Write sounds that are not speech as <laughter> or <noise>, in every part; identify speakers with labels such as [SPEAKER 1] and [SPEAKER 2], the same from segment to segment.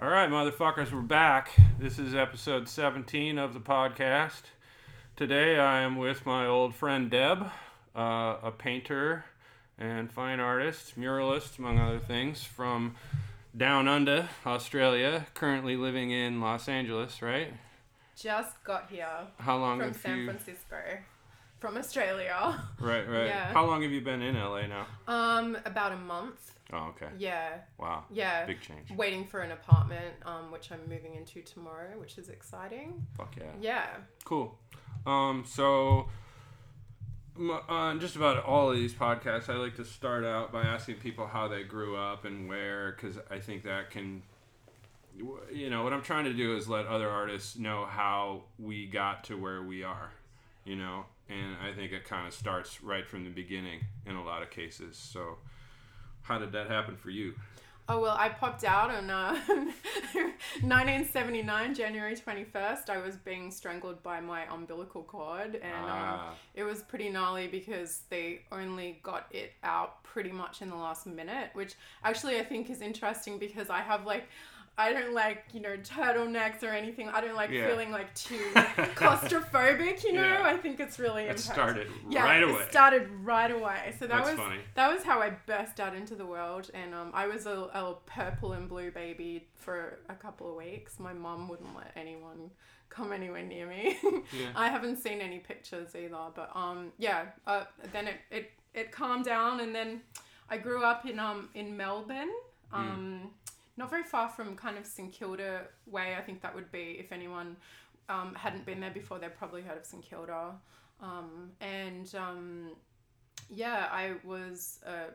[SPEAKER 1] All right, motherfuckers, we're back. This is episode 17 of the podcast. Today I am with my old friend Deb, uh, a painter and fine artist, muralist, among other things, from down under Australia, currently living in Los Angeles, right?
[SPEAKER 2] Just got here
[SPEAKER 1] How long
[SPEAKER 2] from
[SPEAKER 1] have
[SPEAKER 2] San
[SPEAKER 1] you
[SPEAKER 2] Francisco, from Australia. <laughs>
[SPEAKER 1] Right, right.
[SPEAKER 2] Yeah.
[SPEAKER 1] How long have you been in LA now?
[SPEAKER 2] Um, about a month.
[SPEAKER 1] Oh, okay.
[SPEAKER 2] Yeah,
[SPEAKER 1] Wow.
[SPEAKER 2] yeah.
[SPEAKER 1] Big change.
[SPEAKER 2] Waiting for an apartment, um, which I'm moving into tomorrow, which is exciting.
[SPEAKER 1] Fuck yeah.
[SPEAKER 2] Yeah.
[SPEAKER 1] Cool. Um, so, m- on just about all of these podcasts, I like to start out by asking people how they grew up and where, because I think that can, you know, what I'm trying to do is let other artists know how we got to where we are, you know, and I think it kind of starts right from the beginning in a lot of cases. So, how did that happen for you?
[SPEAKER 2] Oh well, I popped out on uh, <laughs> 1979, January 21st. I was being strangled by my umbilical cord, and um,
[SPEAKER 1] Ah,
[SPEAKER 2] It was pretty gnarly because they only got it out pretty much in the last minute, which actually I think is interesting because I have like. I don't like, you know, turtlenecks or anything. I don't like
[SPEAKER 1] Yeah.
[SPEAKER 2] feeling like too
[SPEAKER 1] <laughs>
[SPEAKER 2] claustrophobic, you know?
[SPEAKER 1] Yeah.
[SPEAKER 2] I think it's really
[SPEAKER 1] it
[SPEAKER 2] impactful.
[SPEAKER 1] started
[SPEAKER 2] Yeah,
[SPEAKER 1] right
[SPEAKER 2] it
[SPEAKER 1] away.
[SPEAKER 2] started right away. So that
[SPEAKER 1] That's
[SPEAKER 2] was
[SPEAKER 1] funny.
[SPEAKER 2] that was how I burst out into the world, and um, I was a, a purple and blue baby for a couple of weeks. My mum wouldn't let anyone come anywhere near me. <laughs>
[SPEAKER 1] Yeah.
[SPEAKER 2] I haven't seen any pictures either, but um, yeah. Uh, then it, it it calmed down, and then I grew up in um in Melbourne. Um, not very far from kind of St Kilda way. I think that would be if anyone um, hadn't been there before, they'd probably heard of St Kilda. Um, and um, yeah, I was uh,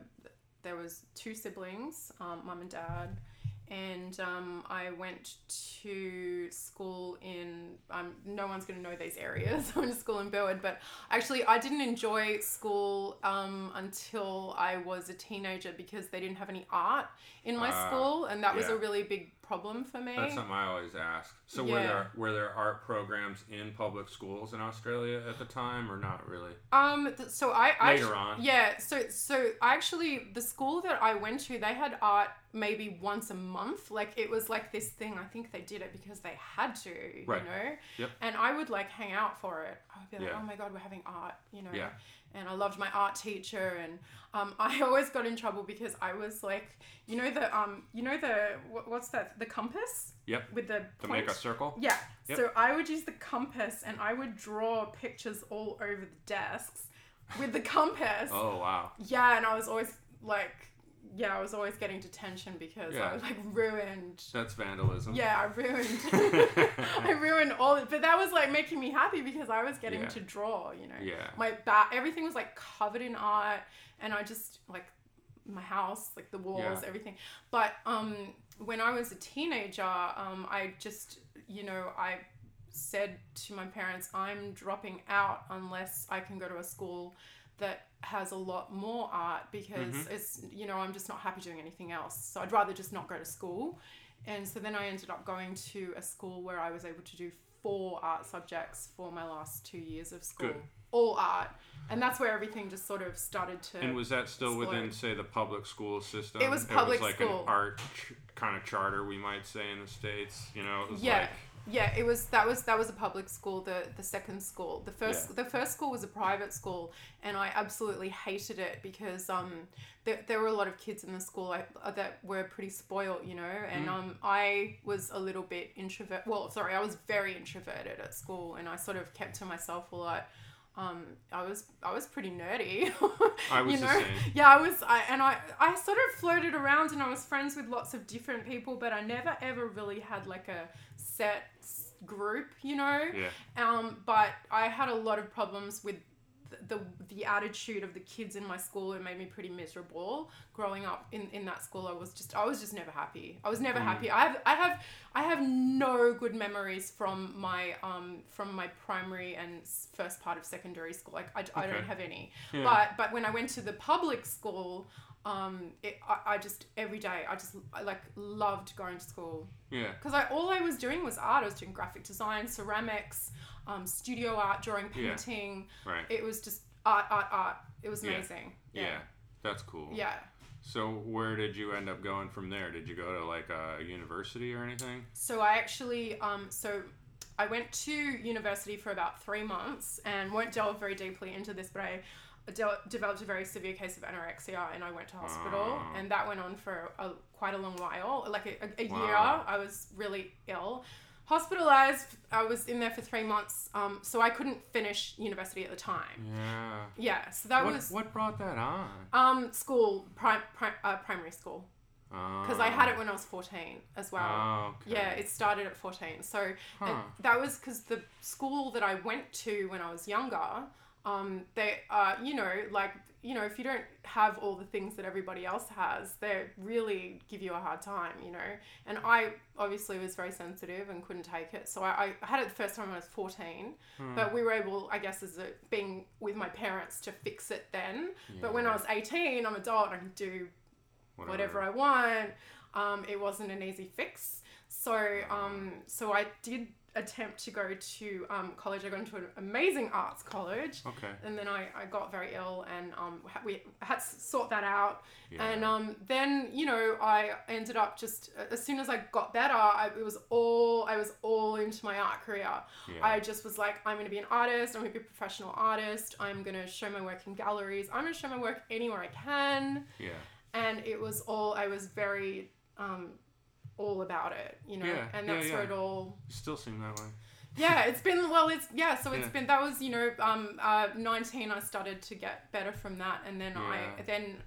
[SPEAKER 2] there was two siblings, um, mum and dad, and um, I went to school in. Um, no one's going to know these areas. <laughs> I went to school in Burwood, but actually, I didn't enjoy school um, until I was a teenager because they didn't have any art in my
[SPEAKER 1] Ah,
[SPEAKER 2] school, and that was
[SPEAKER 1] yeah.
[SPEAKER 2] a really big problem for me.
[SPEAKER 1] That's something I always ask. So were
[SPEAKER 2] Yeah.
[SPEAKER 1] there were there art programs in public schools in Australia at the time, or not really?
[SPEAKER 2] Um. Th- so I, I
[SPEAKER 1] Later
[SPEAKER 2] actu-
[SPEAKER 1] on.
[SPEAKER 2] Yeah. So so I actually the school that I went to they had art maybe once a month. Like it was like this thing. I think they did it because they had to.
[SPEAKER 1] Right.
[SPEAKER 2] You know.
[SPEAKER 1] Yep.
[SPEAKER 2] And I would like hang out for it. I would be like,
[SPEAKER 1] Yeah.
[SPEAKER 2] oh my god, we're having art. You know.
[SPEAKER 1] Yeah.
[SPEAKER 2] And I loved my art teacher, and um, <laughs> I always got in trouble because I was like, you know the um, you know the what, what's that? The compass
[SPEAKER 1] Yep.
[SPEAKER 2] with the
[SPEAKER 1] To
[SPEAKER 2] point?
[SPEAKER 1] make a circle.
[SPEAKER 2] Yeah.
[SPEAKER 1] Yep.
[SPEAKER 2] So I would use the compass and I would draw pictures all over the desks with the compass.
[SPEAKER 1] Oh wow.
[SPEAKER 2] Yeah, and I was always like, yeah, I was always getting detention because
[SPEAKER 1] Yeah. Mm.
[SPEAKER 2] I was like ruined.
[SPEAKER 1] That's vandalism. <laughs>
[SPEAKER 2] Yeah, <laughs> I ruined. <laughs> I ruined all, but that was like making me happy because I was getting
[SPEAKER 1] Yeah.
[SPEAKER 2] to draw. You know,
[SPEAKER 1] Yeah.
[SPEAKER 2] my back, everything was like covered in art, and I just like my house, like the walls,
[SPEAKER 1] Yeah.
[SPEAKER 2] everything. But um, when I was a teenager, um, I just, you know, I said to my parents, I'm dropping out unless I can go to a school that has a lot more art because
[SPEAKER 1] Mhm.
[SPEAKER 2] it's, you know, I'm just not happy doing anything else. So I'd rather just not go to school. And so then I ended up going to a school where I was able to do four art subjects for my last two years of school.
[SPEAKER 1] Good.
[SPEAKER 2] All art. And that's where everything just sort of started to.
[SPEAKER 1] And was that still
[SPEAKER 2] Explore.
[SPEAKER 1] within, say, the public school system?
[SPEAKER 2] It was public
[SPEAKER 1] like
[SPEAKER 2] school.
[SPEAKER 1] an art ch- kind of charter, we might say, in the states. You know, it was
[SPEAKER 2] Yeah.
[SPEAKER 1] like
[SPEAKER 2] Yeah, it was that was that was a public school, the the second school. The first
[SPEAKER 1] Yeah.
[SPEAKER 2] the first school was a private school and I absolutely hated it because um there, there were a lot of kids in the school I, that were pretty spoiled, you know, and
[SPEAKER 1] Mhm.
[SPEAKER 2] um I was a little bit introvert. Well, sorry, I was very introverted at school and I sort of kept to myself a lot. Um, I was I was pretty nerdy. <laughs>
[SPEAKER 1] I was
[SPEAKER 2] you know?
[SPEAKER 1] the same.
[SPEAKER 2] Yeah, I was, I, and I, I sort of floated around, and I was friends with lots of different people, but I never ever really had like a set s- group, you know.
[SPEAKER 1] Yeah.
[SPEAKER 2] <laughs> Um, but I had a lot of problems with th- the the attitude of the kids in my school. It made me pretty miserable growing up in, in that school. I was just I was just never happy. I was never
[SPEAKER 1] Mm.
[SPEAKER 2] happy. I have I have I have no good memories from my um from my primary and s- first part of secondary school. Like I, I don't
[SPEAKER 1] Okay.
[SPEAKER 2] have any
[SPEAKER 1] Yeah.
[SPEAKER 2] but but when I went to the public school, um, it, I, I just every day I just I, like loved going to school
[SPEAKER 1] yeah.
[SPEAKER 2] because I all I was doing was art. I was doing graphic design, ceramics, um, studio art, drawing,
[SPEAKER 1] Yeah.
[SPEAKER 2] painting.
[SPEAKER 1] Right.
[SPEAKER 2] It was just art, art, art. It was
[SPEAKER 1] Yeah.
[SPEAKER 2] amazing.
[SPEAKER 1] Yeah. That's cool.
[SPEAKER 2] Yeah.
[SPEAKER 1] So where did you end up going from there? Did you go to like a university or anything?
[SPEAKER 2] So I actually, um, so I went to university for about three months and won't delve very deeply into this, but I de- developed a very severe case of anorexia and I went to hospital
[SPEAKER 1] Wow.
[SPEAKER 2] and that went on for a, quite a long while, like a, a, a year.
[SPEAKER 1] Wow.
[SPEAKER 2] I was really ill. Hospitalized, I was in there for three months, um, so I couldn't finish university at the time.
[SPEAKER 1] Yeah.
[SPEAKER 2] Yeah, so that
[SPEAKER 1] what,
[SPEAKER 2] was
[SPEAKER 1] what brought that on?
[SPEAKER 2] um, school, prim- prim- uh, primary school, because I had it when I was 14 as well.
[SPEAKER 1] Oh, Ah. okay.
[SPEAKER 2] Yeah, it started at 14. So and
[SPEAKER 1] Huh.
[SPEAKER 2] that was because the school that I went to when I was younger, um, they, uh, you know, like, you know, if you don't have all the things that everybody else has, they really give you a hard time, you know. And I obviously was very sensitive and couldn't take it. So I, I had it the first time when I was 14,
[SPEAKER 1] hmm,
[SPEAKER 2] but we were able, I guess, as a, being with my parents to fix it then. But when I
[SPEAKER 1] Yeah.
[SPEAKER 2] was 18, I'm adult, I can do whatever I want. Um, it wasn't an easy fix. So um, so I did attempt to go to um, college. I got into an amazing arts college.
[SPEAKER 1] Okay.
[SPEAKER 2] And then I, I got very ill and um, ha- we had to sort that out.
[SPEAKER 1] Yeah.
[SPEAKER 2] And um, then, you know, I ended up just, as soon as I got better, I, it was all, I was all into my art career.
[SPEAKER 1] Yeah.
[SPEAKER 2] I just was like, I'm going to be an artist. I'm going to be a professional artist. I'm going to show my work in galleries. I'm going to show my work anywhere I can
[SPEAKER 1] yeah.
[SPEAKER 2] and it was all I was very um all about it, you know.
[SPEAKER 1] Yeah,
[SPEAKER 2] and
[SPEAKER 1] yeah,
[SPEAKER 2] that's
[SPEAKER 1] yeah.
[SPEAKER 2] where it all
[SPEAKER 1] You still seem that way.
[SPEAKER 2] Yeah, it's been well it's yeah, so it's
[SPEAKER 1] Yeah.
[SPEAKER 2] been that was, you know, um uh nineteen I started to get better from that and then I
[SPEAKER 1] Yeah.
[SPEAKER 2] then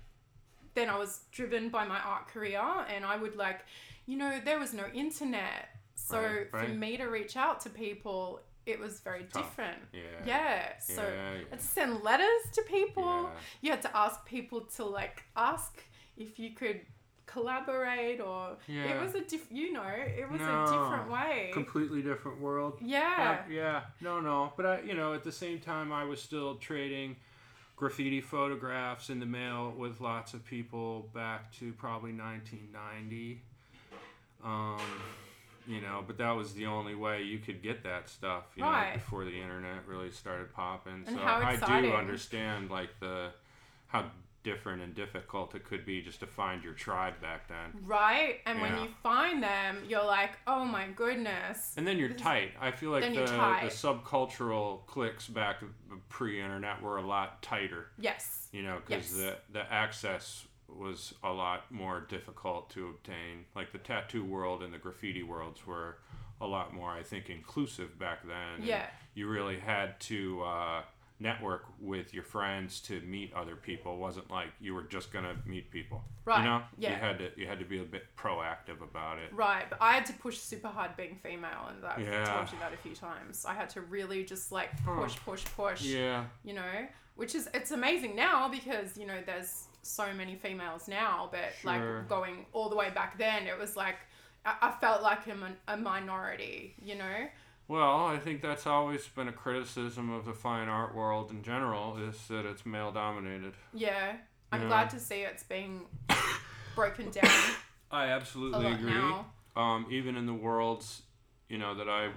[SPEAKER 2] then I was driven by my art career and I would like you know, there was no internet. So
[SPEAKER 1] Right,
[SPEAKER 2] for
[SPEAKER 1] right.
[SPEAKER 2] me to reach out to people it was very
[SPEAKER 1] tough.
[SPEAKER 2] different.
[SPEAKER 1] Yeah.
[SPEAKER 2] Yeah. So
[SPEAKER 1] yeah, yeah.
[SPEAKER 2] I had to send letters to people
[SPEAKER 1] Yeah.
[SPEAKER 2] you had to ask people to like ask if you could collaborate or it
[SPEAKER 1] Yeah.
[SPEAKER 2] was a diff you know it was
[SPEAKER 1] No.
[SPEAKER 2] a different way
[SPEAKER 1] Completely different world.
[SPEAKER 2] yeah
[SPEAKER 1] Uh, yeah. No, no. But I, you know, at the same time, I was still trading graffiti photographs in the mail with lots of people back to probably 1990. Um, you know, but that was the only way you could get that stuff, you
[SPEAKER 2] Right.
[SPEAKER 1] know, before the internet really started popping.
[SPEAKER 2] And
[SPEAKER 1] so
[SPEAKER 2] how
[SPEAKER 1] I
[SPEAKER 2] exciting.
[SPEAKER 1] do understand like the how different and difficult it could be just to find your tribe back then.
[SPEAKER 2] right and when
[SPEAKER 1] Yeah.
[SPEAKER 2] you find them you're like oh my goodness
[SPEAKER 1] And then you're tight. I feel like
[SPEAKER 2] Then
[SPEAKER 1] the,
[SPEAKER 2] you're
[SPEAKER 1] the
[SPEAKER 2] tight.
[SPEAKER 1] subcultural cliques back pre-internet were a lot tighter,
[SPEAKER 2] yes
[SPEAKER 1] you know,
[SPEAKER 2] Yes.
[SPEAKER 1] because the the access was a lot more difficult to obtain. Like the tattoo world and the graffiti worlds were a lot more, I think, inclusive back then. and
[SPEAKER 2] Yeah.
[SPEAKER 1] you really had to uh, network with your friends to meet other people. It wasn't like you were just gonna meet people.
[SPEAKER 2] Right,
[SPEAKER 1] You know,
[SPEAKER 2] yeah.
[SPEAKER 1] you had to you had to be a bit proactive about it.
[SPEAKER 2] right but i had to push super hard being female and i've
[SPEAKER 1] Yeah. Oh.
[SPEAKER 2] told you that a few times i had to really just like push push push
[SPEAKER 1] Yeah.
[SPEAKER 2] you know which is it's amazing now because you know there's so many females now but
[SPEAKER 1] Sure.
[SPEAKER 2] like going all the way back then it was like i, I felt like i'm an, a minority you know
[SPEAKER 1] Well, I think that's always been a criticism of the fine art world in general is that it's male dominated.
[SPEAKER 2] yeah i'm
[SPEAKER 1] Yeah.
[SPEAKER 2] glad to see it's being <coughs> broken down
[SPEAKER 1] I
[SPEAKER 2] a
[SPEAKER 1] absolutely
[SPEAKER 2] lot
[SPEAKER 1] agree.
[SPEAKER 2] Oh, now
[SPEAKER 1] Um, even in the worlds, you know, that I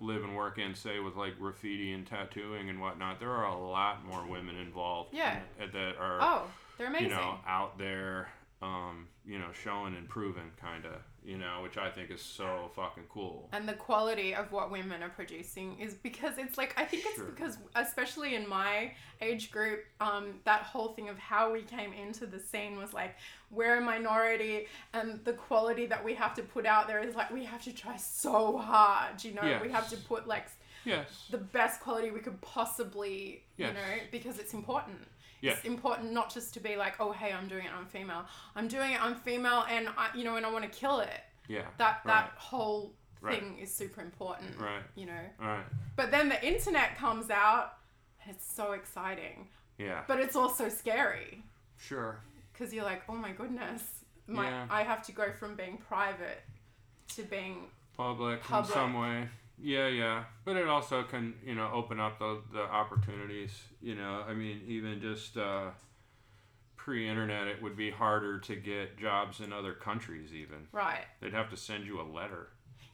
[SPEAKER 1] live and work in, say with like graffiti and tattooing and whatnot, there are a lot more women involved.
[SPEAKER 2] Yeah.
[SPEAKER 1] in- That are
[SPEAKER 2] oh they're amazing
[SPEAKER 1] you know out there, um, you know, showing and proving, kind of, you know, which I think is so fucking cool.
[SPEAKER 2] and the quality of what women are producing is because it's like I think it's
[SPEAKER 1] Sure.
[SPEAKER 2] because especially in my age group, um, that whole thing of how we came into the scene was like we're a minority and the quality that we have to put out there is like we have to try so hard, you know, we have
[SPEAKER 1] Yes.
[SPEAKER 2] to put like
[SPEAKER 1] Yes.
[SPEAKER 2] the best quality we could possibly, you
[SPEAKER 1] Yes.
[SPEAKER 2] know, because it's important.
[SPEAKER 1] Yeah.
[SPEAKER 2] It's important not just to be like, oh, hey, I'm doing it, I'm female. I'm doing it, I'm female, and I, you know, and I want to kill it
[SPEAKER 1] Yeah.
[SPEAKER 2] that that
[SPEAKER 1] Right.
[SPEAKER 2] whole
[SPEAKER 1] Right.
[SPEAKER 2] thing is super important
[SPEAKER 1] Right.
[SPEAKER 2] you know
[SPEAKER 1] All right.
[SPEAKER 2] but then the internet comes out and it's so exciting
[SPEAKER 1] Yeah.
[SPEAKER 2] but it's also scary
[SPEAKER 1] Sure.
[SPEAKER 2] because you're like oh my goodness my,
[SPEAKER 1] Yeah.
[SPEAKER 2] i have to go from being private to being
[SPEAKER 1] public,
[SPEAKER 2] Public.
[SPEAKER 1] in some way. Yeah, yeah. But it also can, you know, open up the, the opportunities. You know, I mean, even just uh, pre internet, it would be harder to get jobs in other countries, even.
[SPEAKER 2] right
[SPEAKER 1] They'd have to send you a letter.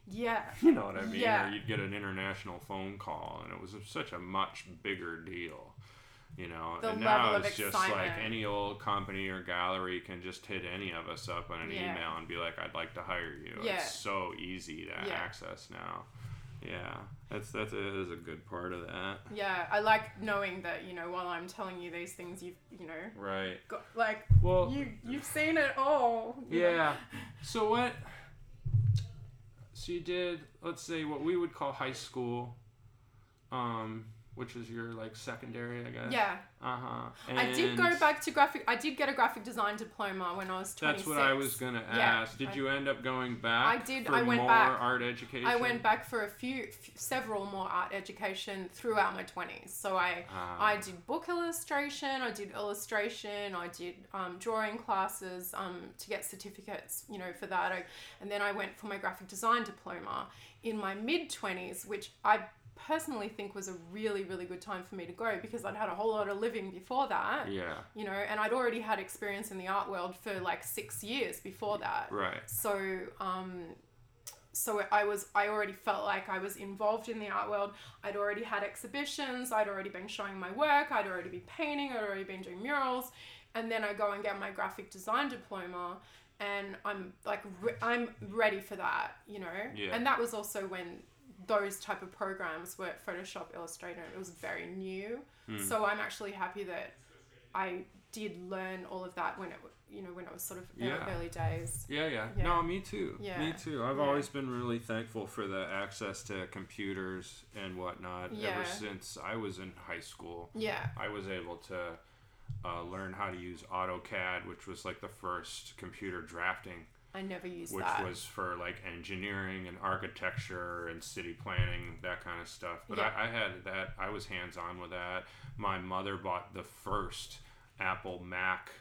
[SPEAKER 2] yeah
[SPEAKER 1] <laughs> You know what I mean?
[SPEAKER 2] Yeah.
[SPEAKER 1] Or you'd get an international phone call, and it was such a much bigger deal. you know
[SPEAKER 2] The
[SPEAKER 1] and
[SPEAKER 2] level
[SPEAKER 1] now
[SPEAKER 2] of
[SPEAKER 1] it's just like
[SPEAKER 2] excitement.
[SPEAKER 1] any old company or gallery can just hit any of us up on an
[SPEAKER 2] Yeah.
[SPEAKER 1] email and be like i'd like to hire you
[SPEAKER 2] Yeah.
[SPEAKER 1] it's so easy to
[SPEAKER 2] Yeah.
[SPEAKER 1] access now yeah that's that's it is a good part of that
[SPEAKER 2] Yeah, I like knowing that you know while I'm telling you these things, you've you know
[SPEAKER 1] right
[SPEAKER 2] got like
[SPEAKER 1] well
[SPEAKER 2] you you've seen it all. you know.
[SPEAKER 1] Yeah. So what? So you did, let's say, what we would call high school, um, which is your like secondary, I guess.
[SPEAKER 2] Yeah,
[SPEAKER 1] Uh huh.
[SPEAKER 2] I did go back to graphic. I did get a graphic design diploma when I was 26.
[SPEAKER 1] That's what I was gonna
[SPEAKER 2] Yeah,
[SPEAKER 1] ask.
[SPEAKER 2] I-
[SPEAKER 1] did you end up going back?
[SPEAKER 2] I did,
[SPEAKER 1] For
[SPEAKER 2] I went
[SPEAKER 1] more
[SPEAKER 2] back.
[SPEAKER 1] art education.
[SPEAKER 2] I went back for a few, f- several more art education throughout my 20s. So I,
[SPEAKER 1] Ah.
[SPEAKER 2] I did book illustration, I did illustration, I did um, drawing classes um, to get certificates, you know, for that. I, and then I went for my graphic design diploma in my mid 20s, which I personally think was a really, really good time for me to go because I'd had a whole lot of living before that.
[SPEAKER 1] Yeah.
[SPEAKER 2] You know, and I'd already had experience in the art world for like six years before that
[SPEAKER 1] Right.
[SPEAKER 2] so um so i was i already felt like i was involved in the art world i'd already had exhibitions i'd already been showing my work i'd already been painting i'd already been doing murals and then i go and get my graphic design diploma and i'm like re- i'm ready for that you know
[SPEAKER 1] Yeah.
[SPEAKER 2] and that was also when those type of programs were photoshop illustrator it was very new
[SPEAKER 1] Hmm. Mm.
[SPEAKER 2] so i'm actually happy that i did learn all of that when it w- you know when it was sort of
[SPEAKER 1] Yeah.
[SPEAKER 2] early days
[SPEAKER 1] Yeah, yeah.
[SPEAKER 2] Yeah.
[SPEAKER 1] No, me too.
[SPEAKER 2] Yeah.
[SPEAKER 1] Me too. I've
[SPEAKER 2] Yeah.
[SPEAKER 1] always been really thankful for the access to computers and whatnot
[SPEAKER 2] Yeah.
[SPEAKER 1] ever since I was in high school.
[SPEAKER 2] Yeah.
[SPEAKER 1] I was able to uh, learn how to use AutoCAD, which was like the first computer drafting,
[SPEAKER 2] I never used
[SPEAKER 1] which
[SPEAKER 2] that.
[SPEAKER 1] was for like engineering and architecture and city planning, that kind of stuff. But
[SPEAKER 2] Yeah.
[SPEAKER 1] I, I had that, I was hands on with that. My mother bought the first Apple Mac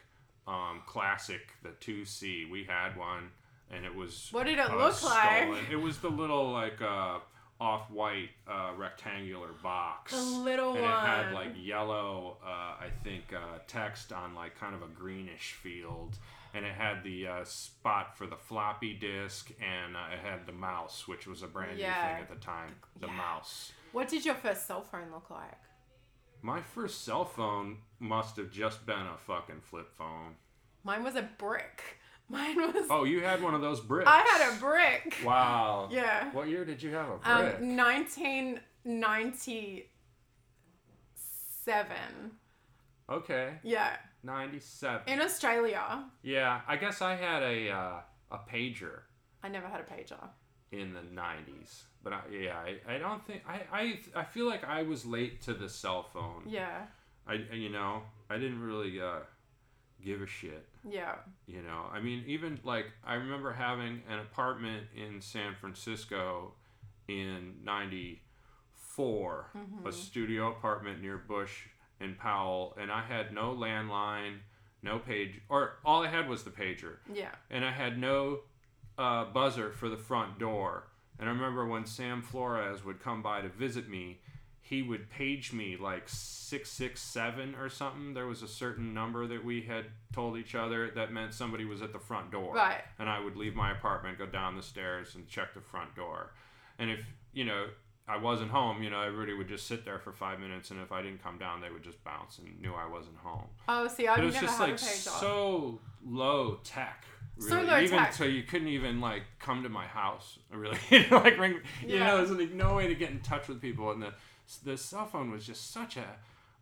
[SPEAKER 1] um, Classic, the 2C. We had one, and it was.
[SPEAKER 2] What did it
[SPEAKER 1] uh,
[SPEAKER 2] look like?
[SPEAKER 1] stolen. It was the little like uh, off-white uh, rectangular box.
[SPEAKER 2] <laughs> The little
[SPEAKER 1] and it had
[SPEAKER 2] one.
[SPEAKER 1] like yellow, uh, I think, uh, text on like kind of a greenish field, and it had the uh, spot for the floppy disk, and uh, it had the mouse, which was a brand
[SPEAKER 2] Yeah.
[SPEAKER 1] new thing at the time. The
[SPEAKER 2] Yeah.
[SPEAKER 1] mouse.
[SPEAKER 2] What did your first cell phone look like?
[SPEAKER 1] My first cell phone must have just been a fucking flip phone.
[SPEAKER 2] Mine was a brick. <laughs> Mine was.
[SPEAKER 1] Oh, you had one of those bricks.
[SPEAKER 2] <laughs> I had a brick.
[SPEAKER 1] Wow.
[SPEAKER 2] Yeah.
[SPEAKER 1] What year did you have a
[SPEAKER 2] Um,
[SPEAKER 1] brick?
[SPEAKER 2] 1997.
[SPEAKER 1] okay,
[SPEAKER 2] Yeah.
[SPEAKER 1] ninety-seven.
[SPEAKER 2] In Australia,
[SPEAKER 1] Yeah, I guess I had a uh, a pager
[SPEAKER 2] I never had a pager.
[SPEAKER 1] in the '90s, but I, yeah, I, I don't think I, I I feel like I was late to the cell phone.
[SPEAKER 2] Yeah.
[SPEAKER 1] I you know I didn't really uh, give a shit.
[SPEAKER 2] Yeah.
[SPEAKER 1] You know, I mean, even like I remember having an apartment in San Francisco in '94, a studio apartment near Bush and Powell, and I had no landline, no page, or all I had was the pager
[SPEAKER 2] Yeah.
[SPEAKER 1] and I had no uh, buzzer for the front door. And I remember when Sam Flores would come by to visit me, he would page me like 667 or something. There was a certain number that we had told each other that meant somebody was at the front door.
[SPEAKER 2] Right.
[SPEAKER 1] And I would leave my apartment, go down the stairs, and check the front door. And if, you know, I wasn't home, you know, everybody would just sit there for five minutes. And if I didn't come down, they would just bounce and knew I wasn't home
[SPEAKER 2] Oh, see, I've
[SPEAKER 1] but it
[SPEAKER 2] never
[SPEAKER 1] was just
[SPEAKER 2] had
[SPEAKER 1] like
[SPEAKER 2] a pager.
[SPEAKER 1] so low tech. Really.
[SPEAKER 2] So low
[SPEAKER 1] even
[SPEAKER 2] tech.
[SPEAKER 1] so you couldn't even like come to my house really <laughs> like ring you
[SPEAKER 2] Yeah.
[SPEAKER 1] know there's like no way to get in touch with people and the the cell phone was just such a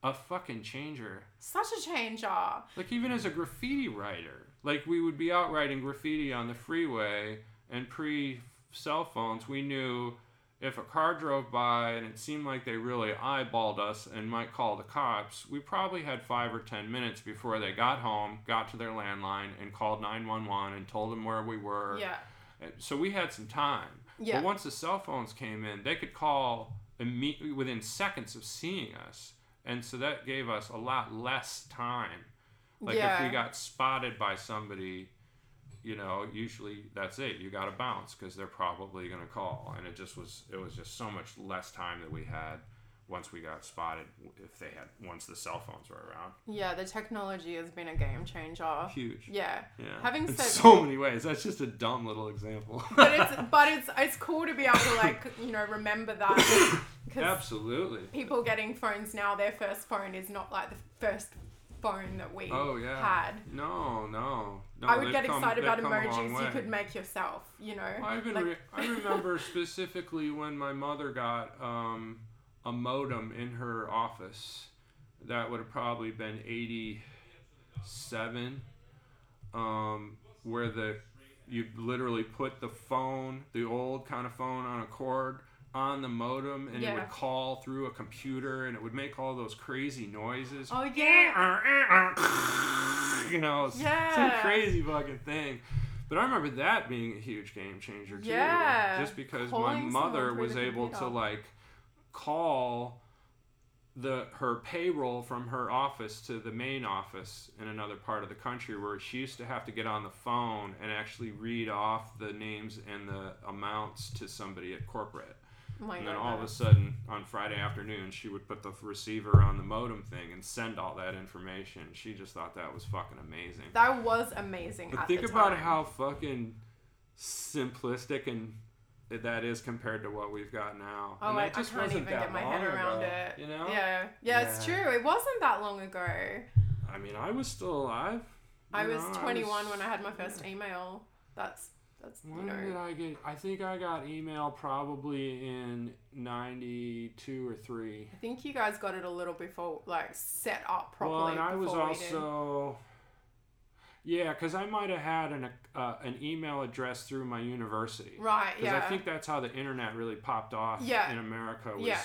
[SPEAKER 1] a fucking changer
[SPEAKER 2] Such a changer.
[SPEAKER 1] like even as a graffiti writer like we would be out writing graffiti on the freeway and pre cell phones we knew if a car drove by and it seemed like they really eyeballed us and might call the cops we probably had five or ten minutes before they got home got to their landline and called 911 and told them where we were
[SPEAKER 2] Yeah.
[SPEAKER 1] so we had some time.
[SPEAKER 2] Yeah.
[SPEAKER 1] But once the cell phones came in, they could call imme- within seconds of seeing us. And so that gave us a lot less time. Like if
[SPEAKER 2] Yeah.
[SPEAKER 1] we got spotted by somebody, you know, usually that's it. You got to bounce because they're probably going to call. And it just was, it was just so much less time that we had once we got spotted if they had once the cell phones were around.
[SPEAKER 2] Yeah, the technology has been a game changer.
[SPEAKER 1] Huge.
[SPEAKER 2] Uh, Yeah.
[SPEAKER 1] Yeah.
[SPEAKER 2] Having
[SPEAKER 1] in
[SPEAKER 2] said-
[SPEAKER 1] so many ways. That's just a dumb little example.
[SPEAKER 2] But
[SPEAKER 1] <laughs>
[SPEAKER 2] it's but it's it's cool to be able to
[SPEAKER 1] <coughs>
[SPEAKER 2] like you know remember that because
[SPEAKER 1] Absolutely.
[SPEAKER 2] people getting phones now, their first phone is not like the first phone that we
[SPEAKER 1] Oh yeah.
[SPEAKER 2] had.
[SPEAKER 1] No, no, no.
[SPEAKER 2] I would
[SPEAKER 1] they've
[SPEAKER 2] get
[SPEAKER 1] come- they've
[SPEAKER 2] excited about
[SPEAKER 1] come a long
[SPEAKER 2] emojis you
[SPEAKER 1] way.
[SPEAKER 2] could make yourself. You know.
[SPEAKER 1] Well, I've been
[SPEAKER 2] Like-
[SPEAKER 1] re- I remember specifically when my mother got um, a modem in her office. That would have probably been 87, um, where the you literally put the phone, the old kind of phone, on a cord on the modem, and it
[SPEAKER 2] Yeah.
[SPEAKER 1] would call through a computer, and it would make all those crazy noises.
[SPEAKER 2] Oh yeah.
[SPEAKER 1] <laughs> you know, s- some
[SPEAKER 2] Yeah.
[SPEAKER 1] crazy fucking thing. But I remember that being a huge game changer too.
[SPEAKER 2] Yeah.
[SPEAKER 1] Just because
[SPEAKER 2] Calling
[SPEAKER 1] my mother
[SPEAKER 2] someone
[SPEAKER 1] was
[SPEAKER 2] through the
[SPEAKER 1] able to
[SPEAKER 2] computer.
[SPEAKER 1] like call the her payroll from her office to the main office in another part of the country where she used to have to get on the phone and actually read off the names and the amounts to somebody at corporate.
[SPEAKER 2] Oh my
[SPEAKER 1] And then
[SPEAKER 2] God.
[SPEAKER 1] all of a sudden, on Friday afternoon, she would put the receiver on the modem thing and send all that information. She just thought that was fucking amazing.
[SPEAKER 2] that was amazing.
[SPEAKER 1] But
[SPEAKER 2] at
[SPEAKER 1] think
[SPEAKER 2] the
[SPEAKER 1] about
[SPEAKER 2] time.
[SPEAKER 1] how fucking simplistic and that is compared to what we've got now.
[SPEAKER 2] Oh,
[SPEAKER 1] and
[SPEAKER 2] I,
[SPEAKER 1] that
[SPEAKER 2] I
[SPEAKER 1] just
[SPEAKER 2] can't
[SPEAKER 1] wasn't
[SPEAKER 2] even get
[SPEAKER 1] that
[SPEAKER 2] my head
[SPEAKER 1] long
[SPEAKER 2] around
[SPEAKER 1] ago,
[SPEAKER 2] it.
[SPEAKER 1] You know?
[SPEAKER 2] Yeah. yeah, it's
[SPEAKER 1] Yeah.
[SPEAKER 2] true. It wasn't that long ago.
[SPEAKER 1] I mean, I was still alive.
[SPEAKER 2] I
[SPEAKER 1] you
[SPEAKER 2] was
[SPEAKER 1] know,
[SPEAKER 2] 21 when I had my
[SPEAKER 1] yeah.
[SPEAKER 2] first email. That's that's you
[SPEAKER 1] When did
[SPEAKER 2] know.
[SPEAKER 1] I get? I think I got email probably in '92 or three.
[SPEAKER 2] I think you guys got it a little before, like set up
[SPEAKER 1] Well,
[SPEAKER 2] properly.
[SPEAKER 1] and I was
[SPEAKER 2] before we did.
[SPEAKER 1] also, yeah, because I might have had an uh, an email address through my university.
[SPEAKER 2] right.
[SPEAKER 1] Because
[SPEAKER 2] Yeah.
[SPEAKER 1] I think that's how the internet really popped off
[SPEAKER 2] Yeah.
[SPEAKER 1] in America was
[SPEAKER 2] Yeah.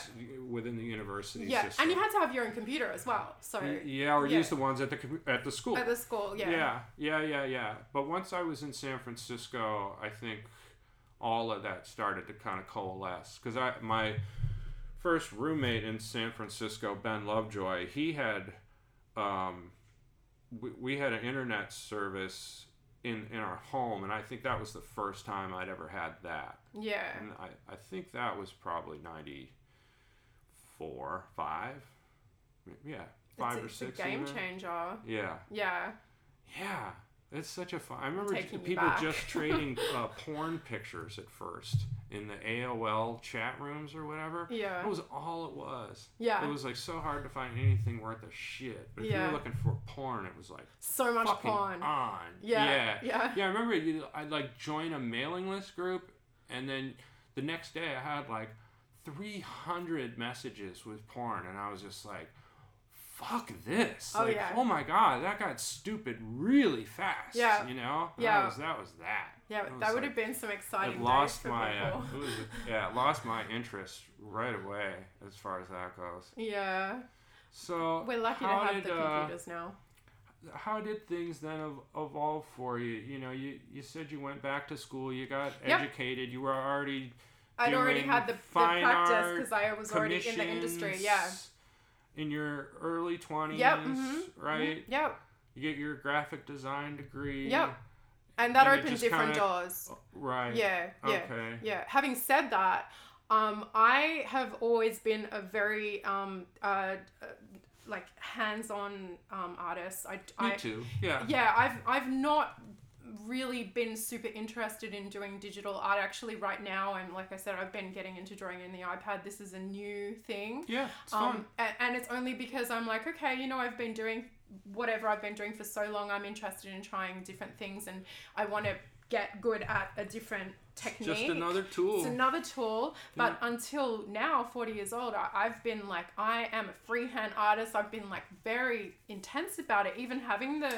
[SPEAKER 1] within the university
[SPEAKER 2] yeah,
[SPEAKER 1] E system.
[SPEAKER 2] and you had to have your own computer as well. So
[SPEAKER 1] Y- yeah, or
[SPEAKER 2] yeah.
[SPEAKER 1] use the ones at the com- at the school.
[SPEAKER 2] at the school, yeah.
[SPEAKER 1] yeah, yeah, yeah, yeah. But once I was in San Francisco, I think all of that started to kind of coalesce because I my first roommate in San Francisco, Ben Lovejoy, he had um, we, we had an internet service in in our home, and I think that was the first time I'd ever had that,
[SPEAKER 2] Yeah.
[SPEAKER 1] and I I think that was probably ninety four five, yeah, five
[SPEAKER 2] it's,
[SPEAKER 1] or
[SPEAKER 2] it's
[SPEAKER 1] six.
[SPEAKER 2] a game
[SPEAKER 1] even.
[SPEAKER 2] changer.
[SPEAKER 1] Yeah.
[SPEAKER 2] Yeah.
[SPEAKER 1] Yeah, it's such a fun. I remember j-
[SPEAKER 2] taking you
[SPEAKER 1] people
[SPEAKER 2] back.
[SPEAKER 1] just
[SPEAKER 2] <laughs>
[SPEAKER 1] trading uh, porn pictures at first in the AOL chat rooms or whatever. That
[SPEAKER 2] Yeah.
[SPEAKER 1] was all it was.
[SPEAKER 2] Yeah.
[SPEAKER 1] It was like so hard to find anything worth a shit. But if you
[SPEAKER 2] Yeah.
[SPEAKER 1] were looking for porn, it was like
[SPEAKER 2] so much
[SPEAKER 1] fucking
[SPEAKER 2] porn.
[SPEAKER 1] on.
[SPEAKER 2] Yeah.
[SPEAKER 1] yeah.
[SPEAKER 2] Yeah.
[SPEAKER 1] Yeah, I remember you, I'd like join a mailing list group, and then the next day I had like 300 messages with porn, and I was just like, fuck this.
[SPEAKER 2] Oh,
[SPEAKER 1] like,
[SPEAKER 2] yeah.
[SPEAKER 1] oh my God, that got stupid really fast.
[SPEAKER 2] Yeah.
[SPEAKER 1] You know? And That
[SPEAKER 2] Yeah.
[SPEAKER 1] was that. Was that.
[SPEAKER 2] Yeah,
[SPEAKER 1] It was
[SPEAKER 2] that would
[SPEAKER 1] like-
[SPEAKER 2] have been some exciting
[SPEAKER 1] It
[SPEAKER 2] days
[SPEAKER 1] lost
[SPEAKER 2] for
[SPEAKER 1] my uh,
[SPEAKER 2] people.
[SPEAKER 1] it was, yeah, it lost my interest right away as far as that goes.
[SPEAKER 2] <laughs> yeah,
[SPEAKER 1] So
[SPEAKER 2] we're lucky
[SPEAKER 1] how
[SPEAKER 2] to have
[SPEAKER 1] did,
[SPEAKER 2] the
[SPEAKER 1] uh,
[SPEAKER 2] computers now.
[SPEAKER 1] how did things then ev- evolve for you? You know, you, you said you went back to school, you got
[SPEAKER 2] Yep.
[SPEAKER 1] educated, you were already
[SPEAKER 2] I'd already
[SPEAKER 1] doing
[SPEAKER 2] had the, the
[SPEAKER 1] fine
[SPEAKER 2] practice
[SPEAKER 1] art,
[SPEAKER 2] because I was already in the industry. Yeah.
[SPEAKER 1] commissions In your early 20s,
[SPEAKER 2] mhm.
[SPEAKER 1] right?
[SPEAKER 2] Yep.
[SPEAKER 1] You get your graphic design degree.
[SPEAKER 2] Yep. And that
[SPEAKER 1] And it
[SPEAKER 2] opened
[SPEAKER 1] just
[SPEAKER 2] different
[SPEAKER 1] kinda-
[SPEAKER 2] doors.
[SPEAKER 1] Right.
[SPEAKER 2] Yeah. Yeah.
[SPEAKER 1] Okay.
[SPEAKER 2] Yeah. Having said that, um, I have always been a very um, uh, uh, like hands-on um, artist. I,
[SPEAKER 1] Me
[SPEAKER 2] I
[SPEAKER 1] too. Yeah.
[SPEAKER 2] yeah i've i've not really been super interested in doing digital art actually right now and like i said i've been getting into drawing in the ipad this is a new thing
[SPEAKER 1] Yeah. It's fun.
[SPEAKER 2] um, and, and it's only because i'm like okay you know i've been doing whatever i've been doing for so long i'm interested in trying different things and i want to get good at a different technique
[SPEAKER 1] Just another tool.
[SPEAKER 2] it's another tool, but
[SPEAKER 1] Mm.
[SPEAKER 2] until now, 40 years old, I, I've been like, I am a freehand artist. I've been like very intense about it. Even having the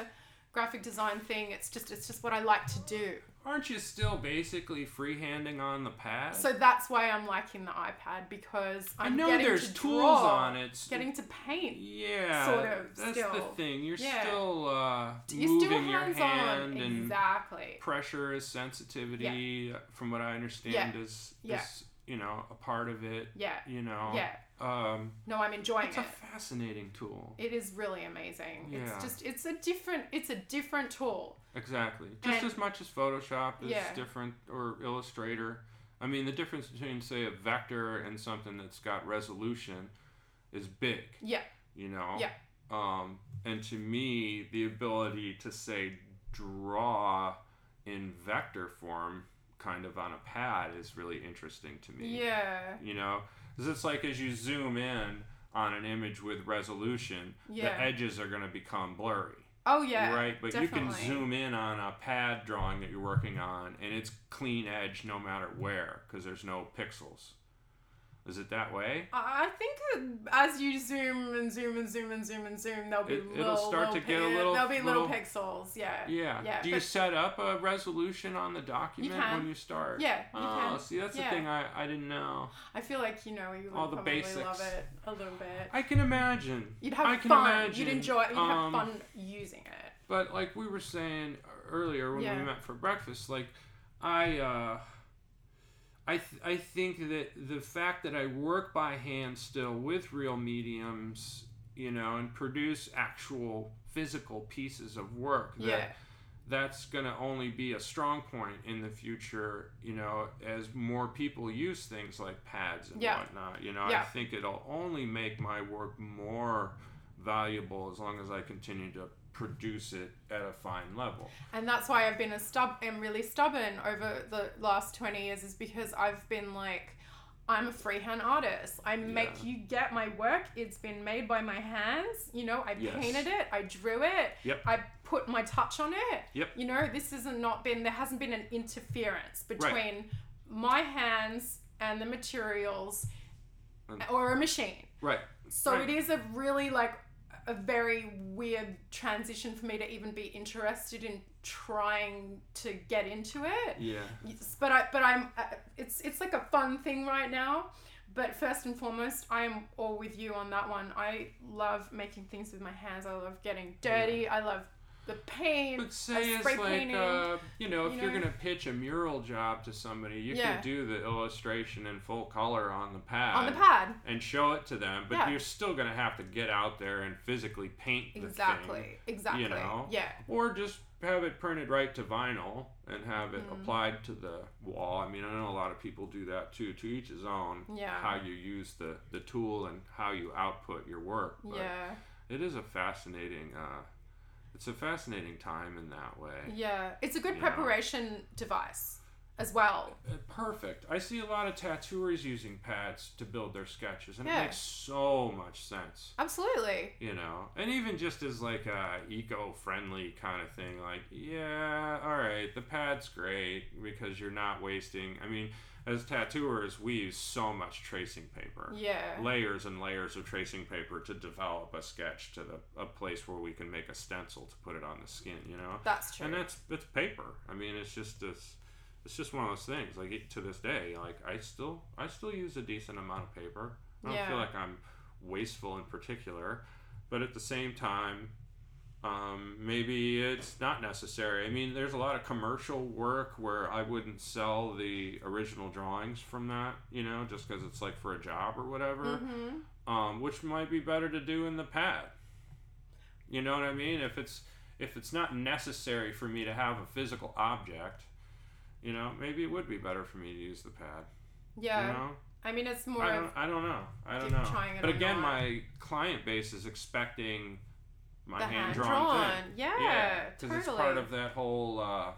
[SPEAKER 2] graphic design thing, it's just it's just what I like to do.
[SPEAKER 1] Aren't you still basically freehanding on the pad?
[SPEAKER 2] So that's why I'm liking the iPad because
[SPEAKER 1] I
[SPEAKER 2] I'm
[SPEAKER 1] know
[SPEAKER 2] getting
[SPEAKER 1] there's
[SPEAKER 2] to
[SPEAKER 1] tools
[SPEAKER 2] draw,
[SPEAKER 1] on it. It's-
[SPEAKER 2] getting to paint.
[SPEAKER 1] Yeah,
[SPEAKER 2] sort of,
[SPEAKER 1] That's the
[SPEAKER 2] still.
[SPEAKER 1] thing. You're
[SPEAKER 2] Yeah.
[SPEAKER 1] still uh,
[SPEAKER 2] You're still
[SPEAKER 1] moving your
[SPEAKER 2] hands
[SPEAKER 1] hand
[SPEAKER 2] on,
[SPEAKER 1] and
[SPEAKER 2] exactly.
[SPEAKER 1] pressure is sensitivity. uh, From what I understand, is
[SPEAKER 2] Yeah.
[SPEAKER 1] is you know a part of it.
[SPEAKER 2] Yeah,
[SPEAKER 1] You know.
[SPEAKER 2] yeah.
[SPEAKER 1] Um,
[SPEAKER 2] No, I'm enjoying
[SPEAKER 1] it's
[SPEAKER 2] it.
[SPEAKER 1] a fascinating tool.
[SPEAKER 2] It is really amazing.
[SPEAKER 1] Yeah.
[SPEAKER 2] It's just it's a different it's a different tool.
[SPEAKER 1] Exactly. Just
[SPEAKER 2] And-
[SPEAKER 1] as much as Photoshop is
[SPEAKER 2] Yeah.
[SPEAKER 1] different or Illustrator. I mean, the difference between say a vector and something that's got resolution is big,
[SPEAKER 2] Yeah.
[SPEAKER 1] you know?
[SPEAKER 2] Yeah.
[SPEAKER 1] Um, and to me, the ability to say draw in vector form kind of on a pad is really interesting to me.
[SPEAKER 2] Yeah.
[SPEAKER 1] You know? Because it's like as you zoom in on an image with resolution,
[SPEAKER 2] Yeah.
[SPEAKER 1] the edges are going to become blurry.
[SPEAKER 2] Oh yeah.
[SPEAKER 1] right? But you
[SPEAKER 2] definitely.
[SPEAKER 1] can zoom in on a pad drawing that you're working on, and it's clean edge no matter where because there's no pixels. Is it that way?
[SPEAKER 2] I I think that as you zoom and zoom and zoom and zoom and zoom, there'll be
[SPEAKER 1] It- it'll
[SPEAKER 2] little,
[SPEAKER 1] start
[SPEAKER 2] little
[SPEAKER 1] to get a
[SPEAKER 2] pi-
[SPEAKER 1] little-
[SPEAKER 2] There'll be little,
[SPEAKER 1] little-
[SPEAKER 2] pixels. Yeah.
[SPEAKER 1] Yeah.
[SPEAKER 2] Yeah.
[SPEAKER 1] Do you
[SPEAKER 2] but-
[SPEAKER 1] set up a resolution on the document
[SPEAKER 2] can.
[SPEAKER 1] when you start?
[SPEAKER 2] yeah. You
[SPEAKER 1] Oh,
[SPEAKER 2] can.
[SPEAKER 1] see, that's
[SPEAKER 2] Yeah.
[SPEAKER 1] the thing I, I didn't know.
[SPEAKER 2] I feel like you know you would
[SPEAKER 1] All the
[SPEAKER 2] probably love
[SPEAKER 1] basics.
[SPEAKER 2] it a little bit.
[SPEAKER 1] I can imagine.
[SPEAKER 2] You'd have
[SPEAKER 1] I can
[SPEAKER 2] fun.
[SPEAKER 1] imagine.
[SPEAKER 2] You'd enjoy. You'd
[SPEAKER 1] um,
[SPEAKER 2] have fun using it.
[SPEAKER 1] But like we were saying earlier when
[SPEAKER 2] Yeah.
[SPEAKER 1] we met for breakfast, like I uh I th- I think that the fact that I work by hand still with real mediums, you know, and produce actual physical pieces of work that
[SPEAKER 2] Yeah.
[SPEAKER 1] that's going to only be a strong point in the future, you know, as more people use things like pads and
[SPEAKER 2] Yeah.
[SPEAKER 1] whatnot. You know,
[SPEAKER 2] Yeah.
[SPEAKER 1] I think it'll only make my work more valuable as long as I continue to produce it at a fine level.
[SPEAKER 2] And that's why I've been a stub am really stubborn over the last 20 years is because I've been like I'm a freehand artist. I make
[SPEAKER 1] Yeah.
[SPEAKER 2] you get my work. It's been made by my hands. You know, I
[SPEAKER 1] Yes.
[SPEAKER 2] painted it, I drew it,
[SPEAKER 1] Yep.
[SPEAKER 2] I put my touch on it.
[SPEAKER 1] Yep.
[SPEAKER 2] You know, this hasn't not been there hasn't been an interference between my hands and the materials
[SPEAKER 1] And-
[SPEAKER 2] or a machine.
[SPEAKER 1] Right.
[SPEAKER 2] So
[SPEAKER 1] Right.
[SPEAKER 2] it is a really like a very weird transition for me to even be interested in trying to get into it.
[SPEAKER 1] Yeah.
[SPEAKER 2] Yes, But I but I'm uh, it's it's like a fun thing right now. But first and foremost, I am all with you on that one. I love making things with my hands. I love getting dirty. I love the paint.
[SPEAKER 1] But say
[SPEAKER 2] I
[SPEAKER 1] it's
[SPEAKER 2] spray
[SPEAKER 1] like,
[SPEAKER 2] painting.
[SPEAKER 1] uh, you know, if
[SPEAKER 2] you
[SPEAKER 1] you are
[SPEAKER 2] know?
[SPEAKER 1] going to pitch a mural job to somebody, you
[SPEAKER 2] Yeah.
[SPEAKER 1] can do the illustration in full color on the pad.
[SPEAKER 2] on the pad.
[SPEAKER 1] and show it to them, but
[SPEAKER 2] Yeah.
[SPEAKER 1] you're still gonna have to get out there and physically paint the thing,
[SPEAKER 2] Exactly. Exactly.
[SPEAKER 1] you know,
[SPEAKER 2] Yeah.
[SPEAKER 1] or just have it printed right to vinyl and have
[SPEAKER 2] Hmm.
[SPEAKER 1] it applied to the wall. I mean, I know a lot of people do that too. To each his own.
[SPEAKER 2] Yeah.
[SPEAKER 1] How you use the the tool and how you output your work. But
[SPEAKER 2] Yeah.
[SPEAKER 1] It is a fascinating. Uh, it's a fascinating time in that way.
[SPEAKER 2] Yeah. It's a good
[SPEAKER 1] Yeah.
[SPEAKER 2] preparation device as well.
[SPEAKER 1] Uh, Perfect. I see a lot of tattooers using pads to build their sketches, and
[SPEAKER 2] Yeah.
[SPEAKER 1] it makes so much sense.
[SPEAKER 2] Absolutely.
[SPEAKER 1] you know and even just as like a eco-friendly kind of thing like yeah all right the pad's great because you're not wasting i mean as tattooers we use so much tracing paper
[SPEAKER 2] Yeah.
[SPEAKER 1] layers and layers of tracing paper to develop a sketch to the, a place where we can make a stencil to put it on the skin you know
[SPEAKER 2] That's true.
[SPEAKER 1] and that's it's paper i mean it's just this it's just one of those things like it- to this day like i still i still use a decent amount of paper i don't
[SPEAKER 2] Yeah.
[SPEAKER 1] feel like i'm wasteful in particular but at the same time um, maybe it's not necessary i mean there's a lot of commercial work where i wouldn't sell the original drawings from that you know just because it's like for a job or whatever
[SPEAKER 2] hmm
[SPEAKER 1] um, which might be better to do in the pad. You know what I mean? If it's if it's not necessary for me to have a physical object, you know, maybe it would be better for me to use the pad.
[SPEAKER 2] Yeah.
[SPEAKER 1] You know,
[SPEAKER 2] I mean, it's more
[SPEAKER 1] I
[SPEAKER 2] of
[SPEAKER 1] don't, I don't know. I don't
[SPEAKER 2] keep
[SPEAKER 1] know.
[SPEAKER 2] trying it
[SPEAKER 1] But
[SPEAKER 2] or
[SPEAKER 1] again,
[SPEAKER 2] not.
[SPEAKER 1] my client base is expecting my
[SPEAKER 2] the
[SPEAKER 1] hand
[SPEAKER 2] hand-drawn.
[SPEAKER 1] drawn thing.
[SPEAKER 2] Yeah,
[SPEAKER 1] because
[SPEAKER 2] totally.
[SPEAKER 1] it's part of that whole, uh,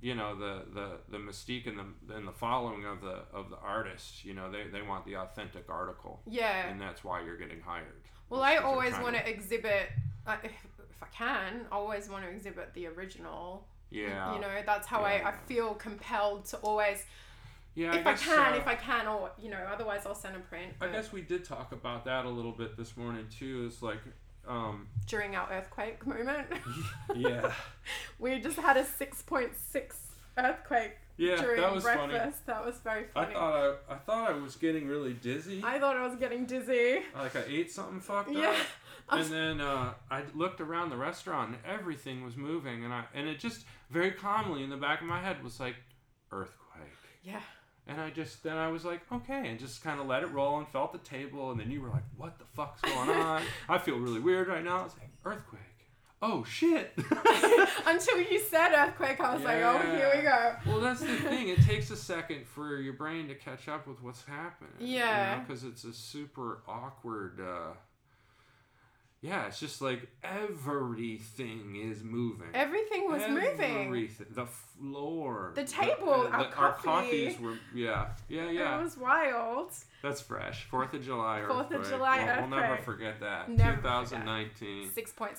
[SPEAKER 1] you know, the, the, the mystique and the and the following of the of the artist. You know, they, they want the authentic article
[SPEAKER 2] yeah.
[SPEAKER 1] and that's why you're getting hired.
[SPEAKER 2] Well, I always want to exhibit, uh, if, if I can, I always want to exhibit the original.
[SPEAKER 1] Yeah.
[SPEAKER 2] You know, that's how I, I
[SPEAKER 1] Yeah.
[SPEAKER 2] feel compelled to always,
[SPEAKER 1] yeah.
[SPEAKER 2] if I,
[SPEAKER 1] guess,
[SPEAKER 2] can,
[SPEAKER 1] uh,
[SPEAKER 2] if I can, or, you know, otherwise I'll send a print.
[SPEAKER 1] I
[SPEAKER 2] but
[SPEAKER 1] guess we did talk about that a little bit this morning too. Is like, um,
[SPEAKER 2] during our earthquake moment,
[SPEAKER 1] <laughs>
[SPEAKER 2] <laughs>
[SPEAKER 1] yeah,
[SPEAKER 2] we just had a 6.6 earthquake
[SPEAKER 1] yeah,
[SPEAKER 2] during
[SPEAKER 1] that was
[SPEAKER 2] breakfast.
[SPEAKER 1] funny.
[SPEAKER 2] That was very
[SPEAKER 1] I
[SPEAKER 2] funny.
[SPEAKER 1] thought I, I thought I was getting really dizzy.
[SPEAKER 2] I thought I was getting dizzy.
[SPEAKER 1] like I ate something fucked
[SPEAKER 2] Yeah.
[SPEAKER 1] up,
[SPEAKER 2] <laughs> I
[SPEAKER 1] and
[SPEAKER 2] was-
[SPEAKER 1] then uh, I looked around the restaurant and everything was moving, and I and it just very calmly in the back of my head was like earthquake.
[SPEAKER 2] Yeah.
[SPEAKER 1] And I just then I was like, okay, and just kind of let it roll and felt the
[SPEAKER 2] <laughs>
[SPEAKER 1] table. And then you were like, what the fuck's going on? I feel really weird right now. It's like earthquake. oh shit. <laughs>
[SPEAKER 2] <laughs> Until you said earthquake, I was like, oh, here we go.
[SPEAKER 1] well, that's the thing. It takes a second for your brain to catch up with what's happening.
[SPEAKER 2] Yeah.
[SPEAKER 1] Because it's a super awkward. Uh, yeah, it's just like everything is moving.
[SPEAKER 2] Everything was moving.
[SPEAKER 1] Everything. The floor.
[SPEAKER 2] The table, our
[SPEAKER 1] Our
[SPEAKER 2] coffee.
[SPEAKER 1] coffees were. Yeah. Yeah, yeah.
[SPEAKER 2] It was wild.
[SPEAKER 1] That's fresh. Fourth of July
[SPEAKER 2] <laughs> Fourth of
[SPEAKER 1] earthquake.
[SPEAKER 2] July
[SPEAKER 1] we'll, We'll never
[SPEAKER 2] earthquake.
[SPEAKER 1] forget that.
[SPEAKER 2] Never forget.
[SPEAKER 1] 2019.
[SPEAKER 2] 6.6.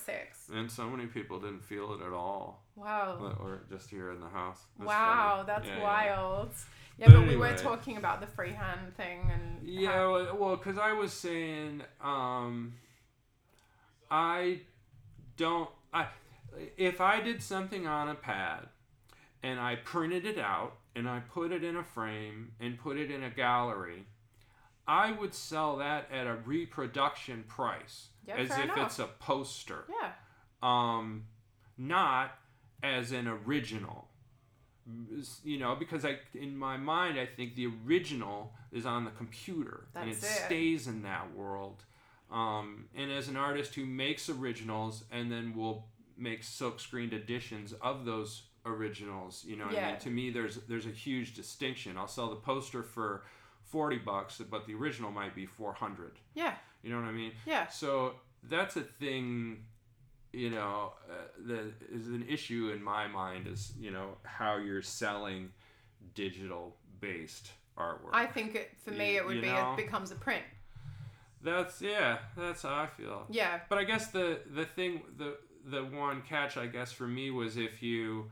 [SPEAKER 1] And so many people didn't feel it at all,
[SPEAKER 2] Wow.
[SPEAKER 1] or or just here in the house. That's
[SPEAKER 2] Oh. wow,
[SPEAKER 1] funny.
[SPEAKER 2] that's
[SPEAKER 1] Yeah, yeah.
[SPEAKER 2] wild. Yeah,
[SPEAKER 1] But
[SPEAKER 2] but we were
[SPEAKER 1] anyway.
[SPEAKER 2] talking about the freehand thing and
[SPEAKER 1] Yeah,
[SPEAKER 2] how-
[SPEAKER 1] well- well, because I was saying, um, I don't. I if I did something on a pad, and I printed it out, and I put it in a frame, and put it in a gallery, I would sell that at a reproduction price,
[SPEAKER 2] Yeah,
[SPEAKER 1] as
[SPEAKER 2] fair
[SPEAKER 1] if
[SPEAKER 2] enough.
[SPEAKER 1] it's a poster,
[SPEAKER 2] yeah,
[SPEAKER 1] um, not as an original. You know, because I in my mind I think the original is on the computer and it,
[SPEAKER 2] That's it.
[SPEAKER 1] stays in that world. Um, and as an artist who makes originals and then will make silkscreened editions of those originals, you know, what I mean?
[SPEAKER 2] Yeah.
[SPEAKER 1] to me there's there's a huge distinction. I'll sell the poster for forty bucks, but the original might be four hundred.
[SPEAKER 2] yeah,
[SPEAKER 1] You know what I mean?
[SPEAKER 2] yeah.
[SPEAKER 1] So that's a thing, you know, uh, that is an issue in my mind is, you know, how you're selling digital based artwork.
[SPEAKER 2] I think it, for me
[SPEAKER 1] You-
[SPEAKER 2] it would
[SPEAKER 1] you
[SPEAKER 2] be
[SPEAKER 1] know?
[SPEAKER 2] it becomes a print.
[SPEAKER 1] that's, yeah, that's how I feel.
[SPEAKER 2] Yeah,
[SPEAKER 1] But I guess the, the thing, the, the one catch, I guess, for me was if you,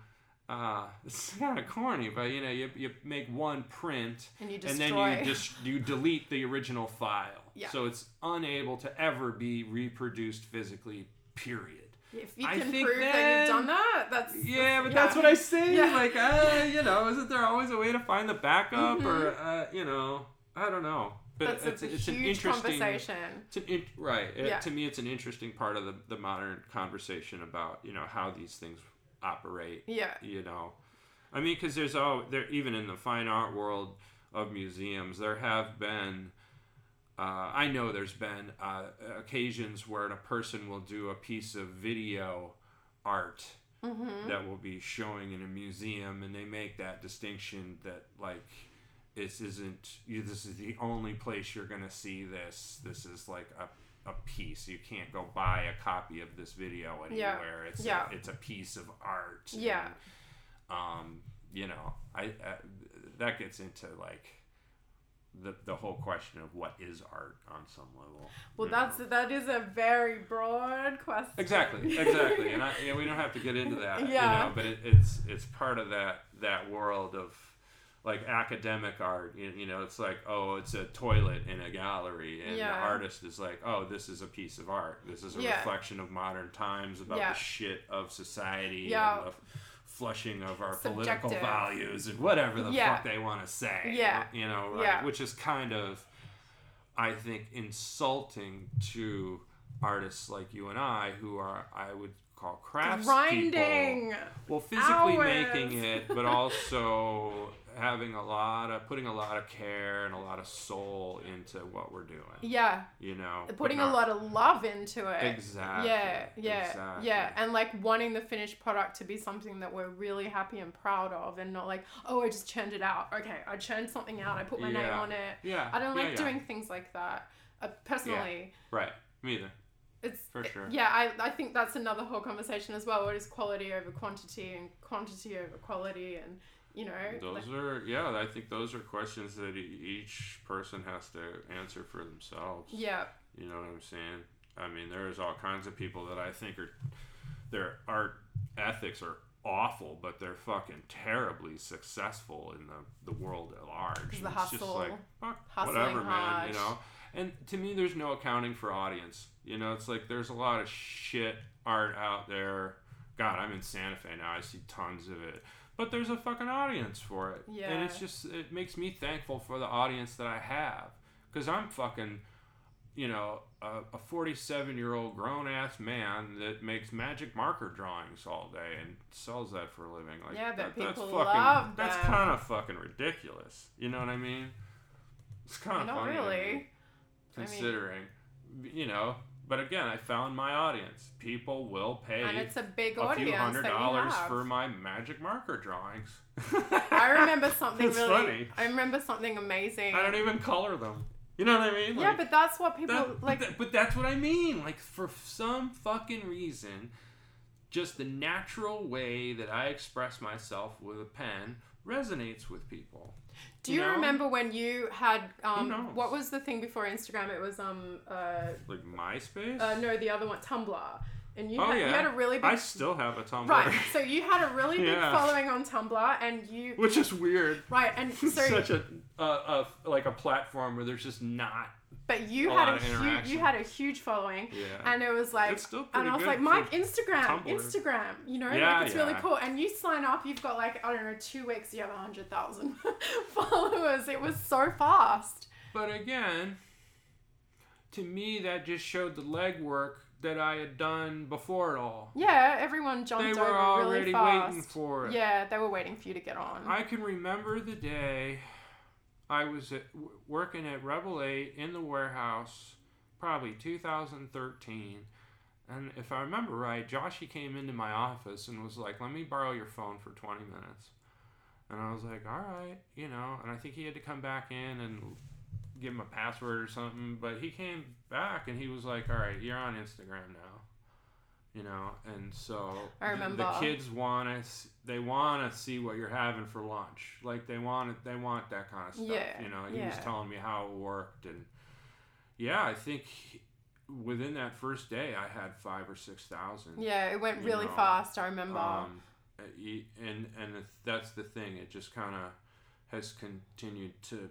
[SPEAKER 1] uh, <laughs> it's kind of corny, but you know, you, you make one print
[SPEAKER 2] and you
[SPEAKER 1] and
[SPEAKER 2] destroy.
[SPEAKER 1] then you just you delete the original file.
[SPEAKER 2] Yeah.
[SPEAKER 1] So it's unable to ever be reproduced physically. Period.
[SPEAKER 2] <laughs> if you
[SPEAKER 1] I
[SPEAKER 2] can
[SPEAKER 1] think
[SPEAKER 2] prove that
[SPEAKER 1] then-
[SPEAKER 2] you've done that, that's
[SPEAKER 1] Yeah, but that's what
[SPEAKER 2] <laughs>
[SPEAKER 1] I say.
[SPEAKER 2] Yeah.
[SPEAKER 1] Like, uh, you know, isn't there always a way to find the backup, or uh, you know, I don't know. But
[SPEAKER 2] Mm-hmm. That's a
[SPEAKER 1] it's, it's an
[SPEAKER 2] huge
[SPEAKER 1] interesting.
[SPEAKER 2] conversation.
[SPEAKER 1] It's an in, right. It-
[SPEAKER 2] Yeah.
[SPEAKER 1] To me, it's an interesting part of the, the modern conversation about you know how these things operate
[SPEAKER 2] Yeah,
[SPEAKER 1] you know i mean because there's all there even in the fine art world of museums there have been uh, i know there's been uh, occasions where a person will do a piece of video art
[SPEAKER 2] Mm-hmm.
[SPEAKER 1] that will be showing in a museum and they make that distinction that like this isn't you this is the only place you're going to see this this is like a, a piece you can't go buy a copy of this video
[SPEAKER 2] Yeah.
[SPEAKER 1] anywhere it's
[SPEAKER 2] Yeah.
[SPEAKER 1] a, it's a piece of art
[SPEAKER 2] Yeah.
[SPEAKER 1] um, you know, I, I that gets into like the the whole question of what is art on some level.
[SPEAKER 2] well,
[SPEAKER 1] you know?
[SPEAKER 2] that's that is a very broad question.
[SPEAKER 1] exactly,
[SPEAKER 2] <laughs>
[SPEAKER 1] exactly, and I, you know, we don't have to get into that.
[SPEAKER 2] Yeah.
[SPEAKER 1] you know, but it, it's it's part of that that world of like academic art. You, you know, it's like oh, it's a toilet in a gallery, and the
[SPEAKER 2] Yeah.
[SPEAKER 1] artist is like oh, this is a piece of art. This is a
[SPEAKER 2] Yeah.
[SPEAKER 1] reflection of modern times about
[SPEAKER 2] Yeah.
[SPEAKER 1] the shit of society
[SPEAKER 2] Yeah.
[SPEAKER 1] and the f- flushing of our political
[SPEAKER 2] Subjective.
[SPEAKER 1] values and whatever the
[SPEAKER 2] Yeah.
[SPEAKER 1] fuck they want to say.
[SPEAKER 2] Yeah.
[SPEAKER 1] you know, right?
[SPEAKER 2] Yeah.
[SPEAKER 1] which is kind of. I think, insulting to artists like you and I, who are I would call crafts
[SPEAKER 2] grinding.
[SPEAKER 1] Well, physically
[SPEAKER 2] Hours.
[SPEAKER 1] making it,
[SPEAKER 2] <laughs>
[SPEAKER 1] but also having a lot of putting a lot of care and a lot of soul into what we're doing.
[SPEAKER 2] Yeah,
[SPEAKER 1] You know, but
[SPEAKER 2] putting a
[SPEAKER 1] not-
[SPEAKER 2] lot of love into it.
[SPEAKER 1] Exactly.
[SPEAKER 2] Yeah, yeah,
[SPEAKER 1] exactly.
[SPEAKER 2] yeah, and like wanting the finished product to be something that we're really happy and proud of, and not like, oh, I just churned it out. Okay, I churned something out. I put my name
[SPEAKER 1] Yeah.
[SPEAKER 2] on it.
[SPEAKER 1] Yeah.
[SPEAKER 2] I don't
[SPEAKER 1] yeah,
[SPEAKER 2] like
[SPEAKER 1] yeah.
[SPEAKER 2] doing things like that. Uh, personally,
[SPEAKER 1] Right. Me either.
[SPEAKER 2] it's
[SPEAKER 1] For sure.
[SPEAKER 2] Yeah, I, I think that's another whole conversation as well. What is quality over quantity and quantity over quality, and you know, <laughs> like-
[SPEAKER 1] Those are yeah. I think those are questions that e- each person has to answer for themselves.
[SPEAKER 2] yeah,
[SPEAKER 1] You know what I'm saying? I mean, there's all kinds of people that I think are their art ethics are awful, but they're fucking terribly successful in the the world at large.
[SPEAKER 2] It's the
[SPEAKER 1] And It's just
[SPEAKER 2] hustle.
[SPEAKER 1] like fuck,
[SPEAKER 2] Hustling
[SPEAKER 1] whatever, man.
[SPEAKER 2] hard.
[SPEAKER 1] You know. And to me, there's no accounting for audience. You know, it's like there's a lot of shit art out there. God, I'm in Santa Fe now. I see tons of it. But there's a fucking audience for it. And it's
[SPEAKER 2] Yeah.
[SPEAKER 1] just, it makes me thankful for the audience that I have. Because I'm fucking you know, a, a 47 year old grown ass man that makes magic marker drawings all day and sells that for a living. Like,
[SPEAKER 2] Yeah,
[SPEAKER 1] that-
[SPEAKER 2] but
[SPEAKER 1] that's
[SPEAKER 2] people
[SPEAKER 1] fucking,
[SPEAKER 2] love
[SPEAKER 1] That's
[SPEAKER 2] them.
[SPEAKER 1] kind of fucking ridiculous. You know what I mean? It's kind of
[SPEAKER 2] not
[SPEAKER 1] funny to me,
[SPEAKER 2] really. I mean-
[SPEAKER 1] considering, you know, But again, I found my audience. People will pay
[SPEAKER 2] and it's a big
[SPEAKER 1] a
[SPEAKER 2] audience
[SPEAKER 1] few hundred
[SPEAKER 2] that you
[SPEAKER 1] dollars
[SPEAKER 2] have.
[SPEAKER 1] for my magic marker drawings.
[SPEAKER 2] I remember
[SPEAKER 1] <laughs>
[SPEAKER 2] something
[SPEAKER 1] It's
[SPEAKER 2] really.
[SPEAKER 1] funny.
[SPEAKER 2] I remember something amazing.
[SPEAKER 1] I don't even color them. You know what I mean?
[SPEAKER 2] yeah,
[SPEAKER 1] Like,
[SPEAKER 2] but that's what people
[SPEAKER 1] that-
[SPEAKER 2] like.
[SPEAKER 1] that- but that's what I mean. Like for some fucking reason, just the natural way that I express myself with a pen resonates with people.
[SPEAKER 2] Do you
[SPEAKER 1] No.
[SPEAKER 2] remember when you had
[SPEAKER 1] knows?
[SPEAKER 2] um what was the thing before Instagram? It was um uh,
[SPEAKER 1] Like MySpace.
[SPEAKER 2] uh no the other one Tumblr, and you,
[SPEAKER 1] oh
[SPEAKER 2] had,
[SPEAKER 1] yeah.
[SPEAKER 2] you had a really
[SPEAKER 1] I
[SPEAKER 2] big
[SPEAKER 1] still have a Tumblr. <laughs>
[SPEAKER 2] right. So you had a really big
[SPEAKER 1] Yeah.
[SPEAKER 2] following on Tumblr, and you
[SPEAKER 1] Which is weird.
[SPEAKER 2] right
[SPEAKER 1] <laughs>
[SPEAKER 2] and <laughs> so
[SPEAKER 1] It's such a, a, a like a platform where there's just not.
[SPEAKER 2] but you
[SPEAKER 1] a lot
[SPEAKER 2] had a
[SPEAKER 1] of
[SPEAKER 2] huge
[SPEAKER 1] interaction.
[SPEAKER 2] you had a huge following,
[SPEAKER 1] Yeah.
[SPEAKER 2] and it was like
[SPEAKER 1] It's still
[SPEAKER 2] and
[SPEAKER 1] pretty
[SPEAKER 2] I was
[SPEAKER 1] good
[SPEAKER 2] like my
[SPEAKER 1] for
[SPEAKER 2] Instagram
[SPEAKER 1] Tumblr.
[SPEAKER 2] Instagram you know
[SPEAKER 1] Yeah,
[SPEAKER 2] like it's really
[SPEAKER 1] yeah.
[SPEAKER 2] cool and you sign up you've got like I don't know two weeks you have a hundred thousand <laughs> followers it was so fast
[SPEAKER 1] But again, to me, that just showed the legwork that I had done before it all.
[SPEAKER 2] Yeah, everyone jumped
[SPEAKER 1] They
[SPEAKER 2] over
[SPEAKER 1] were already
[SPEAKER 2] really fast.
[SPEAKER 1] waiting for it.
[SPEAKER 2] Yeah, they were waiting for you to get on.
[SPEAKER 1] I can remember the day I was at, w- working at Rebel 8 in the warehouse, probably 2013. And if I remember right, Joshy came into my office and was like, let me borrow your phone for 20 minutes. And I was like, all right, you know. And I think he had to come back in and give him a password or something. But he came back and he was like, all right, you're on Instagram now. You know, and so
[SPEAKER 2] I
[SPEAKER 1] the-
[SPEAKER 2] remember.
[SPEAKER 1] the kids want to they want to see what you're having for lunch. Like they want it, they want that kind of stuff.
[SPEAKER 2] Yeah,
[SPEAKER 1] you know, he was
[SPEAKER 2] yeah.
[SPEAKER 1] telling me how it worked, and yeah, I think he- within that first day, I had five or six thousand.
[SPEAKER 2] yeah, it went
[SPEAKER 1] you
[SPEAKER 2] really
[SPEAKER 1] know,
[SPEAKER 2] fast. I remember.
[SPEAKER 1] Um, uh, y- and and it- that's the thing. It just kind of has continued to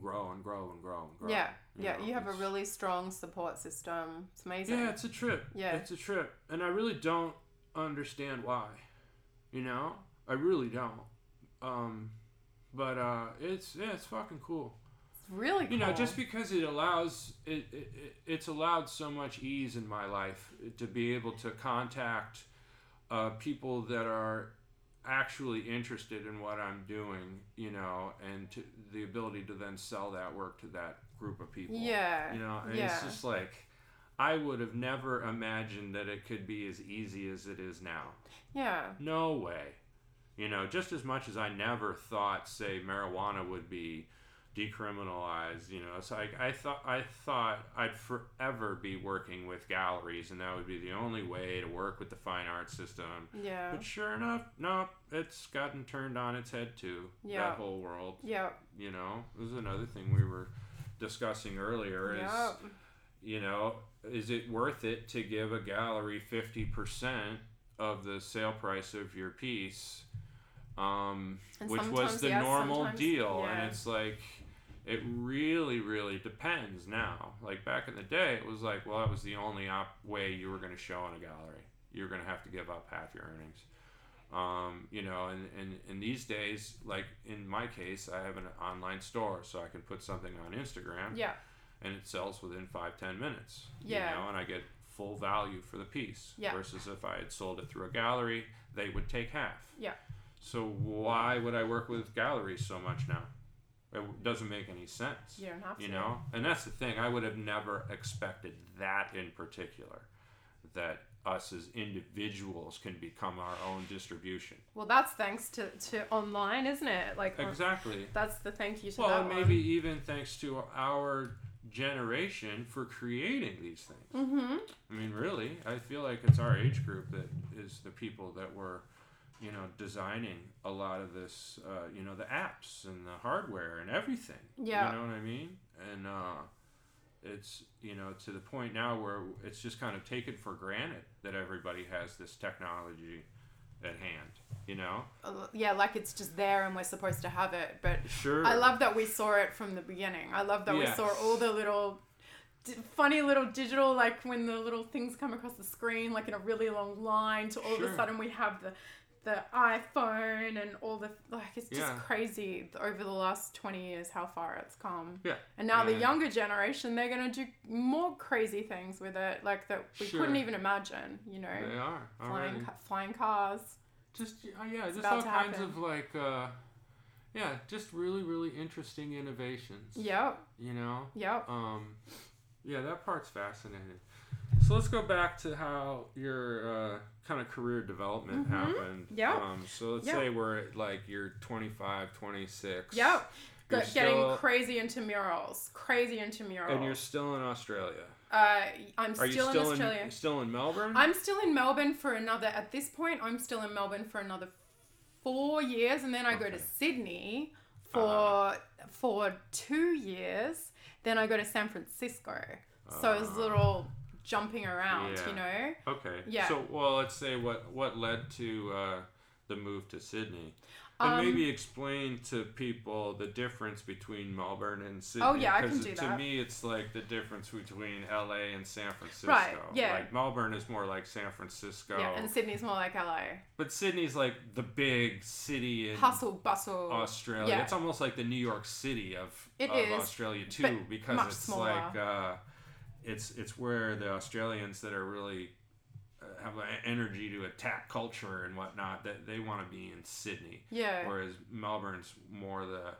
[SPEAKER 1] grow and grow and grow and grow.
[SPEAKER 2] yeah, yeah,
[SPEAKER 1] know,
[SPEAKER 2] you have a
[SPEAKER 1] it's-
[SPEAKER 2] really strong support system. It's amazing.
[SPEAKER 1] yeah, it's a trip.
[SPEAKER 2] Yeah.
[SPEAKER 1] it's a trip, and I really don't understand why. You know, I really don't. Um, but uh, it's yeah, it's fucking cool.
[SPEAKER 2] it's really cool.
[SPEAKER 1] You know, just because it allows it, it, it- it's allowed so much ease in my life to be able to contact uh, people that are actually interested in what I'm doing. You know, and to, the ability to then sell that work to that group of people.
[SPEAKER 2] yeah,
[SPEAKER 1] You know, and
[SPEAKER 2] yeah,
[SPEAKER 1] it's just like I would have never imagined that it could be as easy as it is now.
[SPEAKER 2] yeah,
[SPEAKER 1] No way. You know, just as much as I never thought, say, marijuana would be decriminalized. You know, so I, I thought I thought I'd forever be working with galleries, and that would be the only way to work with the fine arts system.
[SPEAKER 2] yeah,
[SPEAKER 1] But sure enough, nope, it's gotten turned on its head too.
[SPEAKER 2] Yeah.
[SPEAKER 1] That whole world,
[SPEAKER 2] yeah,
[SPEAKER 1] you know, this is another thing we were discussing earlier. Is
[SPEAKER 2] yeah,
[SPEAKER 1] you know, is it worth it to give a gallery 50% of the sale price of your piece, um,
[SPEAKER 2] And
[SPEAKER 1] which was
[SPEAKER 2] sometimes
[SPEAKER 1] the
[SPEAKER 2] yes,
[SPEAKER 1] normal
[SPEAKER 2] sometimes-
[SPEAKER 1] deal?
[SPEAKER 2] yeah.
[SPEAKER 1] And it's like, it really, really depends now. Like back in the day, it was like, well, that was the only op- way you were going to show in a gallery. You're going to have to give up half your earnings. Um, you know, and, and, and these days, like in my case, I have an online store, so I can put something on Instagram
[SPEAKER 2] yeah,
[SPEAKER 1] and it sells within five ten minutes.
[SPEAKER 2] Yeah.
[SPEAKER 1] You know, and I get full value for the piece.
[SPEAKER 2] Yeah.
[SPEAKER 1] Versus if I had sold it through a gallery, they would take half.
[SPEAKER 2] Yeah.
[SPEAKER 1] So why would I work with galleries so much now? It w- doesn't make any sense.
[SPEAKER 2] you don't have to.
[SPEAKER 1] You know, and that's the thing. I would have never expected that in particular, that us as individuals can become our own distribution.
[SPEAKER 2] Well, that's thanks to to online, isn't it? Like on-
[SPEAKER 1] Exactly.
[SPEAKER 2] that's the thank you to
[SPEAKER 1] Well,
[SPEAKER 2] that
[SPEAKER 1] and
[SPEAKER 2] one.
[SPEAKER 1] maybe even thanks to our generation for creating these things.
[SPEAKER 2] Mm-hmm.
[SPEAKER 1] I mean, really, I feel like it's our age group that is the people that were, you know, designing a lot of this, uh, you know, the apps and the hardware and everything.
[SPEAKER 2] Yeah.
[SPEAKER 1] You know what I mean? And uh, it's, you know, to the point now where it's just kind of taken for granted that everybody has this technology at hand, you know?
[SPEAKER 2] Uh, Yeah, like it's just there and we're supposed to have it, but
[SPEAKER 1] Sure.
[SPEAKER 2] I love that we saw it from the beginning. I love that
[SPEAKER 1] Yes.
[SPEAKER 2] we saw all the little d- funny little digital like when the little things come across the screen like in a really long line to all of
[SPEAKER 1] Sure.
[SPEAKER 2] a sudden we have the the iPhone and all the like it's just
[SPEAKER 1] Yeah.
[SPEAKER 2] crazy th- over the last 20 years how far it's come.
[SPEAKER 1] Yeah.
[SPEAKER 2] And now the
[SPEAKER 1] Yeah.
[SPEAKER 2] younger generation they're going to do more crazy things with it like that we
[SPEAKER 1] Sure.
[SPEAKER 2] couldn't even imagine, you know.
[SPEAKER 1] They are. already.
[SPEAKER 2] Flying, ca- flying cars.
[SPEAKER 1] just uh, yeah, just
[SPEAKER 2] about
[SPEAKER 1] all
[SPEAKER 2] to
[SPEAKER 1] kinds
[SPEAKER 2] happen.
[SPEAKER 1] of like, uh, yeah, just really, really interesting innovations.
[SPEAKER 2] Yep,
[SPEAKER 1] You know,
[SPEAKER 2] yep.
[SPEAKER 1] um, yeah, that part's fascinating. So let's go back to how your uh, kind of career development
[SPEAKER 2] Mhm.
[SPEAKER 1] happened.
[SPEAKER 2] Yeah.
[SPEAKER 1] Um, so let's
[SPEAKER 2] Yeah.
[SPEAKER 1] say we're at like you're 25, 26.
[SPEAKER 2] Yep.
[SPEAKER 1] You're
[SPEAKER 2] Got- getting
[SPEAKER 1] still-
[SPEAKER 2] crazy into murals. Crazy into murals.
[SPEAKER 1] And you're still in Australia.
[SPEAKER 2] uh, I'm
[SPEAKER 1] Are
[SPEAKER 2] still,
[SPEAKER 1] you still
[SPEAKER 2] in
[SPEAKER 1] in,
[SPEAKER 2] Australia.
[SPEAKER 1] still in Melbourne?
[SPEAKER 2] I'm still in Melbourne for another. At this point, I'm still in Melbourne for another four years, and then I go to
[SPEAKER 1] Okay. Uh-huh.
[SPEAKER 2] Sydney for for two years. Then I go to San Francisco. so it's
[SPEAKER 1] Ah.
[SPEAKER 2] little jumping around,
[SPEAKER 1] Yeah.
[SPEAKER 2] you know.
[SPEAKER 1] okay.
[SPEAKER 2] yeah.
[SPEAKER 1] So well, let's say what what led to uh, the move to Sydney, and
[SPEAKER 2] Um,
[SPEAKER 1] maybe explain to people the difference between Melbourne and Sydney.
[SPEAKER 2] Oh, yeah, I can
[SPEAKER 1] 'cause
[SPEAKER 2] do
[SPEAKER 1] To
[SPEAKER 2] that.
[SPEAKER 1] me, it's like the difference between L.A. and San Francisco.
[SPEAKER 2] yeah.
[SPEAKER 1] Like Melbourne is more like San Francisco.
[SPEAKER 2] Yeah, and Sydney's more like LA.
[SPEAKER 1] But Sydney's like the big city in
[SPEAKER 2] Hustle, bustle.
[SPEAKER 1] Australia.
[SPEAKER 2] Yeah.
[SPEAKER 1] It's almost like the New York City of,
[SPEAKER 2] It
[SPEAKER 1] of
[SPEAKER 2] is,
[SPEAKER 1] Australia too,
[SPEAKER 2] but
[SPEAKER 1] because
[SPEAKER 2] much
[SPEAKER 1] it's
[SPEAKER 2] smaller.
[SPEAKER 1] like uh, it's it's where the Australians that are really uh, have an energy to attack culture and whatnot that they want to be in Sydney,
[SPEAKER 2] Yeah.
[SPEAKER 1] whereas Melbourne's more the uh,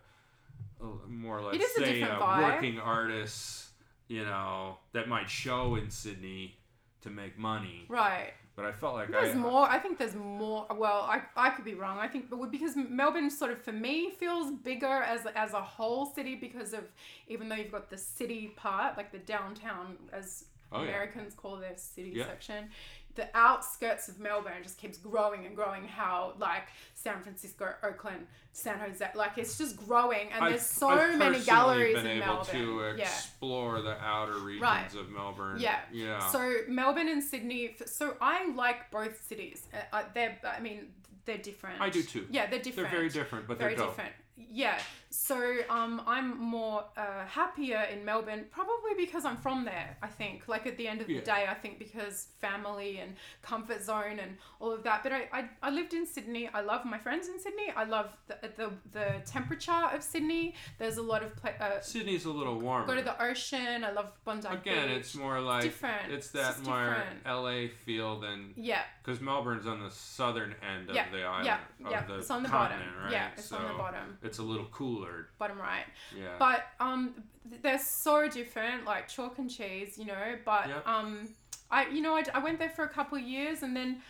[SPEAKER 1] more let's
[SPEAKER 2] is a
[SPEAKER 1] say
[SPEAKER 2] different
[SPEAKER 1] uh,
[SPEAKER 2] vibe.
[SPEAKER 1] working artists, you know, that might show in Sydney to make money.
[SPEAKER 2] Right.
[SPEAKER 1] But I felt like
[SPEAKER 2] There's
[SPEAKER 1] I,
[SPEAKER 2] more. I think there's more. Well, I, I could be wrong. I think, but because Melbourne sort of for me feels bigger as as a whole city because of even though you've got the city part, like the downtown, as
[SPEAKER 1] Oh, yeah.
[SPEAKER 2] Americans call their city
[SPEAKER 1] Yeah.
[SPEAKER 2] section, the outskirts of Melbourne just keeps growing and growing. How like San Francisco, Oakland, San Jose, like it's just growing, and
[SPEAKER 1] I've-
[SPEAKER 2] there's so
[SPEAKER 1] I've
[SPEAKER 2] many
[SPEAKER 1] personally
[SPEAKER 2] galleries
[SPEAKER 1] been
[SPEAKER 2] in
[SPEAKER 1] able
[SPEAKER 2] Melbourne.
[SPEAKER 1] to
[SPEAKER 2] yeah.
[SPEAKER 1] explore the outer regions
[SPEAKER 2] Right.
[SPEAKER 1] of Melbourne.
[SPEAKER 2] Yeah.
[SPEAKER 1] Yeah.
[SPEAKER 2] So Melbourne and Sydney. f- So I like both cities. Uh, uh, they're, I mean, they're different.
[SPEAKER 1] I do too.
[SPEAKER 2] Yeah, they're
[SPEAKER 1] they're
[SPEAKER 2] different.
[SPEAKER 1] very different, but
[SPEAKER 2] Very
[SPEAKER 1] they're dope.
[SPEAKER 2] different. Yeah. So um, I'm more uh, happier in Melbourne, probably because I'm from there. I think, like at the end of
[SPEAKER 1] Yeah.
[SPEAKER 2] the day, I think because family and comfort zone and all of that. But I, I, I lived in Sydney. I love my friends in Sydney. I love the the, the temperature of Sydney. There's a lot of pla- uh,
[SPEAKER 1] Sydney's a little warmer.
[SPEAKER 2] go to the ocean. I love Bondi
[SPEAKER 1] Again,
[SPEAKER 2] Beach.
[SPEAKER 1] it's more like
[SPEAKER 2] different.
[SPEAKER 1] it's
[SPEAKER 2] It's
[SPEAKER 1] that
[SPEAKER 2] just
[SPEAKER 1] more
[SPEAKER 2] different.
[SPEAKER 1] LA feel than
[SPEAKER 2] yeah.
[SPEAKER 1] because Melbourne's on the southern end of
[SPEAKER 2] Yeah,
[SPEAKER 1] the island
[SPEAKER 2] yeah,
[SPEAKER 1] of
[SPEAKER 2] yeah.
[SPEAKER 1] the
[SPEAKER 2] it's on the bottom.
[SPEAKER 1] continent, right?
[SPEAKER 2] Yeah, it's
[SPEAKER 1] so
[SPEAKER 2] on the bottom,
[SPEAKER 1] it's a little cooler.
[SPEAKER 2] bottom right.
[SPEAKER 1] Yeah.
[SPEAKER 2] But um, th- they're so different, like chalk and cheese, you know. But
[SPEAKER 1] Yeah.
[SPEAKER 2] um, I, you know, I, I went there for a couple of years, and then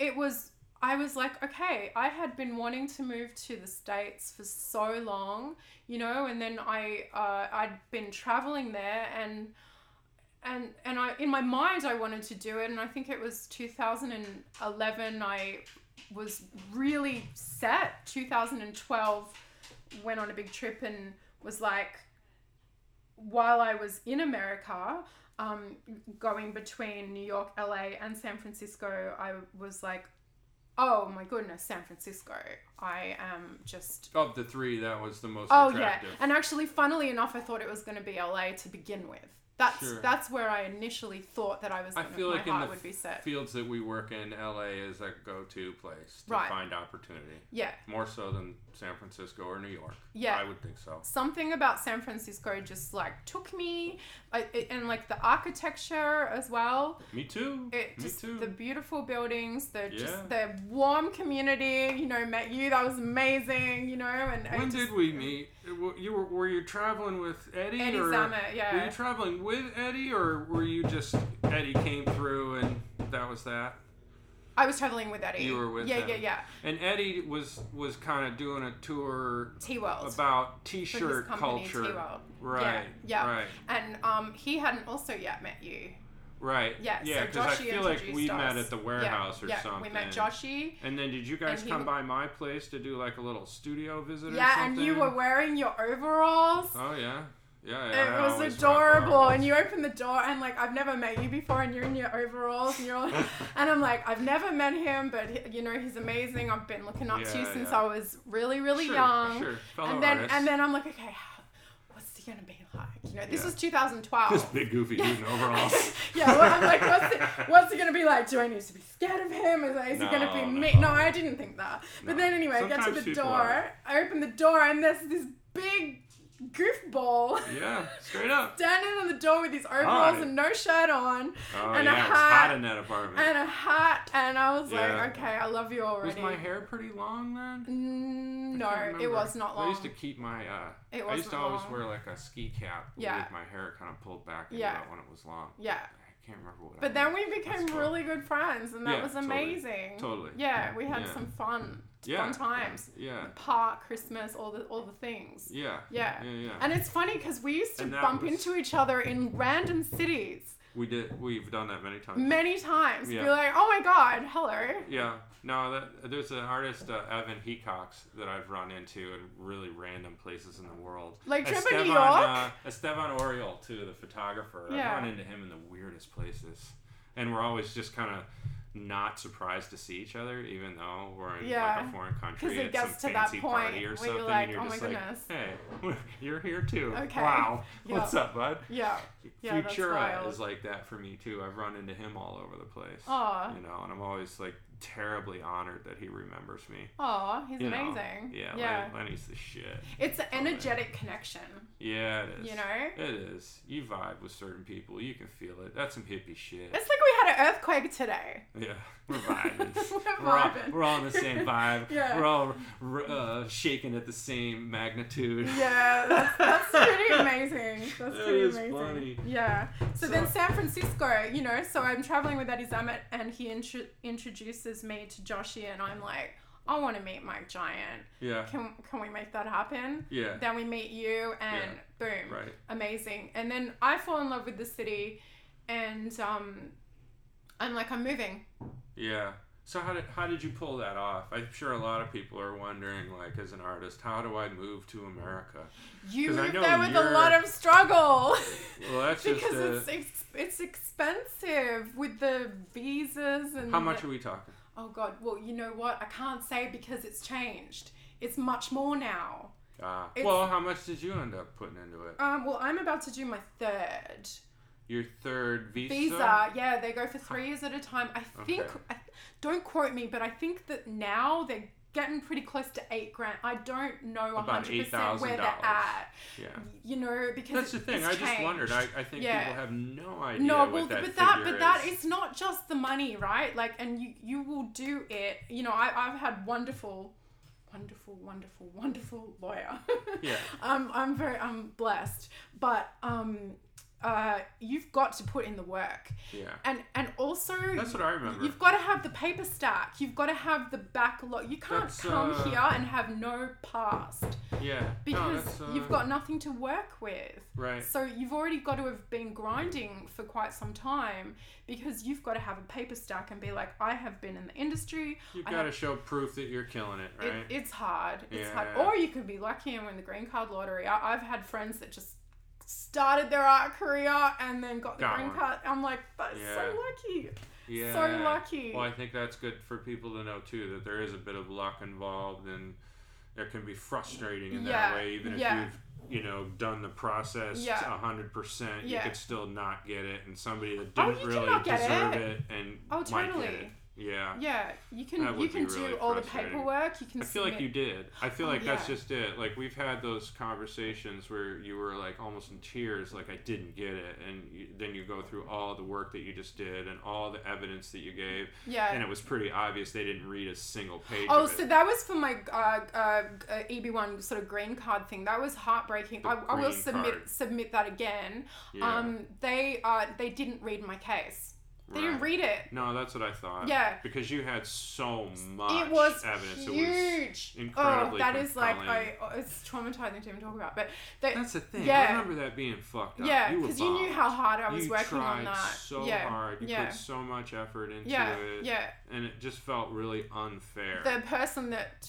[SPEAKER 2] it was. I was like, okay, I had been wanting to move to the States for so long, you know, and then I uh, I'd been traveling there and and and I in my mind I wanted to do it and I think it was 2011 I was really set 2012 went on a big trip and was like while I was in America um, going between New York LA and San Francisco I was like oh my goodness San Francisco I am just
[SPEAKER 1] of the three, that was the most
[SPEAKER 2] Oh yeah,
[SPEAKER 1] attractive.
[SPEAKER 2] and actually, funnily enough, I thought it was going to be LA to begin with. That's
[SPEAKER 1] Sure.
[SPEAKER 2] that's where I initially thought that I was.
[SPEAKER 1] I
[SPEAKER 2] Gonna,
[SPEAKER 1] feel
[SPEAKER 2] my
[SPEAKER 1] like in
[SPEAKER 2] heart
[SPEAKER 1] the
[SPEAKER 2] would be set.
[SPEAKER 1] fields that we work in, LA is a go-to place to
[SPEAKER 2] Right.
[SPEAKER 1] find opportunity.
[SPEAKER 2] yeah,
[SPEAKER 1] More so than San Francisco or New York.
[SPEAKER 2] Yeah.
[SPEAKER 1] I would think so.
[SPEAKER 2] something about San Francisco just like took me, I, it, and like the architecture as well.
[SPEAKER 1] Me too.
[SPEAKER 2] It
[SPEAKER 1] Me
[SPEAKER 2] just
[SPEAKER 1] too.
[SPEAKER 2] the beautiful buildings, the
[SPEAKER 1] Yeah.
[SPEAKER 2] just the warm community. You know, met you that was amazing. You know, and I
[SPEAKER 1] when
[SPEAKER 2] just-
[SPEAKER 1] did we meet? W- You were, were you traveling with Eddie?
[SPEAKER 2] Eddie
[SPEAKER 1] or
[SPEAKER 2] Zammit,
[SPEAKER 1] Were
[SPEAKER 2] yeah.
[SPEAKER 1] you traveling with Eddie, or were you just Eddie came through and that was that?
[SPEAKER 2] I was traveling with Eddie.
[SPEAKER 1] You were with
[SPEAKER 2] yeah,
[SPEAKER 1] him.
[SPEAKER 2] yeah, yeah.
[SPEAKER 1] And Eddie was was kind of doing a tour
[SPEAKER 2] T World.
[SPEAKER 1] about T-shirt
[SPEAKER 2] company,
[SPEAKER 1] culture,
[SPEAKER 2] T-World.
[SPEAKER 1] right?
[SPEAKER 2] Yeah, yeah.
[SPEAKER 1] right,
[SPEAKER 2] and um, he hadn't also yet met you.
[SPEAKER 1] right.
[SPEAKER 2] Yeah,
[SPEAKER 1] yeah.
[SPEAKER 2] so
[SPEAKER 1] I
[SPEAKER 2] Joshy
[SPEAKER 1] feel like
[SPEAKER 2] introduced
[SPEAKER 1] we met
[SPEAKER 2] us.
[SPEAKER 1] at the warehouse or
[SPEAKER 2] yeah,
[SPEAKER 1] something.
[SPEAKER 2] We met Joshy.
[SPEAKER 1] And then did you guys
[SPEAKER 2] and he
[SPEAKER 1] come
[SPEAKER 2] w-
[SPEAKER 1] by my place to do like a little studio visit? or
[SPEAKER 2] Yeah, and
[SPEAKER 1] something?
[SPEAKER 2] you were wearing your overalls.
[SPEAKER 1] Oh yeah, yeah.
[SPEAKER 2] it
[SPEAKER 1] I
[SPEAKER 2] was
[SPEAKER 1] always rock
[SPEAKER 2] adorable.
[SPEAKER 1] overalls.
[SPEAKER 2] And you opened the door and like I've never met you before, and you're in your overalls, and you're
[SPEAKER 1] <laughs>
[SPEAKER 2] all, and I'm like I've never met him, but he- you know he's amazing. I've been looking up to you
[SPEAKER 1] Yeah,
[SPEAKER 2] since
[SPEAKER 1] yeah.
[SPEAKER 2] I was really really
[SPEAKER 1] Sure,
[SPEAKER 2] young.
[SPEAKER 1] sure. Fellow
[SPEAKER 2] And then
[SPEAKER 1] artists.
[SPEAKER 2] and then I'm like okay, how- what's he gonna be like? You know, this
[SPEAKER 1] Yeah.
[SPEAKER 2] was 2012.
[SPEAKER 1] <laughs> this big goofy dude in overalls.
[SPEAKER 2] <laughs> yeah, well, I'm like,
[SPEAKER 1] <laughs>
[SPEAKER 2] what's it, what's it gonna be like? Do I need to be scared of him? Is, is it gonna be
[SPEAKER 1] No,
[SPEAKER 2] me?
[SPEAKER 1] no.
[SPEAKER 2] No, I didn't think that. But
[SPEAKER 1] No.
[SPEAKER 2] then anyway, I get
[SPEAKER 1] Sometimes
[SPEAKER 2] to the
[SPEAKER 1] people
[SPEAKER 2] door.
[SPEAKER 1] are.
[SPEAKER 2] I open the door, and there's this big goofball
[SPEAKER 1] yeah, straight up.
[SPEAKER 2] standing on the door with his overalls
[SPEAKER 1] Hi.
[SPEAKER 2] and no shirt on,
[SPEAKER 1] Oh
[SPEAKER 2] And a
[SPEAKER 1] yeah, it was
[SPEAKER 2] hat.
[SPEAKER 1] hot in that apartment.
[SPEAKER 2] and a hat, and I was
[SPEAKER 1] Yeah.
[SPEAKER 2] like, okay, I love you already.
[SPEAKER 1] was my hair pretty long then?
[SPEAKER 2] Mm,
[SPEAKER 1] I
[SPEAKER 2] no,
[SPEAKER 1] can't
[SPEAKER 2] it
[SPEAKER 1] remember.
[SPEAKER 2] was not long.
[SPEAKER 1] I used to keep my. Uh, I
[SPEAKER 2] It
[SPEAKER 1] used
[SPEAKER 2] wasn't
[SPEAKER 1] to always
[SPEAKER 2] long.
[SPEAKER 1] wear like a ski cap
[SPEAKER 2] Yeah.
[SPEAKER 1] with my hair kind of pulled back.
[SPEAKER 2] Yeah.
[SPEAKER 1] Yeah. When it was long.
[SPEAKER 2] yeah.
[SPEAKER 1] I can't remember what.
[SPEAKER 2] But
[SPEAKER 1] I did.
[SPEAKER 2] then we became
[SPEAKER 1] That's cool.
[SPEAKER 2] really good friends, and that
[SPEAKER 1] Yeah,
[SPEAKER 2] was
[SPEAKER 1] totally.
[SPEAKER 2] amazing.
[SPEAKER 1] Totally.
[SPEAKER 2] Yeah, we had
[SPEAKER 1] Yeah.
[SPEAKER 2] some fun,
[SPEAKER 1] Yeah.
[SPEAKER 2] fun times.
[SPEAKER 1] Yeah.
[SPEAKER 2] Park, Christmas, all the all the things.
[SPEAKER 1] Yeah.
[SPEAKER 2] Yeah.
[SPEAKER 1] Yeah. Yeah.
[SPEAKER 2] And it's funny because we used to
[SPEAKER 1] And that
[SPEAKER 2] bump
[SPEAKER 1] was-
[SPEAKER 2] into each other in random cities
[SPEAKER 1] we did. We've done that many times.
[SPEAKER 2] many times.
[SPEAKER 1] Yeah.
[SPEAKER 2] Be like, oh my god, hello.
[SPEAKER 1] Yeah. No, that, there's an artist, uh, Evan Hecox, that I've run into in really random places in the world. Uh,
[SPEAKER 2] Like trip in New York.
[SPEAKER 1] Esteban, uh, Esteban Oriol, too, the photographer. I've
[SPEAKER 2] Yeah.
[SPEAKER 1] run into him in the weirdest places. And we're always just kind of not surprised to see each other, even though we're in like
[SPEAKER 2] Yeah.
[SPEAKER 1] a foreign country.
[SPEAKER 2] 'Cause it
[SPEAKER 1] at
[SPEAKER 2] gets
[SPEAKER 1] some
[SPEAKER 2] to that
[SPEAKER 1] fancy
[SPEAKER 2] point
[SPEAKER 1] party or
[SPEAKER 2] where you're
[SPEAKER 1] something, and
[SPEAKER 2] like,
[SPEAKER 1] you're
[SPEAKER 2] "Oh my
[SPEAKER 1] just
[SPEAKER 2] goodness."
[SPEAKER 1] Hey, <laughs> you're here too.
[SPEAKER 2] <laughs> Okay.
[SPEAKER 1] Wow.
[SPEAKER 2] Yeah.
[SPEAKER 1] What's up, bud? <laughs>
[SPEAKER 2] yeah. Yeah, that's
[SPEAKER 1] Futura
[SPEAKER 2] wild.
[SPEAKER 1] is like that for me too. I've run into him all over the place.
[SPEAKER 2] Aw.
[SPEAKER 1] You know, and I'm always like terribly honored that he remembers me.
[SPEAKER 2] Oh, he's
[SPEAKER 1] you know?
[SPEAKER 2] amazing.
[SPEAKER 1] Yeah, oh,
[SPEAKER 2] Yeah.
[SPEAKER 1] Lenny, Lenny's the shit.
[SPEAKER 2] it's an energetic connection.
[SPEAKER 1] Yeah, it is.
[SPEAKER 2] You know?
[SPEAKER 1] It is. You vibe with certain people. You can feel it. That's some hippie shit.
[SPEAKER 2] It's like we had an earthquake today.
[SPEAKER 1] yeah, we're vibing.
[SPEAKER 2] <laughs> We're
[SPEAKER 1] We're all,
[SPEAKER 2] vibing.
[SPEAKER 1] we're all in the
[SPEAKER 2] <laughs>
[SPEAKER 1] same vibe.
[SPEAKER 2] Yeah.
[SPEAKER 1] We're all r- uh, shaking at the same magnitude.
[SPEAKER 2] Yeah, that's,
[SPEAKER 1] <laughs>
[SPEAKER 2] that's pretty amazing. That's
[SPEAKER 1] That
[SPEAKER 2] pretty
[SPEAKER 1] is
[SPEAKER 2] amazing.
[SPEAKER 1] funny.
[SPEAKER 2] Yeah. So,
[SPEAKER 1] So-
[SPEAKER 2] then San Francisco, you know, so I'm traveling with Eddie Zamet and he intro- introduces me to Joshi and I'm like, I want to meet Mike Giant.
[SPEAKER 1] Yeah.
[SPEAKER 2] Can, can we make that happen?
[SPEAKER 1] Yeah.
[SPEAKER 2] Then we meet you and boom.
[SPEAKER 1] Right.
[SPEAKER 2] Amazing. And then I fall in love with the city and um, I'm like, I'm moving.
[SPEAKER 1] Yeah. So how did how did you pull that off? I'm sure a lot of people are wondering, like, as an artist, how do I move to America?
[SPEAKER 2] You
[SPEAKER 1] 'Cause I
[SPEAKER 2] moved
[SPEAKER 1] know
[SPEAKER 2] there with a
[SPEAKER 1] you're-
[SPEAKER 2] lot of struggle. <laughs>
[SPEAKER 1] Well, that's just
[SPEAKER 2] because
[SPEAKER 1] uh,
[SPEAKER 2] it's, ex- it's expensive with the visas and
[SPEAKER 1] how much
[SPEAKER 2] the-
[SPEAKER 1] are we talking?
[SPEAKER 2] oh god well you know what i can't say because it's changed it's much more now
[SPEAKER 1] Uh,
[SPEAKER 2] It's-
[SPEAKER 1] well, how much did you end up putting into it?
[SPEAKER 2] um, well i'm about to do my third
[SPEAKER 1] Your third visa.
[SPEAKER 2] visa yeah they go for three years at a time i think
[SPEAKER 1] Okay.
[SPEAKER 2] I, don't quote me but i think that now they're getting pretty close to eight grand i don't know
[SPEAKER 1] About
[SPEAKER 2] 100% where they're
[SPEAKER 1] $8,000.
[SPEAKER 2] at
[SPEAKER 1] Yeah.
[SPEAKER 2] you know
[SPEAKER 1] That's
[SPEAKER 2] because
[SPEAKER 1] the
[SPEAKER 2] it-
[SPEAKER 1] thing.
[SPEAKER 2] it's
[SPEAKER 1] I just
[SPEAKER 2] changed.
[SPEAKER 1] wondered. I, I think
[SPEAKER 2] Yeah.
[SPEAKER 1] people have no idea
[SPEAKER 2] no
[SPEAKER 1] what
[SPEAKER 2] well
[SPEAKER 1] that
[SPEAKER 2] but that
[SPEAKER 1] figure
[SPEAKER 2] but that
[SPEAKER 1] is.
[SPEAKER 2] it's not just the money right like and you you will do it you know I, i've had wonderful wonderful wonderful wonderful lawyer <laughs>
[SPEAKER 1] Yeah.
[SPEAKER 2] um i'm very i'm blessed but um uh you've got to put in the work
[SPEAKER 1] Yeah.
[SPEAKER 2] and and also
[SPEAKER 1] That's what I remember.
[SPEAKER 2] You've got to have the paper stack. You've got to have the backlog. You can't
[SPEAKER 1] That's,
[SPEAKER 2] come
[SPEAKER 1] uh,
[SPEAKER 2] here and have no past
[SPEAKER 1] yeah. no,
[SPEAKER 2] because
[SPEAKER 1] that's, uh,
[SPEAKER 2] you've got nothing to work with.
[SPEAKER 1] right.
[SPEAKER 2] So you've already got to have been grinding for quite some time because you've got to have a paper stack and be like, I have been in the industry.
[SPEAKER 1] You've
[SPEAKER 2] I
[SPEAKER 1] got to
[SPEAKER 2] have-
[SPEAKER 1] show proof that you're killing it,
[SPEAKER 2] It,
[SPEAKER 1] right?
[SPEAKER 2] It's hard. It's hard.
[SPEAKER 1] Yeah.
[SPEAKER 2] Or you could be lucky and win the green card lottery. I, I've had friends that just started their art career and then got the
[SPEAKER 1] Got
[SPEAKER 2] green
[SPEAKER 1] one.
[SPEAKER 2] card. I'm like, that's
[SPEAKER 1] Yeah.
[SPEAKER 2] so lucky.
[SPEAKER 1] yeah.
[SPEAKER 2] So lucky.
[SPEAKER 1] Well, I think that's good for people to know too that there is a bit of luck involved, and it can be frustrating in
[SPEAKER 2] Yeah,
[SPEAKER 1] that way. Even
[SPEAKER 2] yeah.
[SPEAKER 1] if you've you know done the process
[SPEAKER 2] Yeah.
[SPEAKER 1] a hundred percent, you
[SPEAKER 2] Yeah.
[SPEAKER 1] could still not get it, and somebody that
[SPEAKER 2] Oh,
[SPEAKER 1] didn't
[SPEAKER 2] you
[SPEAKER 1] really
[SPEAKER 2] cannot get
[SPEAKER 1] deserve
[SPEAKER 2] it.
[SPEAKER 1] it, and
[SPEAKER 2] Oh,
[SPEAKER 1] might get
[SPEAKER 2] totally.
[SPEAKER 1] it. Yeah.
[SPEAKER 2] Yeah, you
[SPEAKER 1] That
[SPEAKER 2] can you
[SPEAKER 1] would
[SPEAKER 2] can
[SPEAKER 1] be
[SPEAKER 2] do
[SPEAKER 1] really
[SPEAKER 2] all the
[SPEAKER 1] frustrating.
[SPEAKER 2] paperwork. You can.
[SPEAKER 1] I feel like you
[SPEAKER 2] submit-
[SPEAKER 1] did. I feel
[SPEAKER 2] Oh,
[SPEAKER 1] like that's
[SPEAKER 2] yeah.
[SPEAKER 1] just it. Like we've had those conversations where you were like almost in tears, like I didn't get it, and you, then you go through all the work that you just did and all the evidence that you gave,
[SPEAKER 2] Yeah.
[SPEAKER 1] and it was pretty obvious they didn't read a single page.
[SPEAKER 2] Oh,
[SPEAKER 1] of it.
[SPEAKER 2] so that was for my uh, uh, uh, EB1 sort of green card thing. That was heartbreaking. I, I will
[SPEAKER 1] green
[SPEAKER 2] submit
[SPEAKER 1] card.
[SPEAKER 2] submit that again.
[SPEAKER 1] Yeah.
[SPEAKER 2] Um, they uh, they didn't read my case. They didn't
[SPEAKER 1] Right.
[SPEAKER 2] read it.
[SPEAKER 1] No, that's what I thought.
[SPEAKER 2] Yeah.
[SPEAKER 1] because you had so much
[SPEAKER 2] It was
[SPEAKER 1] evidence. It was
[SPEAKER 2] huge. oh,
[SPEAKER 1] incredibly
[SPEAKER 2] that is like
[SPEAKER 1] compelling.
[SPEAKER 2] I, oh, it's traumatizing to even talk about. But they,
[SPEAKER 1] that's the thing. I
[SPEAKER 2] Yeah.
[SPEAKER 1] remember that being fucked up.
[SPEAKER 2] yeah,
[SPEAKER 1] You were
[SPEAKER 2] because you, knew
[SPEAKER 1] bombed.
[SPEAKER 2] how hard I was
[SPEAKER 1] you
[SPEAKER 2] working
[SPEAKER 1] tried
[SPEAKER 2] on that.
[SPEAKER 1] so
[SPEAKER 2] yeah,
[SPEAKER 1] hard. You
[SPEAKER 2] yeah,
[SPEAKER 1] put so much effort into
[SPEAKER 2] yeah,
[SPEAKER 1] it.
[SPEAKER 2] yeah.
[SPEAKER 1] and it just felt really unfair.
[SPEAKER 2] The person that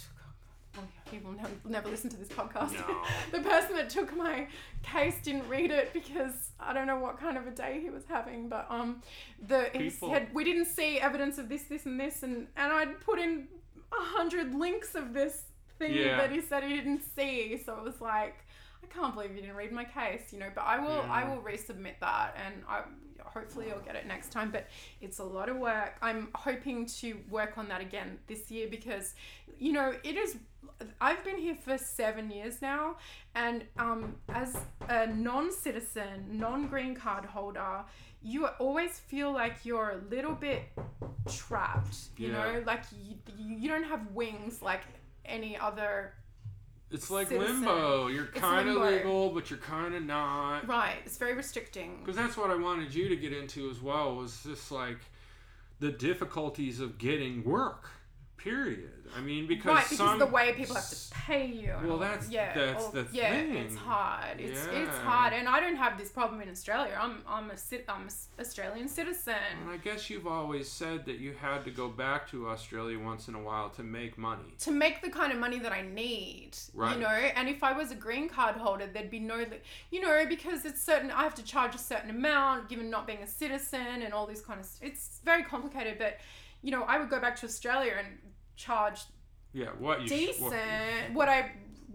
[SPEAKER 2] well, he will never, never listen to this podcast. <laughs>
[SPEAKER 1] No.
[SPEAKER 2] the person that took my case didn't read it because I don't know what kind of a day he was having, but um, the he
[SPEAKER 1] People-
[SPEAKER 2] said we didn't see evidence of this, this, and this, and and I'd put in a hundred links of this thing
[SPEAKER 1] Yeah.
[SPEAKER 2] that he said he didn't see, so it was like. I can't believe you didn't read my case, you know. But I will, I
[SPEAKER 1] Yeah.
[SPEAKER 2] will resubmit that, and I hopefully I'll get it next time. But it's a lot of work. I'm hoping to work on that again this year because, you know, it is. I've been here for seven years now, and um, as a non-citizen, non-green card holder, you always feel like you're a little bit trapped. You
[SPEAKER 1] Yeah.
[SPEAKER 2] know, like you, you you don't have wings like any other
[SPEAKER 1] It's like
[SPEAKER 2] citizen.
[SPEAKER 1] limbo. You're
[SPEAKER 2] It's
[SPEAKER 1] kind of
[SPEAKER 2] limbo.
[SPEAKER 1] legal, but you're kind of not.
[SPEAKER 2] Right. It's very restricting.
[SPEAKER 1] Because that's what I wanted you to get into as well was just like the difficulties of getting work. Period. I mean, because,
[SPEAKER 2] right, because
[SPEAKER 1] some
[SPEAKER 2] the way people have to pay you. and
[SPEAKER 1] Well,
[SPEAKER 2] all-
[SPEAKER 1] that's-
[SPEAKER 2] yeah,
[SPEAKER 1] that's
[SPEAKER 2] all-
[SPEAKER 1] the
[SPEAKER 2] yeah, It's
[SPEAKER 1] thing.
[SPEAKER 2] hard. It's it's
[SPEAKER 1] Yeah.
[SPEAKER 2] hard, and I don't have this problem in Australia. I'm I'm a cit- I'm a s- Australian citizen.
[SPEAKER 1] And I guess you've always said that you had to go back to Australia once in a while to make money.
[SPEAKER 2] to make the kind of money that I need,
[SPEAKER 1] Right.
[SPEAKER 2] you know, and if I was a green card holder, there'd be no, li- you know, because it's certain, I have to charge a certain amount given not being a citizen and all these kind of, s- it's very complicated, but, you know, I would go back to Australia and charge
[SPEAKER 1] Yeah, what you sh-
[SPEAKER 2] decent
[SPEAKER 1] what-
[SPEAKER 2] what I,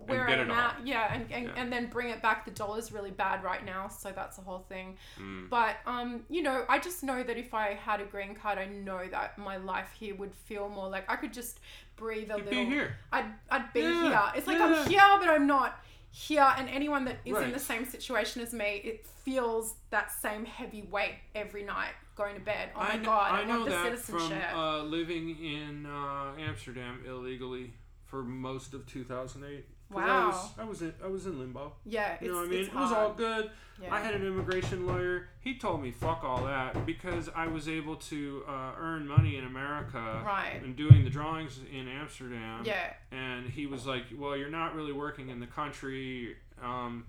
[SPEAKER 2] where
[SPEAKER 1] get
[SPEAKER 2] I'm
[SPEAKER 1] it
[SPEAKER 2] at, yeah and, and,
[SPEAKER 1] Yeah.
[SPEAKER 2] and then bring it back. The dollar's really bad right now, so that's the whole thing.
[SPEAKER 1] Mm.
[SPEAKER 2] But um, you know, I just know that if I had a green card, I know that my life here would feel more like I could just breathe a
[SPEAKER 1] You'd
[SPEAKER 2] little.
[SPEAKER 1] be here.
[SPEAKER 2] I'd I'd be
[SPEAKER 1] Yeah,
[SPEAKER 2] here. It's like
[SPEAKER 1] yeah.
[SPEAKER 2] I'm here, but I'm not here. And anyone that is
[SPEAKER 1] Right.
[SPEAKER 2] in the same situation as me, it feels that same heavy weight every night going to bed. Oh my
[SPEAKER 1] kn-
[SPEAKER 2] god, I,
[SPEAKER 1] I know
[SPEAKER 2] want the
[SPEAKER 1] that from
[SPEAKER 2] citizenship.
[SPEAKER 1] uh, living in uh, Amsterdam illegally for most of 2008. 'Cause I
[SPEAKER 2] Wow.
[SPEAKER 1] was, I was in I was in limbo.
[SPEAKER 2] yeah, it's,
[SPEAKER 1] You know what I mean?
[SPEAKER 2] it's
[SPEAKER 1] It was all
[SPEAKER 2] hard.
[SPEAKER 1] good.
[SPEAKER 2] Yeah.
[SPEAKER 1] I had an immigration lawyer. He told me fuck all that because I was able to uh, earn money in America
[SPEAKER 2] Right.
[SPEAKER 1] and doing the drawings in Amsterdam.
[SPEAKER 2] Yeah.
[SPEAKER 1] And he was like, "Well, you're not really working in the country, um,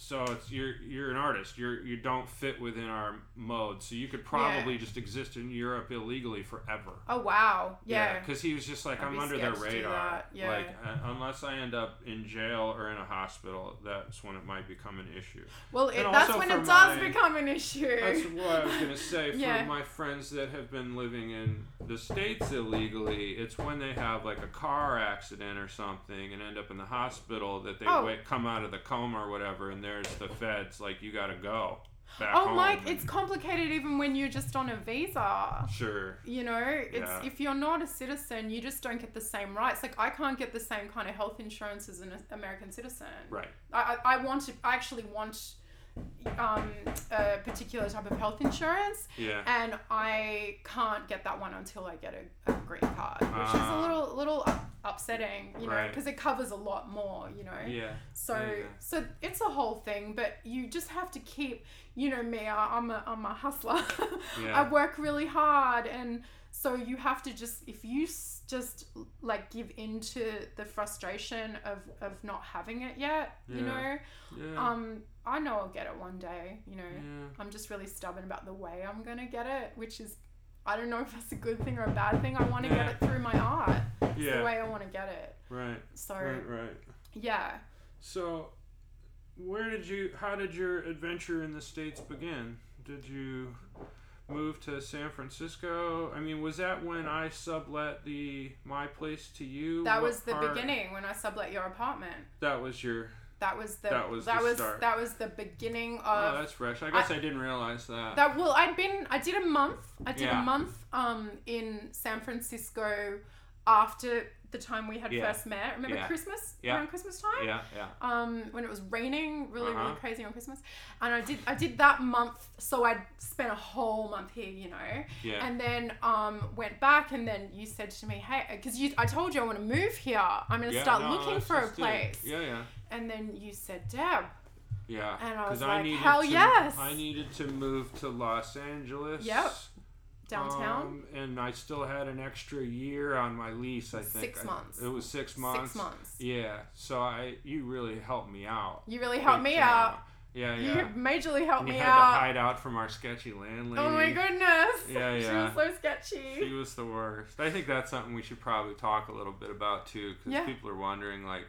[SPEAKER 1] so it's you're you're an artist. You're you don't fit within our mode. So you could probably just exist in Europe illegally forever."
[SPEAKER 2] Oh wow. Yeah.
[SPEAKER 1] Because he was just like,
[SPEAKER 2] I'd
[SPEAKER 1] I'm
[SPEAKER 2] be
[SPEAKER 1] under their
[SPEAKER 2] scared to do
[SPEAKER 1] radar.
[SPEAKER 2] that, yeah.
[SPEAKER 1] Like, uh, unless I end up in jail or in a hospital, that's when it might become an issue.
[SPEAKER 2] Well, it,
[SPEAKER 1] And
[SPEAKER 2] that's
[SPEAKER 1] also
[SPEAKER 2] when
[SPEAKER 1] for
[SPEAKER 2] it does
[SPEAKER 1] my-
[SPEAKER 2] become an issue.
[SPEAKER 1] That's what I was
[SPEAKER 2] <laughs>
[SPEAKER 1] going to say for
[SPEAKER 2] Yeah.
[SPEAKER 1] my friends that have been living in the States illegally. It's when they have like a car accident or something and end up in the hospital that they
[SPEAKER 2] Oh.
[SPEAKER 1] wake, come out of the coma or whatever, and there's the feds, like, you got to go back
[SPEAKER 2] oh
[SPEAKER 1] home.
[SPEAKER 2] Mike, it's complicated even when you're just on a visa.
[SPEAKER 1] Sure.
[SPEAKER 2] you know it's
[SPEAKER 1] Yeah.
[SPEAKER 2] if you're not a citizen you just don't get the same rights like i can't get the same kind of health insurance as an american citizen
[SPEAKER 1] Right.
[SPEAKER 2] i i, I want to i actually want um, a particular type of health insurance
[SPEAKER 1] Yeah.
[SPEAKER 2] and i can't get that one until i get a, a green card which is a
[SPEAKER 1] Ah.
[SPEAKER 2] little little up- upsetting you know
[SPEAKER 1] Right.
[SPEAKER 2] because it covers a lot more you know
[SPEAKER 1] yeah.
[SPEAKER 2] so
[SPEAKER 1] Yeah, yeah.
[SPEAKER 2] so it's a whole thing, but you just have to keep, you know, me. I- I'm a I'm a hustler. <laughs>
[SPEAKER 1] Yeah.
[SPEAKER 2] I work really hard, and so you have to just if you s- just like give in to the frustration of of not having it yet, you know.
[SPEAKER 1] Yeah. Yeah.
[SPEAKER 2] Um, I know I'll get it one day. You know,
[SPEAKER 1] yeah.
[SPEAKER 2] I'm just really stubborn about the way I'm gonna get it, which is. I don't know if that's a good thing or a bad thing. I want to
[SPEAKER 1] Yeah.
[SPEAKER 2] get it through my art. It's the
[SPEAKER 1] Yeah.
[SPEAKER 2] way I want to get it.
[SPEAKER 1] Right.
[SPEAKER 2] So,
[SPEAKER 1] Right. Right.
[SPEAKER 2] yeah.
[SPEAKER 1] So, where did you? How did your adventure in the states begin? Did you move to San Francisco? I mean, was that when I sublet the my place to you?
[SPEAKER 2] That
[SPEAKER 1] What
[SPEAKER 2] was the
[SPEAKER 1] part-
[SPEAKER 2] beginning when I sublet your apartment.
[SPEAKER 1] That was your.
[SPEAKER 2] That was the
[SPEAKER 1] That was
[SPEAKER 2] that
[SPEAKER 1] the
[SPEAKER 2] was
[SPEAKER 1] start.
[SPEAKER 2] that was the beginning
[SPEAKER 1] Oh,
[SPEAKER 2] of
[SPEAKER 1] that's fresh. I guess I, didn't realize that.
[SPEAKER 2] that. Well, I'd been I did a month. I did
[SPEAKER 1] Yeah.
[SPEAKER 2] a month um in San Francisco after the time we had
[SPEAKER 1] Yeah.
[SPEAKER 2] first met. Remember
[SPEAKER 1] Yeah.
[SPEAKER 2] Christmas
[SPEAKER 1] Yeah.
[SPEAKER 2] around Christmas time.
[SPEAKER 1] yeah, yeah.
[SPEAKER 2] Um, when it was raining really
[SPEAKER 1] Uh-huh.
[SPEAKER 2] really crazy on Christmas, and I did I did that month. So I spent a whole month here, you know.
[SPEAKER 1] Yeah.
[SPEAKER 2] And then um, went back, and then you said to me, "Hey, because you, I told you I want to move here. I'm going to
[SPEAKER 1] Yeah,
[SPEAKER 2] start
[SPEAKER 1] no,
[SPEAKER 2] looking
[SPEAKER 1] let's
[SPEAKER 2] for a
[SPEAKER 1] just do it.
[SPEAKER 2] place."
[SPEAKER 1] Yeah, yeah,
[SPEAKER 2] And then you said, Deb.
[SPEAKER 1] yeah.
[SPEAKER 2] And I was
[SPEAKER 1] 'Cause
[SPEAKER 2] like,
[SPEAKER 1] needed
[SPEAKER 2] "Hell
[SPEAKER 1] to-
[SPEAKER 2] yes."
[SPEAKER 1] I needed to move to Los Angeles.
[SPEAKER 2] Yep. Downtown.
[SPEAKER 1] Um, and I still had an extra year on my lease. I think
[SPEAKER 2] Six
[SPEAKER 1] I-
[SPEAKER 2] months.
[SPEAKER 1] it was six months.
[SPEAKER 2] Six months.
[SPEAKER 1] Yeah. So I, you really helped me out.
[SPEAKER 2] You really helped
[SPEAKER 1] Big
[SPEAKER 2] me
[SPEAKER 1] time.
[SPEAKER 2] out.
[SPEAKER 1] Yeah, yeah.
[SPEAKER 2] You majorly helped
[SPEAKER 1] and you
[SPEAKER 2] me
[SPEAKER 1] had to
[SPEAKER 2] out.
[SPEAKER 1] hide out from our sketchy landlady.
[SPEAKER 2] Oh my goodness.
[SPEAKER 1] Yeah, yeah.
[SPEAKER 2] <laughs> she was so sketchy.
[SPEAKER 1] She was the worst. I think that's something we should probably talk a little bit about too, because
[SPEAKER 2] Yeah.
[SPEAKER 1] people are wondering like,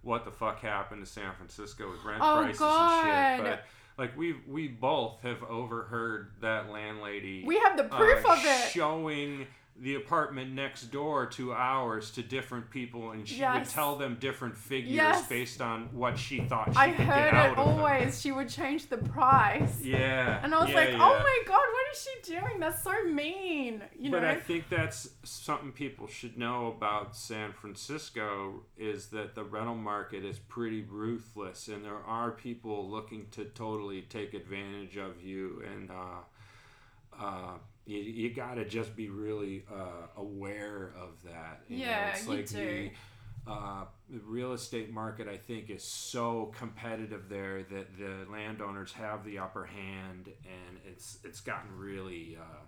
[SPEAKER 1] what the fuck happened to San Francisco with rent
[SPEAKER 2] Oh,
[SPEAKER 1] prices and
[SPEAKER 2] God.
[SPEAKER 1] shit. But like we we both have overheard that landlady.
[SPEAKER 2] we have the proof
[SPEAKER 1] uh,
[SPEAKER 2] of it.
[SPEAKER 1] Showing the apartment next door to ours to different people, and she would
[SPEAKER 2] Yes.
[SPEAKER 1] tell them different figures
[SPEAKER 2] Yes.
[SPEAKER 1] based on what she thought she
[SPEAKER 2] I
[SPEAKER 1] could
[SPEAKER 2] heard
[SPEAKER 1] get out
[SPEAKER 2] it
[SPEAKER 1] of them.
[SPEAKER 2] always. She would change the price.
[SPEAKER 1] Yeah.
[SPEAKER 2] And I was
[SPEAKER 1] yeah,
[SPEAKER 2] like,
[SPEAKER 1] yeah.
[SPEAKER 2] oh my god, what is she doing? That's so mean. You
[SPEAKER 1] but
[SPEAKER 2] know?
[SPEAKER 1] I think that's something people should know about San Francisco is that the rental market is pretty ruthless, and there are people looking to totally take advantage of you, and uh, uh, you, you got to just be really uh, aware of that. You know,
[SPEAKER 2] Yeah,
[SPEAKER 1] it's
[SPEAKER 2] you
[SPEAKER 1] like
[SPEAKER 2] do.
[SPEAKER 1] The, uh, the real estate market, I think, is so competitive there that the landowners have the upper hand, and it's it's gotten really uh,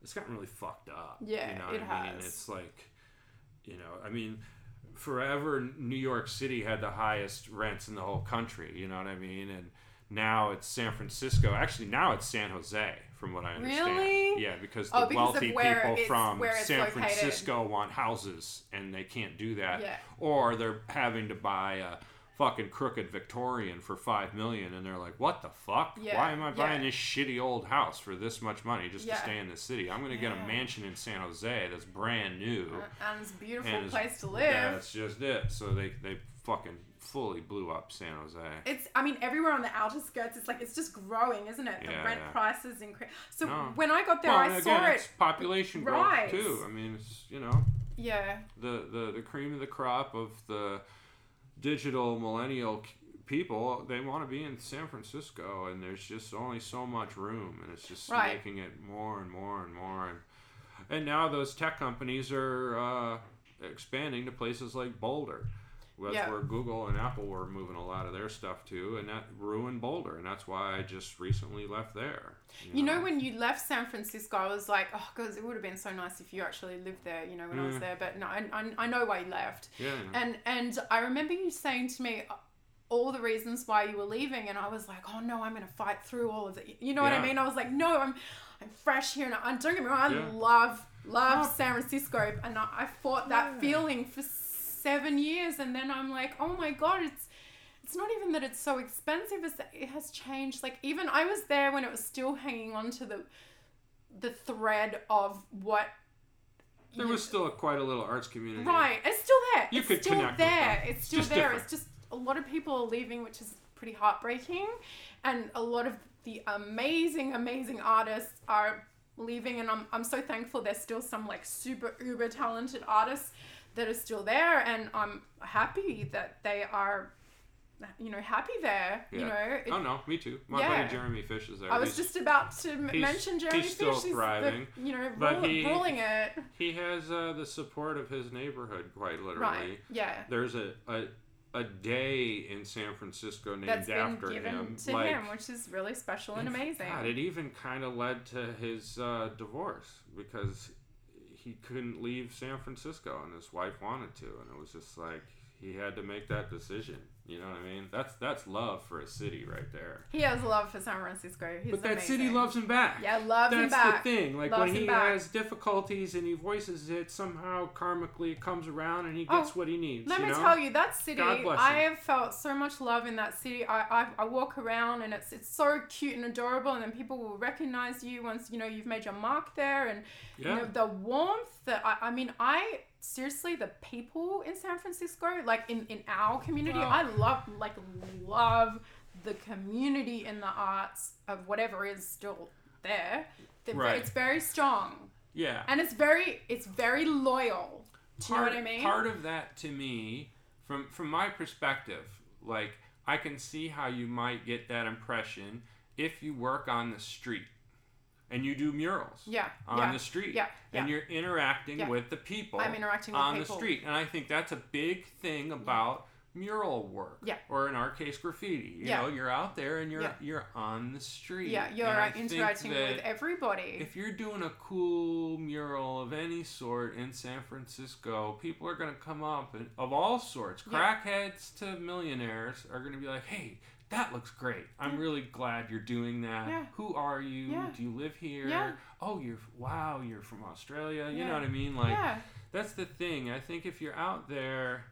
[SPEAKER 1] it's gotten really fucked up.
[SPEAKER 2] Yeah,
[SPEAKER 1] you know
[SPEAKER 2] it
[SPEAKER 1] what I mean?
[SPEAKER 2] has.
[SPEAKER 1] It's like, you know, I mean, forever New York City had the highest rents in the whole country. You know what I mean? And now it's San Francisco. Actually, now it's San Jose, from what I understand.
[SPEAKER 2] Really?
[SPEAKER 1] Yeah, because the
[SPEAKER 2] Oh, because of
[SPEAKER 1] wealthy
[SPEAKER 2] where
[SPEAKER 1] people
[SPEAKER 2] it's-
[SPEAKER 1] from
[SPEAKER 2] where it's
[SPEAKER 1] San
[SPEAKER 2] located.
[SPEAKER 1] Francisco want houses, and they can't do that.
[SPEAKER 2] Yeah.
[SPEAKER 1] Or they're having to buy a fucking crooked Victorian for five million, and they're like, "What the fuck?
[SPEAKER 2] Yeah,
[SPEAKER 1] Why am I
[SPEAKER 2] yeah.
[SPEAKER 1] buying this shitty old house for this much money just
[SPEAKER 2] Yeah.
[SPEAKER 1] to stay in the city? I'm gonna get
[SPEAKER 2] Yeah.
[SPEAKER 1] a mansion in San Jose that's brand new."
[SPEAKER 2] And it's a beautiful
[SPEAKER 1] And it's-
[SPEAKER 2] place to live.
[SPEAKER 1] Yeah, that's just it. So they they fucking fully blew up San Jose.
[SPEAKER 2] It's, I mean, everywhere on the outer skirts, it's like, it's just growing, isn't it? The
[SPEAKER 1] Yeah,
[SPEAKER 2] rent
[SPEAKER 1] yeah.
[SPEAKER 2] prices increase. So
[SPEAKER 1] No.
[SPEAKER 2] when I got there,
[SPEAKER 1] well,
[SPEAKER 2] I
[SPEAKER 1] and again,
[SPEAKER 2] saw
[SPEAKER 1] it's
[SPEAKER 2] it.
[SPEAKER 1] population
[SPEAKER 2] rise.
[SPEAKER 1] growth too. I mean, it's you know
[SPEAKER 2] Yeah.
[SPEAKER 1] the, the the cream of the crop of the digital millennial c- people. They want to be in San Francisco, and there's just only so much room, and it's just
[SPEAKER 2] Right.
[SPEAKER 1] making it more and more and more. And and now those tech companies are uh, expanding to places like Boulder. That's
[SPEAKER 2] Yeah.
[SPEAKER 1] where Google and Apple were moving a lot of their stuff to, and that ruined Boulder, and that's why I just recently left there.
[SPEAKER 2] You know, when you left San Francisco, I was like, oh, because it would have been so nice if you actually lived there, you know, when I was
[SPEAKER 1] Mm.
[SPEAKER 2] there. But no, I, I, I know why you left.
[SPEAKER 1] yeah,
[SPEAKER 2] And, and I remember you saying to me uh, all the reasons why you were leaving. And I was like, oh, no, I'm going to fight through all of it. You know what I
[SPEAKER 1] Yeah.
[SPEAKER 2] mean? I was like, no, I'm, I'm fresh here. And I, don't get me wrong, I
[SPEAKER 1] Yeah.
[SPEAKER 2] love, love
[SPEAKER 1] Oh.
[SPEAKER 2] San Francisco. And I, I fought that
[SPEAKER 1] Yeah.
[SPEAKER 2] feeling for seven years. And then I'm like, oh my God, it's, it's not even that it's so expensive it's that it has changed like even i was there when it was still hanging on to the the thread of what
[SPEAKER 1] there was still quite a little arts community.
[SPEAKER 2] right it's still there
[SPEAKER 1] You
[SPEAKER 2] it's
[SPEAKER 1] could
[SPEAKER 2] still
[SPEAKER 1] connect with
[SPEAKER 2] there
[SPEAKER 1] them.
[SPEAKER 2] it's
[SPEAKER 1] It's
[SPEAKER 2] still
[SPEAKER 1] just
[SPEAKER 2] there
[SPEAKER 1] different.
[SPEAKER 2] it's just a lot of people are leaving which is pretty heartbreaking and a lot of the amazing amazing artists are leaving and i'm, I'm so thankful there's still some like super uber talented artists that are still there and i'm happy that they are you know happy there you
[SPEAKER 1] Yeah.
[SPEAKER 2] know It-
[SPEAKER 1] Oh no, me too. My
[SPEAKER 2] Yeah.
[SPEAKER 1] buddy Jeremy Fish is there.
[SPEAKER 2] I was
[SPEAKER 1] He's-
[SPEAKER 2] just about to m-
[SPEAKER 1] he's-
[SPEAKER 2] mention Jeremy
[SPEAKER 1] he's
[SPEAKER 2] Fish.
[SPEAKER 1] still
[SPEAKER 2] the-
[SPEAKER 1] thriving,
[SPEAKER 2] you know,
[SPEAKER 1] but
[SPEAKER 2] rule,
[SPEAKER 1] he-
[SPEAKER 2] ruling it.
[SPEAKER 1] he has uh, the support of his neighborhood, quite literally.
[SPEAKER 2] Right. Yeah.
[SPEAKER 1] There's a, a a day in San Francisco named
[SPEAKER 2] That's been
[SPEAKER 1] after
[SPEAKER 2] given
[SPEAKER 1] him.
[SPEAKER 2] to
[SPEAKER 1] like,
[SPEAKER 2] him, which is really special and amazing.
[SPEAKER 1] God, it even kind of led to his uh, divorce because he couldn't leave San Francisco, and his wife wanted to, and it was just like he had to make that decision. You know what I mean? That's that's love for a city right there.
[SPEAKER 2] He has love for San Francisco. He's
[SPEAKER 1] but that
[SPEAKER 2] amazing.
[SPEAKER 1] city loves him back.
[SPEAKER 2] Yeah, loves
[SPEAKER 1] That's
[SPEAKER 2] him back.
[SPEAKER 1] the thing. Like
[SPEAKER 2] Loves
[SPEAKER 1] when
[SPEAKER 2] him
[SPEAKER 1] he
[SPEAKER 2] back.
[SPEAKER 1] has difficulties and he voices it, somehow karmically it comes around and he
[SPEAKER 2] Oh,
[SPEAKER 1] gets what he needs.
[SPEAKER 2] Let
[SPEAKER 1] you
[SPEAKER 2] me
[SPEAKER 1] know?
[SPEAKER 2] tell you, that city,
[SPEAKER 1] God bless
[SPEAKER 2] I
[SPEAKER 1] him.
[SPEAKER 2] have felt so much love in that city. I, I, I walk around and it's it's so cute and adorable, and then people will recognize you once you know you've made your mark there, and
[SPEAKER 1] Yeah.
[SPEAKER 2] you know, the warmth. That I, I mean, I seriously, the people in San Francisco, like in in our community,
[SPEAKER 1] Wow.
[SPEAKER 2] I love like love the community in the arts of whatever is still there. The-
[SPEAKER 1] Right.
[SPEAKER 2] It's very strong
[SPEAKER 1] yeah.
[SPEAKER 2] and it's very it's very loyal. Do you
[SPEAKER 1] part,
[SPEAKER 2] know what I mean?
[SPEAKER 1] Part of that to me, from from my perspective, like I can see how you might get that impression if you work on the street and you do murals.
[SPEAKER 2] yeah.
[SPEAKER 1] on
[SPEAKER 2] yeah.
[SPEAKER 1] the street.
[SPEAKER 2] Yeah,
[SPEAKER 1] And you're interacting
[SPEAKER 2] Yeah.
[SPEAKER 1] with the people.
[SPEAKER 2] I'm interacting with
[SPEAKER 1] on
[SPEAKER 2] people.
[SPEAKER 1] the street. And I think that's a big thing about mural work.
[SPEAKER 2] Yeah.
[SPEAKER 1] Or in our case graffiti. You
[SPEAKER 2] Yeah.
[SPEAKER 1] know, you're out there and you're
[SPEAKER 2] Yeah.
[SPEAKER 1] you're on the street.
[SPEAKER 2] Yeah, you're
[SPEAKER 1] And I
[SPEAKER 2] uh,
[SPEAKER 1] think
[SPEAKER 2] interacting with
[SPEAKER 1] that
[SPEAKER 2] everybody.
[SPEAKER 1] if you're doing a cool mural of any sort in San Francisco, people are going to come up and of all sorts,
[SPEAKER 2] Yeah.
[SPEAKER 1] crackheads to millionaires are going to be like, "Hey, that looks great. I'm really glad you're doing that.
[SPEAKER 2] Yeah.
[SPEAKER 1] Who are you?
[SPEAKER 2] Yeah.
[SPEAKER 1] Do you live here?
[SPEAKER 2] Yeah.
[SPEAKER 1] Oh, you're wow, you're from Australia. You
[SPEAKER 2] Yeah.
[SPEAKER 1] know what I mean? Like
[SPEAKER 2] yeah,
[SPEAKER 1] that's the thing. I think if you're out there,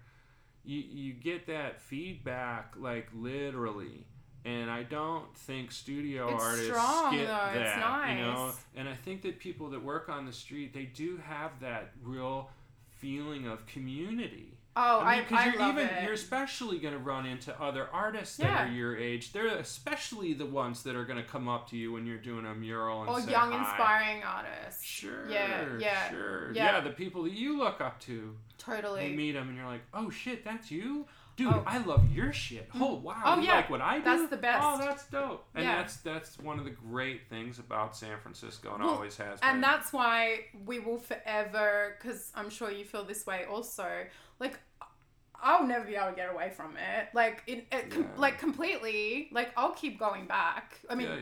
[SPEAKER 1] you you get that feedback like literally. And I don't think studio
[SPEAKER 2] It's
[SPEAKER 1] artists
[SPEAKER 2] strong,
[SPEAKER 1] get
[SPEAKER 2] though. It's
[SPEAKER 1] that, you know.
[SPEAKER 2] nice.
[SPEAKER 1] And I think that people that work on the street, they do have that real feeling of community.
[SPEAKER 2] Oh, I,
[SPEAKER 1] mean,
[SPEAKER 2] I,
[SPEAKER 1] you're
[SPEAKER 2] love
[SPEAKER 1] even
[SPEAKER 2] it.
[SPEAKER 1] you're especially going to run into other artists that
[SPEAKER 2] Yeah.
[SPEAKER 1] are your age. They're especially the ones that are going to come up to you when you're doing a mural and
[SPEAKER 2] or
[SPEAKER 1] say
[SPEAKER 2] Oh, young,
[SPEAKER 1] hi.
[SPEAKER 2] inspiring artists.
[SPEAKER 1] Sure.
[SPEAKER 2] Yeah, yeah,
[SPEAKER 1] Sure.
[SPEAKER 2] yeah.
[SPEAKER 1] Yeah. the people that you look up to,
[SPEAKER 2] Totally.
[SPEAKER 1] you meet them and you're like, oh shit, that's you, dude.
[SPEAKER 2] Oh.
[SPEAKER 1] I love your shit. Oh wow.
[SPEAKER 2] Oh,
[SPEAKER 1] you
[SPEAKER 2] yeah.
[SPEAKER 1] Like what I do.
[SPEAKER 2] That's the best.
[SPEAKER 1] Oh, that's dope. And
[SPEAKER 2] Yeah.
[SPEAKER 1] that's that's one of the great things about San Francisco and
[SPEAKER 2] Well,
[SPEAKER 1] always has been.
[SPEAKER 2] and that's why we will forever, because I'm sure you feel this way also. Like, I'll never be able to get away from it. Like it, it com-
[SPEAKER 1] Yeah.
[SPEAKER 2] like completely. Like I'll keep going back. I mean,
[SPEAKER 1] yeah,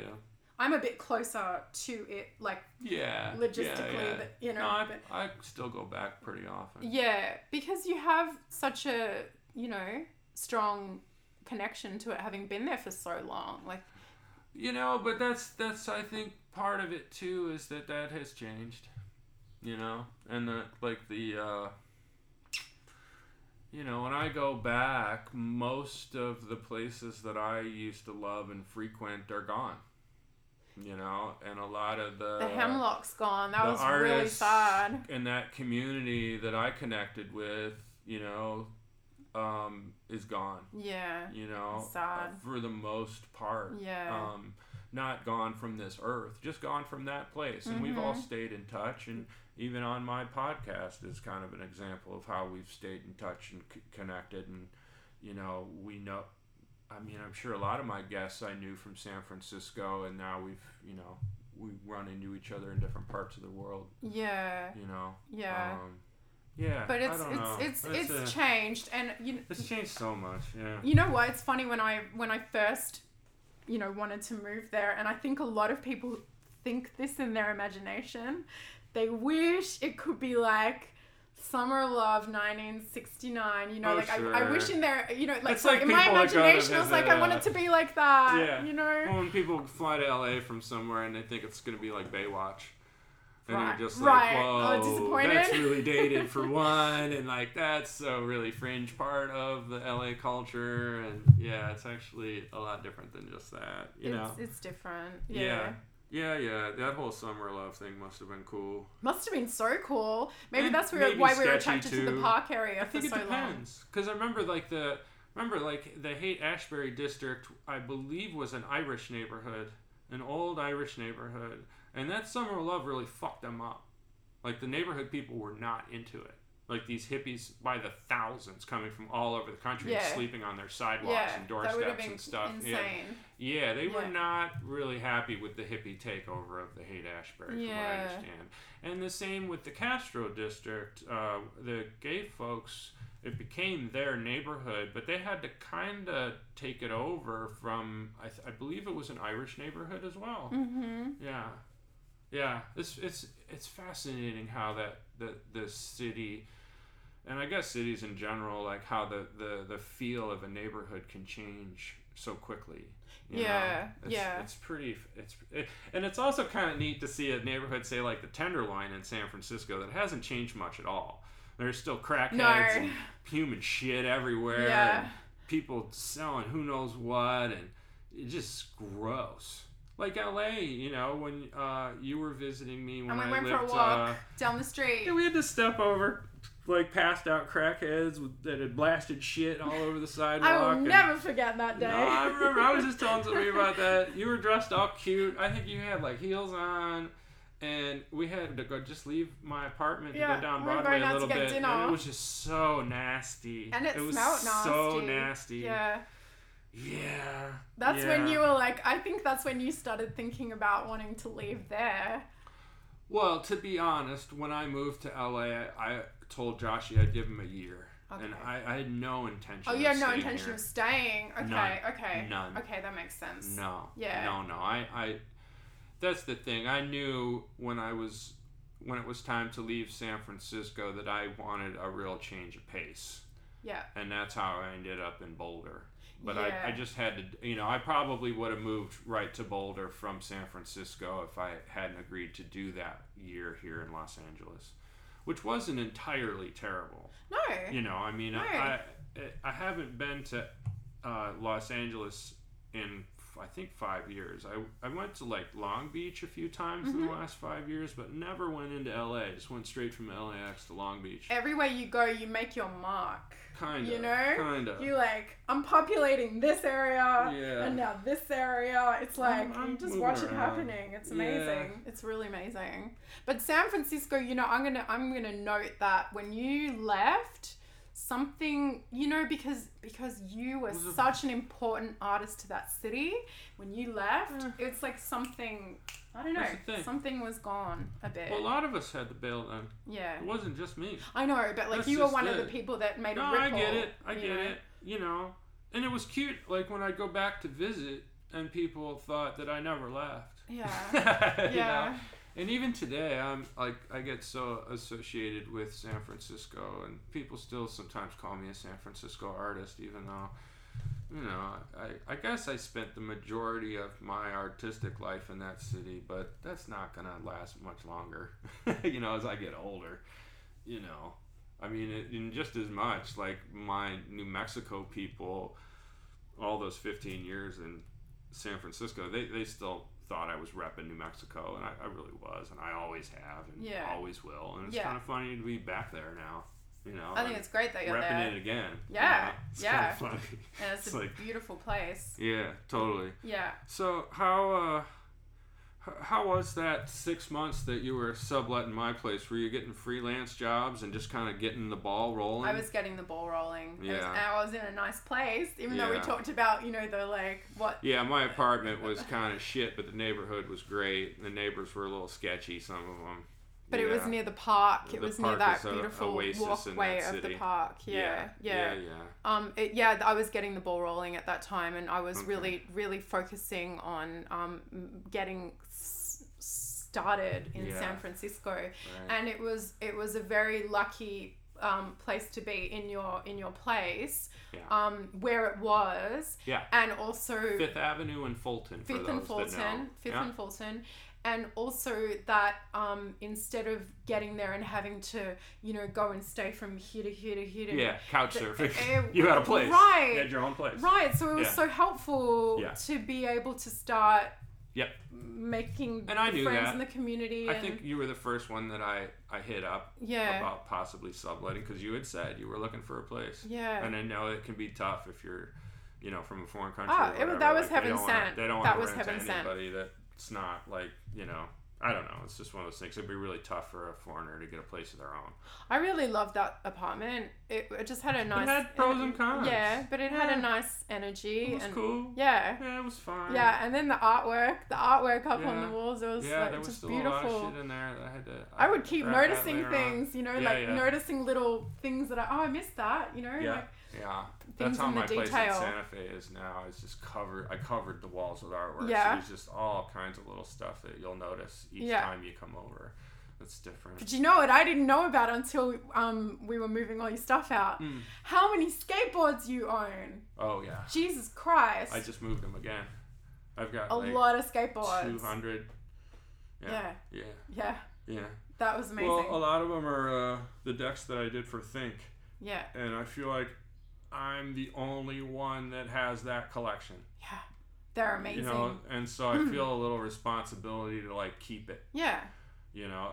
[SPEAKER 2] I'm a bit closer to it. Like
[SPEAKER 1] yeah, yeah,
[SPEAKER 2] logistically,
[SPEAKER 1] yeah, yeah.
[SPEAKER 2] but, you know,
[SPEAKER 1] No, I,
[SPEAKER 2] but-
[SPEAKER 1] I still go back pretty often.
[SPEAKER 2] yeah, because you have such a you know strong connection to it, having been there for so long. Like
[SPEAKER 1] You know, but that's that's I think part of it too is that that has changed. You know, and the like the uh you know, when I go back, most of the places that I used to love and frequent are gone. You know, and a lot of the
[SPEAKER 2] the hemlock's gone. That
[SPEAKER 1] Uh, the
[SPEAKER 2] was really sad.
[SPEAKER 1] and that community that I connected with, you know, um, is gone
[SPEAKER 2] Yeah.
[SPEAKER 1] you know,
[SPEAKER 2] Sad.
[SPEAKER 1] uh, for the most part.
[SPEAKER 2] Yeah.
[SPEAKER 1] Um, not gone from this earth, just gone from that place. And we've
[SPEAKER 2] Mm-hmm.
[SPEAKER 1] all stayed in touch. And even on my podcast is kind of an example of how we've stayed in touch and c- connected. And, you know, we know, I mean, I'm sure a lot of my guests I knew from San Francisco, and now we've, you know, we run into each other in different parts of the world,
[SPEAKER 2] Yeah.
[SPEAKER 1] you know.
[SPEAKER 2] Yeah.
[SPEAKER 1] Um, yeah.
[SPEAKER 2] but
[SPEAKER 1] I
[SPEAKER 2] it's
[SPEAKER 1] don't know.
[SPEAKER 2] it's it's
[SPEAKER 1] uh,
[SPEAKER 2] it's changed, and you
[SPEAKER 1] it's changed so much. Yeah.
[SPEAKER 2] you know what? It's funny when I when I first, you know, wanted to move there, and I think a lot of people think this in their imagination. They wish it could be like Summer Love 1969. You know,
[SPEAKER 1] Oh,
[SPEAKER 2] like I, I
[SPEAKER 1] sure.
[SPEAKER 2] wish in their you know, like,
[SPEAKER 1] It's
[SPEAKER 2] so
[SPEAKER 1] like
[SPEAKER 2] in my
[SPEAKER 1] people that go to
[SPEAKER 2] imagination, I was like,
[SPEAKER 1] visit,
[SPEAKER 2] I want
[SPEAKER 1] uh,
[SPEAKER 2] it to be like that.
[SPEAKER 1] yeah.
[SPEAKER 2] You know.
[SPEAKER 1] Well, when people fly to LA from somewhere and they think it's going to be like Baywatch. And
[SPEAKER 2] Right.
[SPEAKER 1] you're just
[SPEAKER 2] Right.
[SPEAKER 1] like,
[SPEAKER 2] Oh,
[SPEAKER 1] whoa,
[SPEAKER 2] disappointed."
[SPEAKER 1] that's
[SPEAKER 2] <laughs>
[SPEAKER 1] really dated for one, and like that's a really fringe part of the LA culture, and yeah, it's actually a lot different than just that, you know.
[SPEAKER 2] It's, it's different. yeah.
[SPEAKER 1] yeah, yeah, yeah. That whole summer love thing must have been cool.
[SPEAKER 2] Must have been so cool. Maybe
[SPEAKER 1] And
[SPEAKER 2] that's where,
[SPEAKER 1] maybe
[SPEAKER 2] why we were
[SPEAKER 1] sketchy
[SPEAKER 2] attracted to the
[SPEAKER 1] too.
[SPEAKER 2] park area
[SPEAKER 1] I think
[SPEAKER 2] for
[SPEAKER 1] it
[SPEAKER 2] so long.
[SPEAKER 1] depends because I remember like the remember like the Haight Ashbury district I believe was an Irish neighborhood, an old Irish neighborhood, and that summer of love really fucked them up. Like the neighborhood people were not into it. Like these hippies by the thousands coming from all over the country
[SPEAKER 2] Yeah.
[SPEAKER 1] and sleeping on their sidewalks
[SPEAKER 2] Yeah,
[SPEAKER 1] and
[SPEAKER 2] that would have
[SPEAKER 1] doorsteps
[SPEAKER 2] been
[SPEAKER 1] and stuff.
[SPEAKER 2] insane.
[SPEAKER 1] Yeah. Yeah, they were
[SPEAKER 2] Yeah.
[SPEAKER 1] not really happy with the hippie takeover of the Haight Ashbury, from what I
[SPEAKER 2] Yeah.
[SPEAKER 1] understand. And the same with the Castro district. Uh, the gay folks, it became their neighborhood, but they had to kind of take it over from, I, th- I believe it was an Irish neighborhood as well.
[SPEAKER 2] Mm-hmm.
[SPEAKER 1] Yeah, yeah. It's it's it's fascinating how that the the city, and I guess cities in general, like how the the the feel of a neighborhood can change so quickly. you know?
[SPEAKER 2] Yeah,
[SPEAKER 1] It's-
[SPEAKER 2] yeah.
[SPEAKER 1] It's pretty. It's it, and it's also kind of neat to see a neighborhood, say like the Tenderloin in San Francisco, that hasn't changed much at all. There's still crackheads
[SPEAKER 2] No.
[SPEAKER 1] and human shit everywhere.
[SPEAKER 2] Yeah.
[SPEAKER 1] and people selling who knows what and it's just gross. Like LA, you know, when uh, you were visiting me when
[SPEAKER 2] And we
[SPEAKER 1] I
[SPEAKER 2] went
[SPEAKER 1] lived,
[SPEAKER 2] for a walk
[SPEAKER 1] uh,
[SPEAKER 2] down the street.
[SPEAKER 1] yeah, <laughs> we had to step over like passed out crackheads with, that had blasted shit all over the sidewalk.
[SPEAKER 2] <laughs> I will
[SPEAKER 1] and-
[SPEAKER 2] never forget that day.
[SPEAKER 1] No, I remember. I was just telling
[SPEAKER 2] <laughs>
[SPEAKER 1] somebody about that. You were dressed all cute. I think you had like heels on, and we had to go just leave my apartment to
[SPEAKER 2] Yeah,
[SPEAKER 1] go down
[SPEAKER 2] we were
[SPEAKER 1] Broadway
[SPEAKER 2] going
[SPEAKER 1] a
[SPEAKER 2] out
[SPEAKER 1] little
[SPEAKER 2] to get
[SPEAKER 1] bit.
[SPEAKER 2] dinner.
[SPEAKER 1] And it was just so nasty.
[SPEAKER 2] And it
[SPEAKER 1] was
[SPEAKER 2] smelled
[SPEAKER 1] so
[SPEAKER 2] nasty.
[SPEAKER 1] nasty.
[SPEAKER 2] yeah,
[SPEAKER 1] Yeah.
[SPEAKER 2] that's when
[SPEAKER 1] yeah.
[SPEAKER 2] you were like, I think that's when you started thinking about wanting to leave there.
[SPEAKER 1] Well, to be honest, when I moved to LA, I, I told Joshy I'd give him a year, and
[SPEAKER 2] Okay.
[SPEAKER 1] I, I had no intention.
[SPEAKER 2] Oh,
[SPEAKER 1] of
[SPEAKER 2] you had no
[SPEAKER 1] staying
[SPEAKER 2] intention
[SPEAKER 1] here.
[SPEAKER 2] of staying. Okay,
[SPEAKER 1] None.
[SPEAKER 2] okay,
[SPEAKER 1] None.
[SPEAKER 2] okay, that makes sense.
[SPEAKER 1] No.
[SPEAKER 2] Yeah.
[SPEAKER 1] No, no. I, I. That's the thing. I knew when I was, when it was time to leave San Francisco, that I wanted a real change of pace,
[SPEAKER 2] Yeah,
[SPEAKER 1] and that's how I ended up in Boulder. But
[SPEAKER 2] Yeah.
[SPEAKER 1] I, I just had to, you know, I probably would have moved right to Boulder from San Francisco if I hadn't agreed to do that year here in Los Angeles, which wasn't entirely terrible
[SPEAKER 2] no,
[SPEAKER 1] you know i mean I,
[SPEAKER 2] Eh, Right.
[SPEAKER 1] I i haven't been to uh, los angeles in f- i think five years i, I went to like long beach a few times in the
[SPEAKER 2] Mm-hmm.
[SPEAKER 1] last five years but never went into la just went straight from lax to long beach
[SPEAKER 2] everywhere you go, you make your mark.
[SPEAKER 1] kind of
[SPEAKER 2] Eh, you know,
[SPEAKER 1] kind of
[SPEAKER 2] You like, I'm populating this area,
[SPEAKER 1] Yeah.
[SPEAKER 2] and now this area. It's like
[SPEAKER 1] I'm
[SPEAKER 2] you just
[SPEAKER 1] moving
[SPEAKER 2] watch it
[SPEAKER 1] around.
[SPEAKER 2] happening. It's
[SPEAKER 1] Yeah.
[SPEAKER 2] amazing. It's really amazing. But San Francisco, you know, I'm gonna I'm gonna note that when you left, something you know because because you were
[SPEAKER 1] Was it-
[SPEAKER 2] such an important artist to that city when you left
[SPEAKER 1] Yeah.
[SPEAKER 2] it's like something i don't know
[SPEAKER 1] That's the thing.
[SPEAKER 2] something was gone a bit
[SPEAKER 1] Well, a lot of us had to bail then.
[SPEAKER 2] yeah
[SPEAKER 1] It wasn't just me.
[SPEAKER 2] i know but like
[SPEAKER 1] That's
[SPEAKER 2] you were
[SPEAKER 1] just
[SPEAKER 2] one of the
[SPEAKER 1] it.
[SPEAKER 2] people that made
[SPEAKER 1] No,
[SPEAKER 2] a
[SPEAKER 1] I
[SPEAKER 2] ripple
[SPEAKER 1] get it. I
[SPEAKER 2] you
[SPEAKER 1] get
[SPEAKER 2] know?
[SPEAKER 1] it. You know, and it was cute. Like when I go back to visit, and people thought that I never left. <laughs>
[SPEAKER 2] yeah
[SPEAKER 1] Yeah.
[SPEAKER 2] yeah
[SPEAKER 1] And even today, I'm like I get so associated with San Francisco, and people still sometimes call me a San Francisco artist, even though, you know, I, I guess I spent the majority of my artistic life in that city, but that's not gonna last much longer, <laughs> you know, as I get older, you know. I mean, it, and just as much like my New Mexico people, all those 15 years in San Francisco, they, they still thought I was repping New Mexico, and I, I really was, and I always have, and
[SPEAKER 2] Yeah.
[SPEAKER 1] always will. And it's
[SPEAKER 2] Yeah.
[SPEAKER 1] kind of funny to be back there now, you know.
[SPEAKER 2] i think it's great that
[SPEAKER 1] and
[SPEAKER 2] you're
[SPEAKER 1] repping
[SPEAKER 2] there
[SPEAKER 1] it again. you
[SPEAKER 2] Yeah,
[SPEAKER 1] know? It's
[SPEAKER 2] yeah.
[SPEAKER 1] Kind of funny.
[SPEAKER 2] and it's,
[SPEAKER 1] it's
[SPEAKER 2] a
[SPEAKER 1] like-
[SPEAKER 2] beautiful place
[SPEAKER 1] yeah, totally.
[SPEAKER 2] yeah
[SPEAKER 1] So how uh, h- how was that six months that you were subletting my place? Were you getting freelance jobs and just kind of getting the ball rolling?
[SPEAKER 2] I was getting the ball rolling. It was-
[SPEAKER 1] Yeah.
[SPEAKER 2] and I was in a nice place, even though we
[SPEAKER 1] Yeah.
[SPEAKER 2] talked about, you know, the like what.
[SPEAKER 1] Yeah, my apartment was kind of shit, but the neighborhood was great. The neighbors were a little sketchy, some of them.
[SPEAKER 2] But it was
[SPEAKER 1] Yeah.
[SPEAKER 2] near the park. It
[SPEAKER 1] The
[SPEAKER 2] was near
[SPEAKER 1] park
[SPEAKER 2] that
[SPEAKER 1] is a
[SPEAKER 2] beautiful
[SPEAKER 1] oasis in that
[SPEAKER 2] walkway of the
[SPEAKER 1] city.
[SPEAKER 2] park. Yeah, yeah.
[SPEAKER 1] yeah, yeah.
[SPEAKER 2] Um, it, yeah, I was getting the ball rolling at that time, and I was
[SPEAKER 1] Okay.
[SPEAKER 2] really, really focusing on um, m- getting s- started in
[SPEAKER 1] Yeah.
[SPEAKER 2] San Francisco.
[SPEAKER 1] Right.
[SPEAKER 2] and it was it was a very lucky um, place to be in your in your place
[SPEAKER 1] Yeah.
[SPEAKER 2] um, where it was
[SPEAKER 1] Yeah.
[SPEAKER 2] and also
[SPEAKER 1] Fifth Avenue and Fulton. for
[SPEAKER 2] Fifth
[SPEAKER 1] those
[SPEAKER 2] and
[SPEAKER 1] that
[SPEAKER 2] Fulton,
[SPEAKER 1] know.
[SPEAKER 2] Fifth
[SPEAKER 1] yeah.
[SPEAKER 2] and Fulton, and also that um, instead of getting there and having to, you know, go and stay from here to here to here to
[SPEAKER 1] yeah, couch
[SPEAKER 2] the-
[SPEAKER 1] surfing.
[SPEAKER 2] eh,
[SPEAKER 1] <laughs> you had a place.
[SPEAKER 2] right.
[SPEAKER 1] You had your own place.
[SPEAKER 2] right. So it was
[SPEAKER 1] Yeah.
[SPEAKER 2] so helpful
[SPEAKER 1] Yeah.
[SPEAKER 2] to be able to start
[SPEAKER 1] Yep.
[SPEAKER 2] making
[SPEAKER 1] And I
[SPEAKER 2] the
[SPEAKER 1] knew
[SPEAKER 2] friends
[SPEAKER 1] that.
[SPEAKER 2] in the community.
[SPEAKER 1] I
[SPEAKER 2] and
[SPEAKER 1] think you were the first one that I I hit up
[SPEAKER 2] yeah,
[SPEAKER 1] about possibly subletting because you had said you were looking for a place.
[SPEAKER 2] yeah.
[SPEAKER 1] And I know it can be tough if you're, you know, from a foreign country. or
[SPEAKER 2] Ah, it was-
[SPEAKER 1] whatever.
[SPEAKER 2] that was
[SPEAKER 1] Like,
[SPEAKER 2] heaven
[SPEAKER 1] they don't wanna-
[SPEAKER 2] sent.
[SPEAKER 1] they don't
[SPEAKER 2] That
[SPEAKER 1] want
[SPEAKER 2] was
[SPEAKER 1] to rent to
[SPEAKER 2] heaven sent.
[SPEAKER 1] anybody that's not like you know. I don't know. It's just one of those things. It'd be really tough for a foreigner to get a place of their own.
[SPEAKER 2] I really loved that apartment. It, it just had a nice.
[SPEAKER 1] had pros and cons.
[SPEAKER 2] Yeah, but it had
[SPEAKER 1] Yeah.
[SPEAKER 2] a nice energy.
[SPEAKER 1] It was
[SPEAKER 2] and,
[SPEAKER 1] cool.
[SPEAKER 2] Yeah.
[SPEAKER 1] Yeah, it was fine.
[SPEAKER 2] Yeah, and then the artwork, the artwork up on
[SPEAKER 1] Yeah.
[SPEAKER 2] the walls, it was
[SPEAKER 1] Yeah,
[SPEAKER 2] like
[SPEAKER 1] there was
[SPEAKER 2] just
[SPEAKER 1] still
[SPEAKER 2] beautiful.
[SPEAKER 1] a lot of shit in there that I had to.
[SPEAKER 2] I would keep
[SPEAKER 1] grab at
[SPEAKER 2] noticing
[SPEAKER 1] later on.
[SPEAKER 2] things, you know,
[SPEAKER 1] Yeah,
[SPEAKER 2] like
[SPEAKER 1] yeah.
[SPEAKER 2] noticing little things that I oh I missed that, you know,
[SPEAKER 1] Yeah.
[SPEAKER 2] like
[SPEAKER 1] Yeah,
[SPEAKER 2] things
[SPEAKER 1] that's how
[SPEAKER 2] in the
[SPEAKER 1] my place in
[SPEAKER 2] detail.
[SPEAKER 1] Santa Fe is now. It's just covered. I covered the walls with artwork. So
[SPEAKER 2] Yeah.
[SPEAKER 1] there's just all kinds of little stuff that you'll notice each
[SPEAKER 2] Yeah.
[SPEAKER 1] time you come over. That's different.
[SPEAKER 2] But you know what I didn't know about until um we were moving all your stuff out.
[SPEAKER 1] Mm.
[SPEAKER 2] How many skateboards you own?
[SPEAKER 1] Oh yeah,
[SPEAKER 2] Jesus Christ!
[SPEAKER 1] I just moved them again. I've got
[SPEAKER 2] a
[SPEAKER 1] like
[SPEAKER 2] lot of skateboards.
[SPEAKER 1] two hundred. Yeah.
[SPEAKER 2] Yeah.
[SPEAKER 1] Yeah.
[SPEAKER 2] Yeah,
[SPEAKER 1] Yeah.
[SPEAKER 2] that was amazing.
[SPEAKER 1] Well, a lot of them are uh, the decks that I did for Think,
[SPEAKER 2] yeah,
[SPEAKER 1] and I feel like I'm the only one that has that collection.
[SPEAKER 2] yeah, they're amazing.
[SPEAKER 1] You know, and so
[SPEAKER 2] <clears throat>
[SPEAKER 1] I feel a little responsibility to like keep it.
[SPEAKER 2] yeah,
[SPEAKER 1] You know,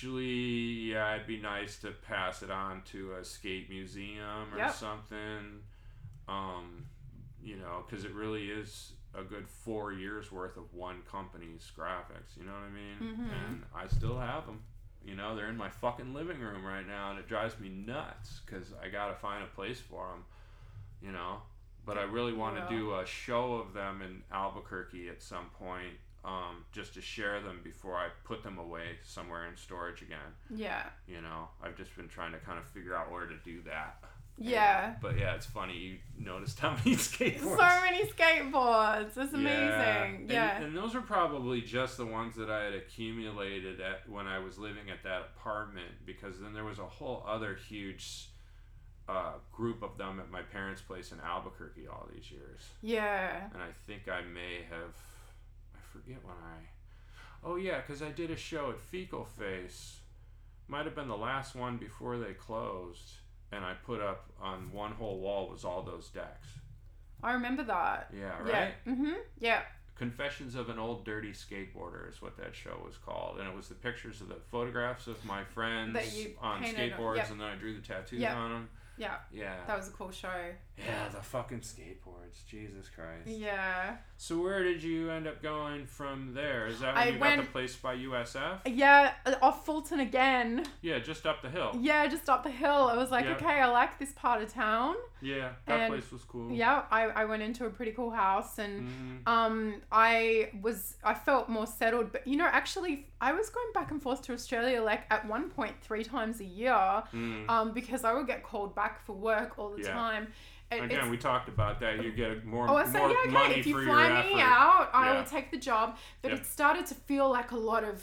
[SPEAKER 1] eventually, yeah, it'd be nice to pass it on to a skate museum or
[SPEAKER 2] Yep.
[SPEAKER 1] something. Um, you know, because it really is a good four years worth of one company's graphics. You know what I mean?
[SPEAKER 2] Mhm.
[SPEAKER 1] And I still have them. You know, they're in my fucking living room right now, and it drives me nuts because I gotta find a place for them. You know, but I really want to
[SPEAKER 2] Yeah.
[SPEAKER 1] do a show of them in Albuquerque at some point um, just to share them before I put them away somewhere in storage again.
[SPEAKER 2] yeah,
[SPEAKER 1] You know, I've just been trying to kind of figure out where to do that.
[SPEAKER 2] yeah.
[SPEAKER 1] And- but yeah, it's funny you noticed how many <laughs> skateboards.
[SPEAKER 2] So many skateboards. It's amazing.
[SPEAKER 1] And-
[SPEAKER 2] Yeah.
[SPEAKER 1] And, those are probably just the ones that I had accumulated at when I was living at that apartment because then there was a whole other huge uh, group of them at my parents' place in Albuquerque all these years
[SPEAKER 2] yeah.
[SPEAKER 1] and I think I may have I forget when I oh yeah because I did a show at Fecal Face might have been the last one before they closed and I put up on one whole wall was all those decks
[SPEAKER 2] I remember that.
[SPEAKER 1] yeah right
[SPEAKER 2] Yeah. Mm-hmm. Yeah.
[SPEAKER 1] Confessions of an Old Dirty Skateboarder is what that show was called and it was the pictures of the photographs of my friends
[SPEAKER 2] That you
[SPEAKER 1] on
[SPEAKER 2] painted on-
[SPEAKER 1] skateboards
[SPEAKER 2] yep.
[SPEAKER 1] and then I drew the tattoos
[SPEAKER 2] Yep.
[SPEAKER 1] on them
[SPEAKER 2] Yeah,
[SPEAKER 1] Yeah.
[SPEAKER 2] that was a cool show.
[SPEAKER 1] yeah, the fucking skateboards. Jesus Christ.
[SPEAKER 2] Yeah.
[SPEAKER 1] So where did you end up going from there? Is that when
[SPEAKER 2] I
[SPEAKER 1] you got the
[SPEAKER 2] went-
[SPEAKER 1] place by USF?
[SPEAKER 2] Yeah, uh, off Fulton again.
[SPEAKER 1] Yeah, just up the hill.
[SPEAKER 2] Yeah, just up the hill. I was like,
[SPEAKER 1] Yeah.
[SPEAKER 2] okay, I like this part of town.
[SPEAKER 1] Yeah, that
[SPEAKER 2] And-
[SPEAKER 1] place was cool.
[SPEAKER 2] Yeah, I, I went into a pretty cool house and
[SPEAKER 1] hmm
[SPEAKER 2] um I was I felt more settled. But you know, actually I was going back and forth to Australia like at one point three times a year
[SPEAKER 1] Mm.
[SPEAKER 2] um because I would get called back for work all the
[SPEAKER 1] Yeah.
[SPEAKER 2] time. It- it's-
[SPEAKER 1] Again, we talked about that. You get more,
[SPEAKER 2] Oh, I
[SPEAKER 1] more
[SPEAKER 2] said, yeah, okay,
[SPEAKER 1] money
[SPEAKER 2] if you
[SPEAKER 1] for
[SPEAKER 2] fly
[SPEAKER 1] your
[SPEAKER 2] me
[SPEAKER 1] effort.
[SPEAKER 2] out, I
[SPEAKER 1] Yeah.
[SPEAKER 2] will take the job. But
[SPEAKER 1] Yep.
[SPEAKER 2] it started to feel like a lot of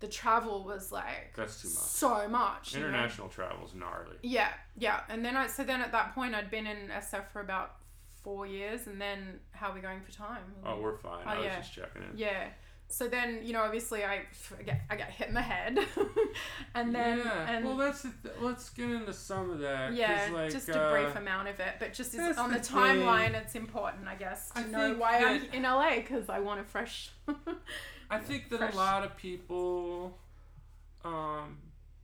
[SPEAKER 2] the travel was like
[SPEAKER 1] That's too much.
[SPEAKER 2] So much. you know?
[SPEAKER 1] International travel's gnarly.
[SPEAKER 2] Yeah, yeah. And then I so then at that point I'd been in SF for about four years and then how are we going for time?
[SPEAKER 1] Oh, we're fine.
[SPEAKER 2] Oh,
[SPEAKER 1] I was
[SPEAKER 2] yeah.
[SPEAKER 1] just checking in.
[SPEAKER 2] Yeah. So then, you know, obviously I, I get I get hit in the head. <laughs> and then
[SPEAKER 1] yeah.
[SPEAKER 2] and
[SPEAKER 1] well, that's the th- let's get into some of that. 'cause,
[SPEAKER 2] yeah,
[SPEAKER 1] like,
[SPEAKER 2] just
[SPEAKER 1] uh,
[SPEAKER 2] a brief amount of it, but just is,
[SPEAKER 1] that's
[SPEAKER 2] on the,
[SPEAKER 1] the
[SPEAKER 2] timeline, it's important, I guess, to
[SPEAKER 1] I
[SPEAKER 2] know
[SPEAKER 1] think
[SPEAKER 2] why I'm
[SPEAKER 1] that-
[SPEAKER 2] in LA because I want a fresh. <laughs>
[SPEAKER 1] I think that
[SPEAKER 2] Fresh.
[SPEAKER 1] a lot of people, um,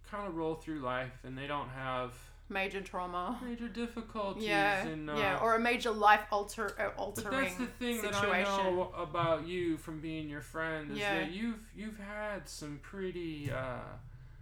[SPEAKER 1] kind of roll through life and they don't have
[SPEAKER 2] major trauma.
[SPEAKER 1] major difficulties.
[SPEAKER 2] Yeah,
[SPEAKER 1] and, uh,
[SPEAKER 2] yeah, or a major life alter uh,
[SPEAKER 1] But
[SPEAKER 2] altering
[SPEAKER 1] that's the thing
[SPEAKER 2] situation.
[SPEAKER 1] that I know about you from being your friend is
[SPEAKER 2] Yeah.
[SPEAKER 1] that you've you've had some pretty uh,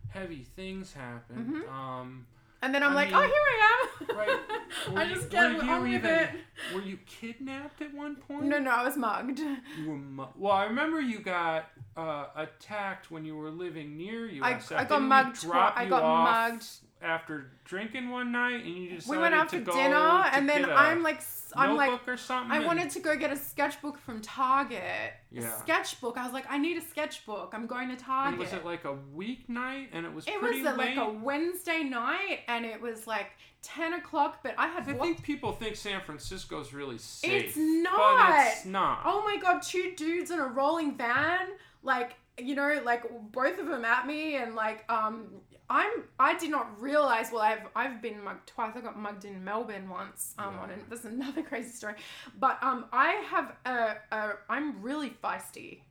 [SPEAKER 1] heavy things happen.
[SPEAKER 2] Mhm.
[SPEAKER 1] Um,
[SPEAKER 2] And then I'm
[SPEAKER 1] I
[SPEAKER 2] like,
[SPEAKER 1] mean-
[SPEAKER 2] oh, here I
[SPEAKER 1] <laughs>
[SPEAKER 2] am.
[SPEAKER 1] right?
[SPEAKER 2] <laughs> I
[SPEAKER 1] were you-
[SPEAKER 2] just get
[SPEAKER 1] were you
[SPEAKER 2] on with
[SPEAKER 1] even-
[SPEAKER 2] it.
[SPEAKER 1] Were you kidnapped at one point?
[SPEAKER 2] No, no, I was mugged.
[SPEAKER 1] You were mu- well, I remember you got uh, attacked when you were living near USF.
[SPEAKER 2] I, I got
[SPEAKER 1] Didn't we
[SPEAKER 2] mugged. twi-
[SPEAKER 1] Drop
[SPEAKER 2] I
[SPEAKER 1] you
[SPEAKER 2] got
[SPEAKER 1] off
[SPEAKER 2] mugged.
[SPEAKER 1] after drinking one night, and you just
[SPEAKER 2] We went out for
[SPEAKER 1] to
[SPEAKER 2] dinner,
[SPEAKER 1] go to
[SPEAKER 2] and then
[SPEAKER 1] get a
[SPEAKER 2] I'm like, s- I'm like,
[SPEAKER 1] notebook or something.
[SPEAKER 2] I
[SPEAKER 1] and-
[SPEAKER 2] wanted to go get a sketchbook from Target.
[SPEAKER 1] Yeah.
[SPEAKER 2] A sketchbook. I was like, I need a sketchbook. I'm going to
[SPEAKER 1] And
[SPEAKER 2] Target.
[SPEAKER 1] was it like a weeknight? And it was
[SPEAKER 2] It was
[SPEAKER 1] pretty
[SPEAKER 2] a,
[SPEAKER 1] late.
[SPEAKER 2] like a Wednesday night, and it was like ten o'clock. But I had
[SPEAKER 1] I
[SPEAKER 2] walked.
[SPEAKER 1] think people think San Francisco's really safe.
[SPEAKER 2] It's
[SPEAKER 1] But
[SPEAKER 2] not.
[SPEAKER 1] it's not.
[SPEAKER 2] Oh my god, two dudes in a rolling van, like you know, like both of them at me, and like um, I'm I did not realize. Well, I've I've been mugged twice. I got mugged in Melbourne once. Um, on
[SPEAKER 1] Yeah.
[SPEAKER 2] an, this is another <laughs> crazy story, but um, I have a, a I'm really feisty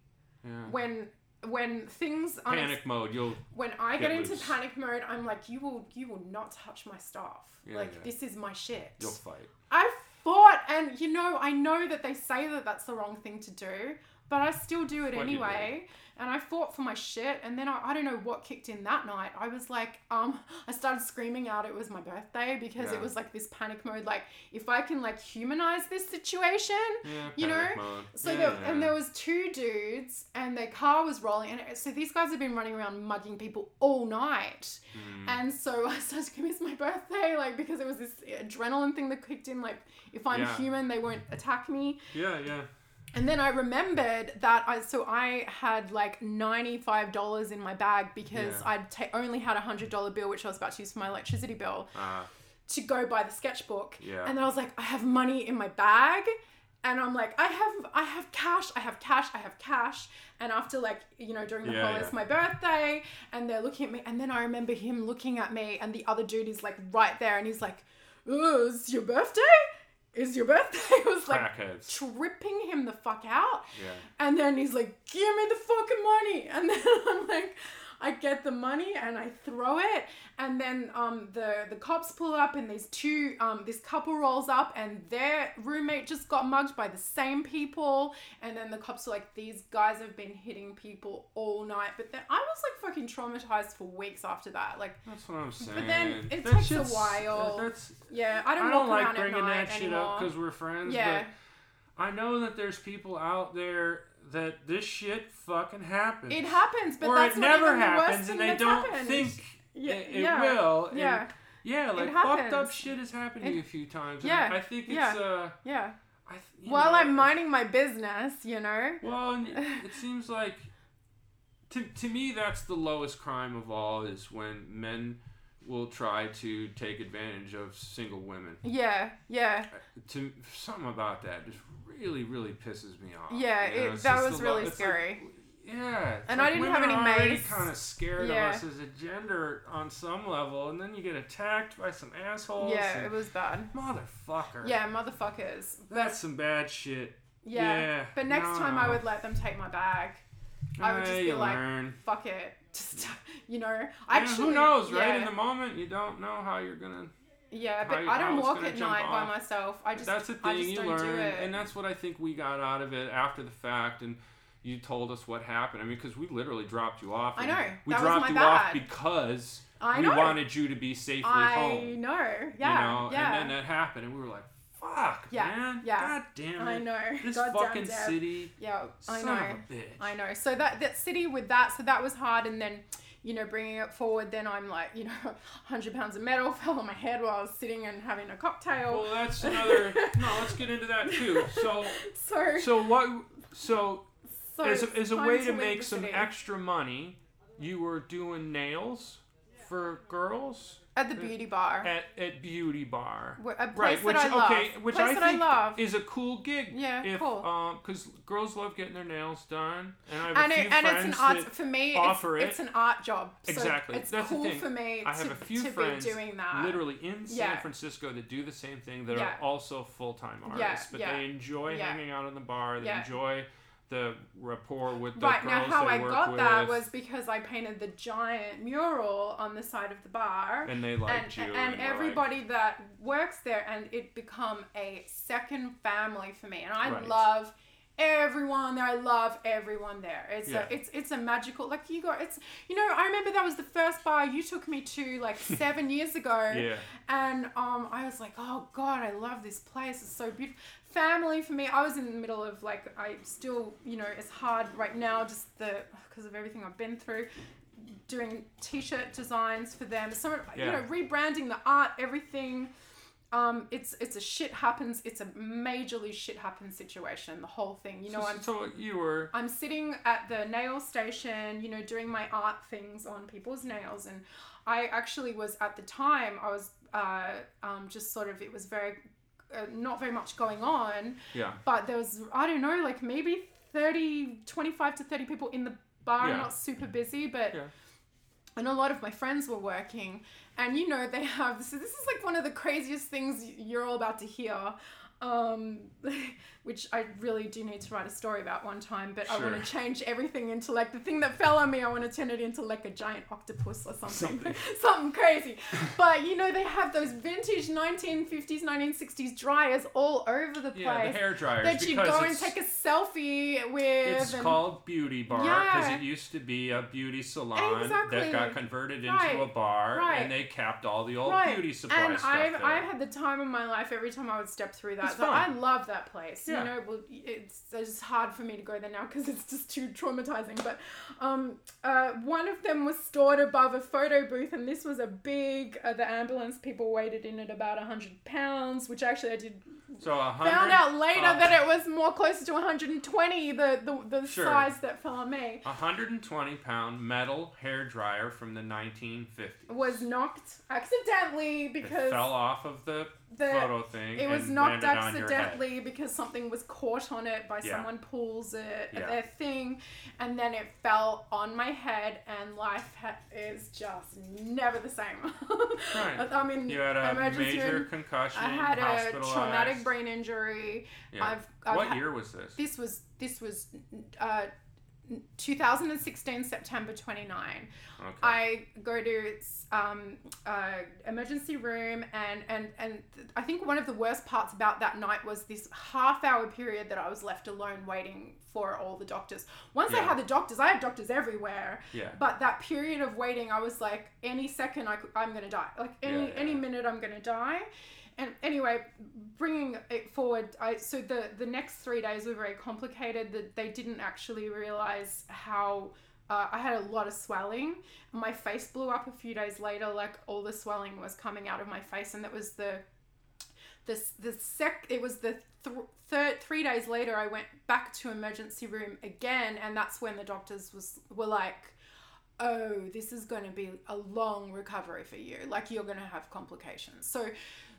[SPEAKER 1] Yeah.
[SPEAKER 2] when when things unex-
[SPEAKER 1] Mm. Panic mode. You'll.
[SPEAKER 2] when I
[SPEAKER 1] Get
[SPEAKER 2] get into
[SPEAKER 1] loose.
[SPEAKER 2] panic mode, I'm like, you will you will not touch my stuff.
[SPEAKER 1] Yeah,
[SPEAKER 2] like
[SPEAKER 1] yeah.
[SPEAKER 2] this is my shit.
[SPEAKER 1] You'll
[SPEAKER 2] <laughs>
[SPEAKER 1] fight.
[SPEAKER 2] I fought, and you know, I know that they say that that's the wrong thing to do, but I still do it
[SPEAKER 1] What you
[SPEAKER 2] anyway. And I fought for my shit, and then I, I don't know what kicked in that night. I was like, um, I started screaming out it was my birthday because
[SPEAKER 1] Yeah.
[SPEAKER 2] it was like this panic mode, like if I can like humanize this situation.
[SPEAKER 1] Yeah.
[SPEAKER 2] You know,
[SPEAKER 1] panic Mode.
[SPEAKER 2] So
[SPEAKER 1] yeah.
[SPEAKER 2] there, and there was two dudes, and their car was rolling, and it- so these guys have been running around mugging people all night.
[SPEAKER 1] Mm.
[SPEAKER 2] And so <laughs> I started to miss my birthday, like because it was this adrenaline thing that kicked in. Like if I'm
[SPEAKER 1] Yeah.
[SPEAKER 2] human, they won't attack me.
[SPEAKER 1] yeah. Yeah.
[SPEAKER 2] And then I remembered that I so I had like ninety five dollars in my bag because
[SPEAKER 1] Yeah.
[SPEAKER 2] I'd ta- only had a hundred dollar bill, which I was about to use for my electricity bill
[SPEAKER 1] Uh,
[SPEAKER 2] to go buy the sketchbook.
[SPEAKER 1] Yeah.
[SPEAKER 2] And then I was like, I have money in my bag. And I'm like, I have I have cash, I have cash, I have cash. And after like, you know, during the
[SPEAKER 1] Yeah,
[SPEAKER 2] whole
[SPEAKER 1] yeah.
[SPEAKER 2] it's my birthday, and they're looking at me, and then I remember him looking at me, and the other dude is like right there, and he's like, "Ooh, is your birthday? Is your birthday? <laughs> It was like
[SPEAKER 1] crackheads.
[SPEAKER 2] tripping him the fuck out.
[SPEAKER 1] Yeah.
[SPEAKER 2] And then he's like, give me the fucking money. <laughs> And then I'm like, I get the money and I throw it. And then um, the, the cops pull up and these two, um, this couple rolls up and their roommate just got mugged by the same people. And then the cops are like, these guys have been hitting people all night. But then I was like fucking traumatized for weeks after that. Like,
[SPEAKER 1] That's what I'm saying.
[SPEAKER 2] then it
[SPEAKER 1] That
[SPEAKER 2] takes a
[SPEAKER 1] shit's- uh,
[SPEAKER 2] while.
[SPEAKER 1] That's.
[SPEAKER 2] yeah, I don't,
[SPEAKER 1] I don't
[SPEAKER 2] walk
[SPEAKER 1] like
[SPEAKER 2] around at
[SPEAKER 1] bringing
[SPEAKER 2] night
[SPEAKER 1] that shit
[SPEAKER 2] anymore.
[SPEAKER 1] up because we're friends.
[SPEAKER 2] yeah,
[SPEAKER 1] But I know that there's people out there that this shit fucking happens.
[SPEAKER 2] it happens, but
[SPEAKER 1] or
[SPEAKER 2] that's
[SPEAKER 1] it
[SPEAKER 2] not
[SPEAKER 1] never
[SPEAKER 2] even the worst
[SPEAKER 1] happens,
[SPEAKER 2] thing
[SPEAKER 1] and they
[SPEAKER 2] that's
[SPEAKER 1] don't
[SPEAKER 2] happened.
[SPEAKER 1] think
[SPEAKER 2] Yeah,
[SPEAKER 1] it, it
[SPEAKER 2] yeah,
[SPEAKER 1] will. and-
[SPEAKER 2] Yeah,
[SPEAKER 1] yeah, like fucked up
[SPEAKER 2] happens.
[SPEAKER 1] shit has happened to
[SPEAKER 2] It-
[SPEAKER 1] you a few times.
[SPEAKER 2] yeah,
[SPEAKER 1] and I think it's
[SPEAKER 2] yeah.
[SPEAKER 1] uh,
[SPEAKER 2] yeah.
[SPEAKER 1] I th- you
[SPEAKER 2] While
[SPEAKER 1] know,
[SPEAKER 2] I'm minding my business, you know.
[SPEAKER 1] Well,
[SPEAKER 2] <sighs>
[SPEAKER 1] and it seems like to to me that's the lowest crime of all is when men will try to take advantage of single women.
[SPEAKER 2] Yeah, yeah,
[SPEAKER 1] To something about that just really really pisses me off.
[SPEAKER 2] yeah.
[SPEAKER 1] you know?
[SPEAKER 2] It,
[SPEAKER 1] It's
[SPEAKER 2] that
[SPEAKER 1] just
[SPEAKER 2] was
[SPEAKER 1] the lo-
[SPEAKER 2] really
[SPEAKER 1] it's like,
[SPEAKER 2] scary.
[SPEAKER 1] Yeah. it's
[SPEAKER 2] And I didn't have
[SPEAKER 1] women
[SPEAKER 2] any
[SPEAKER 1] are already
[SPEAKER 2] mace.
[SPEAKER 1] kind of scared
[SPEAKER 2] Yeah.
[SPEAKER 1] of us as a gender on some level, and then you get attacked by some assholes.
[SPEAKER 2] yeah,
[SPEAKER 1] and-
[SPEAKER 2] it was bad.
[SPEAKER 1] motherfucker.
[SPEAKER 2] Yeah, motherfuckers.
[SPEAKER 1] That's some bad shit.
[SPEAKER 2] Yeah.
[SPEAKER 1] Yeah,
[SPEAKER 2] But next time I
[SPEAKER 1] no.
[SPEAKER 2] would let them take my bag. I would just
[SPEAKER 1] Hey,
[SPEAKER 2] be
[SPEAKER 1] you
[SPEAKER 2] like,
[SPEAKER 1] learn.
[SPEAKER 2] Fuck it. <laughs> Just you know.
[SPEAKER 1] Yeah,
[SPEAKER 2] Actually,
[SPEAKER 1] who knows, right?
[SPEAKER 2] yeah.
[SPEAKER 1] In the moment, you don't know how you're gonna
[SPEAKER 2] Yeah,
[SPEAKER 1] How
[SPEAKER 2] but
[SPEAKER 1] you-
[SPEAKER 2] I
[SPEAKER 1] how
[SPEAKER 2] don't
[SPEAKER 1] it's
[SPEAKER 2] walk
[SPEAKER 1] gonna
[SPEAKER 2] at
[SPEAKER 1] jump
[SPEAKER 2] night
[SPEAKER 1] off.
[SPEAKER 2] by myself. I just
[SPEAKER 1] that's the
[SPEAKER 2] I
[SPEAKER 1] thing
[SPEAKER 2] just
[SPEAKER 1] you
[SPEAKER 2] don't do
[SPEAKER 1] learn,
[SPEAKER 2] it.
[SPEAKER 1] and that's what I think we got out of it after the fact. And you told us what happened. I mean, because we literally dropped you off.
[SPEAKER 2] I
[SPEAKER 1] and
[SPEAKER 2] know.
[SPEAKER 1] we
[SPEAKER 2] That was
[SPEAKER 1] dropped
[SPEAKER 2] my
[SPEAKER 1] you off
[SPEAKER 2] bad.
[SPEAKER 1] because
[SPEAKER 2] I
[SPEAKER 1] we
[SPEAKER 2] know.
[SPEAKER 1] wanted you to be safely
[SPEAKER 2] I
[SPEAKER 1] home.
[SPEAKER 2] know.
[SPEAKER 1] you
[SPEAKER 2] Yeah.
[SPEAKER 1] know,
[SPEAKER 2] yeah.
[SPEAKER 1] and then that happened, and we were like, "Fuck,
[SPEAKER 2] Yeah,
[SPEAKER 1] man,
[SPEAKER 2] yeah.
[SPEAKER 1] god damn it,
[SPEAKER 2] I know.
[SPEAKER 1] this
[SPEAKER 2] God damn
[SPEAKER 1] fucking
[SPEAKER 2] Deb.
[SPEAKER 1] city,
[SPEAKER 2] Yeah, I
[SPEAKER 1] son
[SPEAKER 2] know.
[SPEAKER 1] of a bitch."
[SPEAKER 2] I know. So that that city with that, so that was hard. And then, you know, bringing it forward, then I'm like, you know, <laughs> 100 pounds of metal <laughs> fell on my head while I was sitting and having a cocktail.
[SPEAKER 1] Well, that's another. no, let's get into that
[SPEAKER 2] <laughs>
[SPEAKER 1] too. So,
[SPEAKER 2] So,
[SPEAKER 1] so what? So,
[SPEAKER 2] so
[SPEAKER 1] as a,
[SPEAKER 2] it's
[SPEAKER 1] as a
[SPEAKER 2] time
[SPEAKER 1] way to
[SPEAKER 2] leave
[SPEAKER 1] make
[SPEAKER 2] the
[SPEAKER 1] some
[SPEAKER 2] city.
[SPEAKER 1] extra money, you were doing nails for girls
[SPEAKER 2] at the beauty bar,
[SPEAKER 1] at at beauty bar.
[SPEAKER 2] Wh- a place
[SPEAKER 1] Right, which
[SPEAKER 2] that I love,
[SPEAKER 1] okay, which
[SPEAKER 2] place
[SPEAKER 1] I
[SPEAKER 2] that I
[SPEAKER 1] think
[SPEAKER 2] love.
[SPEAKER 1] is a cool gig.
[SPEAKER 2] Yeah,
[SPEAKER 1] if,
[SPEAKER 2] cool.
[SPEAKER 1] because girls love getting their nails done, and I have
[SPEAKER 2] and,
[SPEAKER 1] a few
[SPEAKER 2] it, and it's
[SPEAKER 1] friends
[SPEAKER 2] an art
[SPEAKER 1] that
[SPEAKER 2] for me.
[SPEAKER 1] offer
[SPEAKER 2] it's,
[SPEAKER 1] it.
[SPEAKER 2] it's an art job. So
[SPEAKER 1] Exactly.
[SPEAKER 2] It's
[SPEAKER 1] That's the
[SPEAKER 2] cool
[SPEAKER 1] thing.
[SPEAKER 2] for me.
[SPEAKER 1] I have
[SPEAKER 2] to,
[SPEAKER 1] a few
[SPEAKER 2] to
[SPEAKER 1] friends
[SPEAKER 2] be doing that.
[SPEAKER 1] literally in San
[SPEAKER 2] Yeah.
[SPEAKER 1] Francisco that do the same thing that
[SPEAKER 2] Yeah.
[SPEAKER 1] are also full time
[SPEAKER 2] Yeah,
[SPEAKER 1] artists, but
[SPEAKER 2] yeah,
[SPEAKER 1] they enjoy
[SPEAKER 2] yeah.
[SPEAKER 1] hanging out in the bar. They
[SPEAKER 2] Yeah.
[SPEAKER 1] enjoy the rapport with the
[SPEAKER 2] Right
[SPEAKER 1] girls
[SPEAKER 2] now, how
[SPEAKER 1] they
[SPEAKER 2] I
[SPEAKER 1] work
[SPEAKER 2] got
[SPEAKER 1] with,
[SPEAKER 2] that was because I painted the giant mural on the side of the bar.
[SPEAKER 1] and they liked you,
[SPEAKER 2] and,
[SPEAKER 1] and
[SPEAKER 2] and
[SPEAKER 1] were like-
[SPEAKER 2] everybody that works there and it become a second family for me and i
[SPEAKER 1] Right.
[SPEAKER 2] love everyone there i love everyone there it's
[SPEAKER 1] Yeah.
[SPEAKER 2] a it's it's a magical like you got it's you know i remember that was the first bar you took me to
[SPEAKER 1] <laughs>
[SPEAKER 2] like seven years ago
[SPEAKER 1] Yeah.
[SPEAKER 2] and um i was like oh god i love this place it's so beautiful family for me i was in the middle of like i still you know it's hard right now just the because of everything i've been through doing t-shirt designs for them some you
[SPEAKER 1] Yeah.
[SPEAKER 2] know rebranding the art everything um it's it's a shit happens it's a majorly shit happens situation the whole thing you know
[SPEAKER 1] so,
[SPEAKER 2] i'm
[SPEAKER 1] so you were
[SPEAKER 2] I'm sitting at the nail station, you know, doing my art things on people's nails. And I actually was at the time, I was uh, um, just sort of, it was very, uh, not very much going on,
[SPEAKER 1] yeah
[SPEAKER 2] but there was, I don't know, like maybe 30, 25 to 30 people in the bar,
[SPEAKER 1] Yeah.
[SPEAKER 2] not super busy, but.
[SPEAKER 1] Yeah.
[SPEAKER 2] And a lot of my friends were working, and you know they have. So this is like one of the craziest things you're all about to hear um, <laughs> which I really do need to write a story about one time, but I
[SPEAKER 1] Sure.
[SPEAKER 2] want to change everything into like the thing that fell on me. I want to turn it into like a giant octopus or something,
[SPEAKER 1] Something.
[SPEAKER 2] <laughs> something, crazy. but you know, they have those vintage 1950s, 1960s dryers all over the place
[SPEAKER 1] yeah the hair dryers
[SPEAKER 2] that you
[SPEAKER 1] because
[SPEAKER 2] go and
[SPEAKER 1] it's,
[SPEAKER 2] take a selfie with.
[SPEAKER 1] it's
[SPEAKER 2] and-
[SPEAKER 1] called beauty bar because
[SPEAKER 2] Yeah.
[SPEAKER 1] it used to be a beauty salon that
[SPEAKER 2] Exactly.
[SPEAKER 1] got converted
[SPEAKER 2] Right,
[SPEAKER 1] into a bar
[SPEAKER 2] right.
[SPEAKER 1] and they capped all the old
[SPEAKER 2] Right.
[SPEAKER 1] beauty supply
[SPEAKER 2] and
[SPEAKER 1] stuff
[SPEAKER 2] I've,
[SPEAKER 1] there.
[SPEAKER 2] I've had the time of my life every time I would step through that.
[SPEAKER 1] It's
[SPEAKER 2] Like,
[SPEAKER 1] fun.
[SPEAKER 2] I love that place.
[SPEAKER 1] Yeah.
[SPEAKER 2] You know, well, it's, it's just hard for me to go there now because it's just too traumatizing. But um, uh, one of them was stored above a photo booth, and this was a big. Uh, the ambulance people weighed in at about hundred pounds, which actually I did
[SPEAKER 1] so a hundred
[SPEAKER 2] found out later
[SPEAKER 1] uh,
[SPEAKER 2] that it was more closer to 120. The the, the
[SPEAKER 1] Sure.
[SPEAKER 2] size that fell on me
[SPEAKER 1] a 120 pound metal hair dryer from the 1950s
[SPEAKER 2] was knocked accidentally
[SPEAKER 1] it
[SPEAKER 2] because
[SPEAKER 1] fell off of the,
[SPEAKER 2] the
[SPEAKER 1] photo thing
[SPEAKER 2] It was
[SPEAKER 1] and
[SPEAKER 2] knocked
[SPEAKER 1] landed on your head.
[SPEAKER 2] accidentally because something was caught on it by
[SPEAKER 1] Yeah.
[SPEAKER 2] someone pulls it
[SPEAKER 1] Yeah.
[SPEAKER 2] their thing, and then it fell on my head, and life ha- is just never the same. <laughs>
[SPEAKER 1] Right.
[SPEAKER 2] I mean,
[SPEAKER 1] you had a
[SPEAKER 2] emergency
[SPEAKER 1] major
[SPEAKER 2] room.
[SPEAKER 1] concussion
[SPEAKER 2] I had a
[SPEAKER 1] hospitalized.
[SPEAKER 2] traumatic brain injury.
[SPEAKER 1] Yeah.
[SPEAKER 2] I've, I've
[SPEAKER 1] what
[SPEAKER 2] ha-
[SPEAKER 1] year was this
[SPEAKER 2] This was this was uh, 2016 September 29.
[SPEAKER 1] okay
[SPEAKER 2] I go to um, uh, emergency room and and and th- I think one of the worst parts about that night was this half hour period that I was left alone waiting for all the doctors. Once I
[SPEAKER 1] Yeah.
[SPEAKER 2] had the doctors, I had doctors everywhere.
[SPEAKER 1] yeah
[SPEAKER 2] But that period of waiting, I was like, any second I could, I'm gonna die. Like any
[SPEAKER 1] Yeah, yeah.
[SPEAKER 2] any minute I'm gonna die. And anyway, bringing it forward, I so the the next three days were very complicated. That they didn't actually realize how. Uh, I had a lot of swelling. My face blew up a few days later. Like all the swelling was coming out of my face, and that was the the the sec it was the th- third three days later I went back to emergency room again and that's when the doctors was were like oh this is going to be a long recovery for you like you're going to have complications so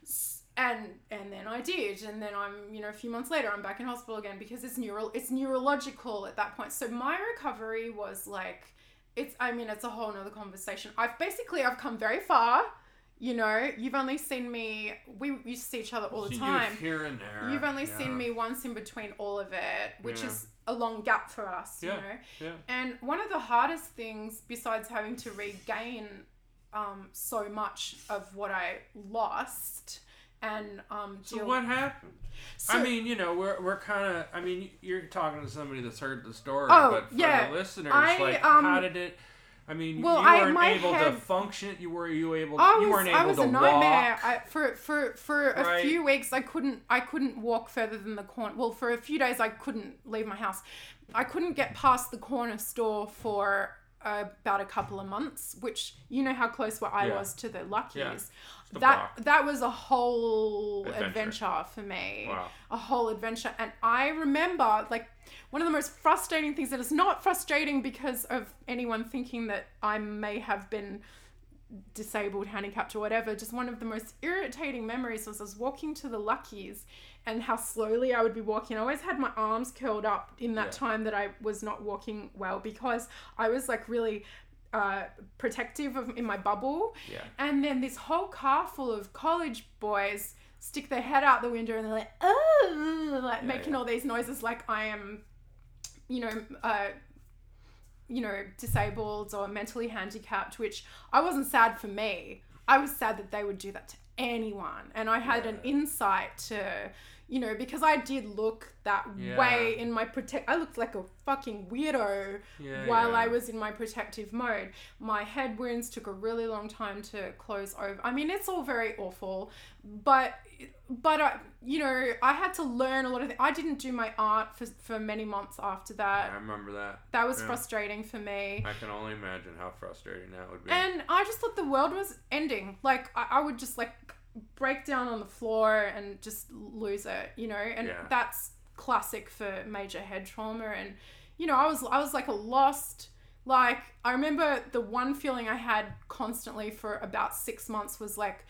[SPEAKER 2] s- and and then I did and then I'm you know a few months later I'm back in hospital again because it's neural it's neurological at that point so my recovery was like it's I mean it's a whole nother conversation I've basically I've come very far you know you've only seen me we used to see each other all the
[SPEAKER 1] You-
[SPEAKER 2] time
[SPEAKER 1] You've here and there.
[SPEAKER 2] You've only
[SPEAKER 1] yeah.
[SPEAKER 2] seen me once in between all of it, which
[SPEAKER 1] Yeah.
[SPEAKER 2] is a long gap for us,
[SPEAKER 1] Yeah.
[SPEAKER 2] you know.
[SPEAKER 1] Yeah.
[SPEAKER 2] And one of the hardest things, besides having to regain um, so much of what I lost and um,
[SPEAKER 1] So
[SPEAKER 2] deal-
[SPEAKER 1] what happened? I
[SPEAKER 2] So-
[SPEAKER 1] mean, you know, we're, we're kind of. I mean, you're talking to somebody that's heard the story,
[SPEAKER 2] Oh,
[SPEAKER 1] but for
[SPEAKER 2] yeah.
[SPEAKER 1] the listeners,
[SPEAKER 2] I,
[SPEAKER 1] like,
[SPEAKER 2] um,
[SPEAKER 1] how did it? I mean,
[SPEAKER 2] well,
[SPEAKER 1] you
[SPEAKER 2] I-
[SPEAKER 1] weren't
[SPEAKER 2] my
[SPEAKER 1] able to
[SPEAKER 2] head-
[SPEAKER 1] function. You were you able?
[SPEAKER 2] I was,
[SPEAKER 1] you weren't able
[SPEAKER 2] I was
[SPEAKER 1] to
[SPEAKER 2] a nightmare.
[SPEAKER 1] walk.
[SPEAKER 2] I, for for for a
[SPEAKER 1] Right.
[SPEAKER 2] few weeks, I couldn't I couldn't walk further than the corner. Well, for a few days, I couldn't leave my house. I couldn't get past the corner store for about a couple of months, which you know how close where I
[SPEAKER 1] Yeah.
[SPEAKER 2] was to the Luckies.
[SPEAKER 1] Yeah. a
[SPEAKER 2] That
[SPEAKER 1] block.
[SPEAKER 2] that was a whole
[SPEAKER 1] Adventure.
[SPEAKER 2] adventure, for me.
[SPEAKER 1] Wow.
[SPEAKER 2] A whole adventure, and I remember like one of the most frustrating things, and it's not frustrating because of anyone thinking that I may have been disabled, handicapped, or whatever, just one of the most irritating memories was I was walking to the Luckies and how slowly I would be walking. I always had my arms curled up in that
[SPEAKER 1] Yeah.
[SPEAKER 2] time that I was not walking well because I was like really uh, protective of, in my bubble.
[SPEAKER 1] Yeah.
[SPEAKER 2] And then this whole car full of college boys stick their head out the window and they're like, oh, like
[SPEAKER 1] Yeah,
[SPEAKER 2] making
[SPEAKER 1] yeah.
[SPEAKER 2] all these noises like I am, you know, uh, you know, disabled or mentally handicapped, which I wasn't sad for me. I was sad that they would do that to anyone. And I had an
[SPEAKER 1] Yeah.
[SPEAKER 2] insight to, you know, because I did look that
[SPEAKER 1] Yeah.
[SPEAKER 2] way in my protect. I looked like a fucking weirdo
[SPEAKER 1] Yeah,
[SPEAKER 2] while
[SPEAKER 1] yeah.
[SPEAKER 2] I was in my protective mode. My head wounds took a really long time to close over. I mean, it's all very awful, but but I, you know, I had to learn a lot of things. I didn't do my art for, for many months after
[SPEAKER 1] I
[SPEAKER 2] that.
[SPEAKER 1] remember that.
[SPEAKER 2] That was
[SPEAKER 1] Yeah.
[SPEAKER 2] frustrating for me.
[SPEAKER 1] I can only imagine how frustrating that would be.
[SPEAKER 2] And I just thought the world was ending. Like I, I would just like break down on the floor and just lose it, you know. And
[SPEAKER 1] Yeah.
[SPEAKER 2] that's classic for major head trauma. And you know, I was I was like a lost. Like I remember the one feeling I had constantly for about six months was like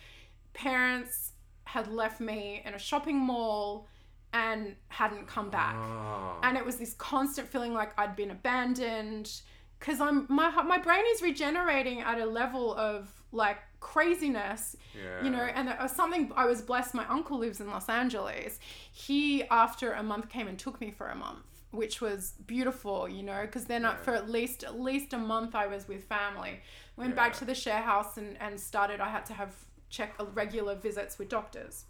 [SPEAKER 2] parents had left me in a shopping mall and hadn't come back
[SPEAKER 1] Oh.
[SPEAKER 2] and it was this constant feeling like I'd been abandoned because I'm my my brain is regenerating at a level of like craziness
[SPEAKER 1] yeah.
[SPEAKER 2] you know and it was something i was blessed my uncle lives in los angeles he after a month came and took me for a month which was beautiful you know because then uh
[SPEAKER 1] Yeah.
[SPEAKER 2] for at least at least a month i was with family went back
[SPEAKER 1] Yeah.
[SPEAKER 2] to the share house and and started i had to have check uh, regular visits with doctors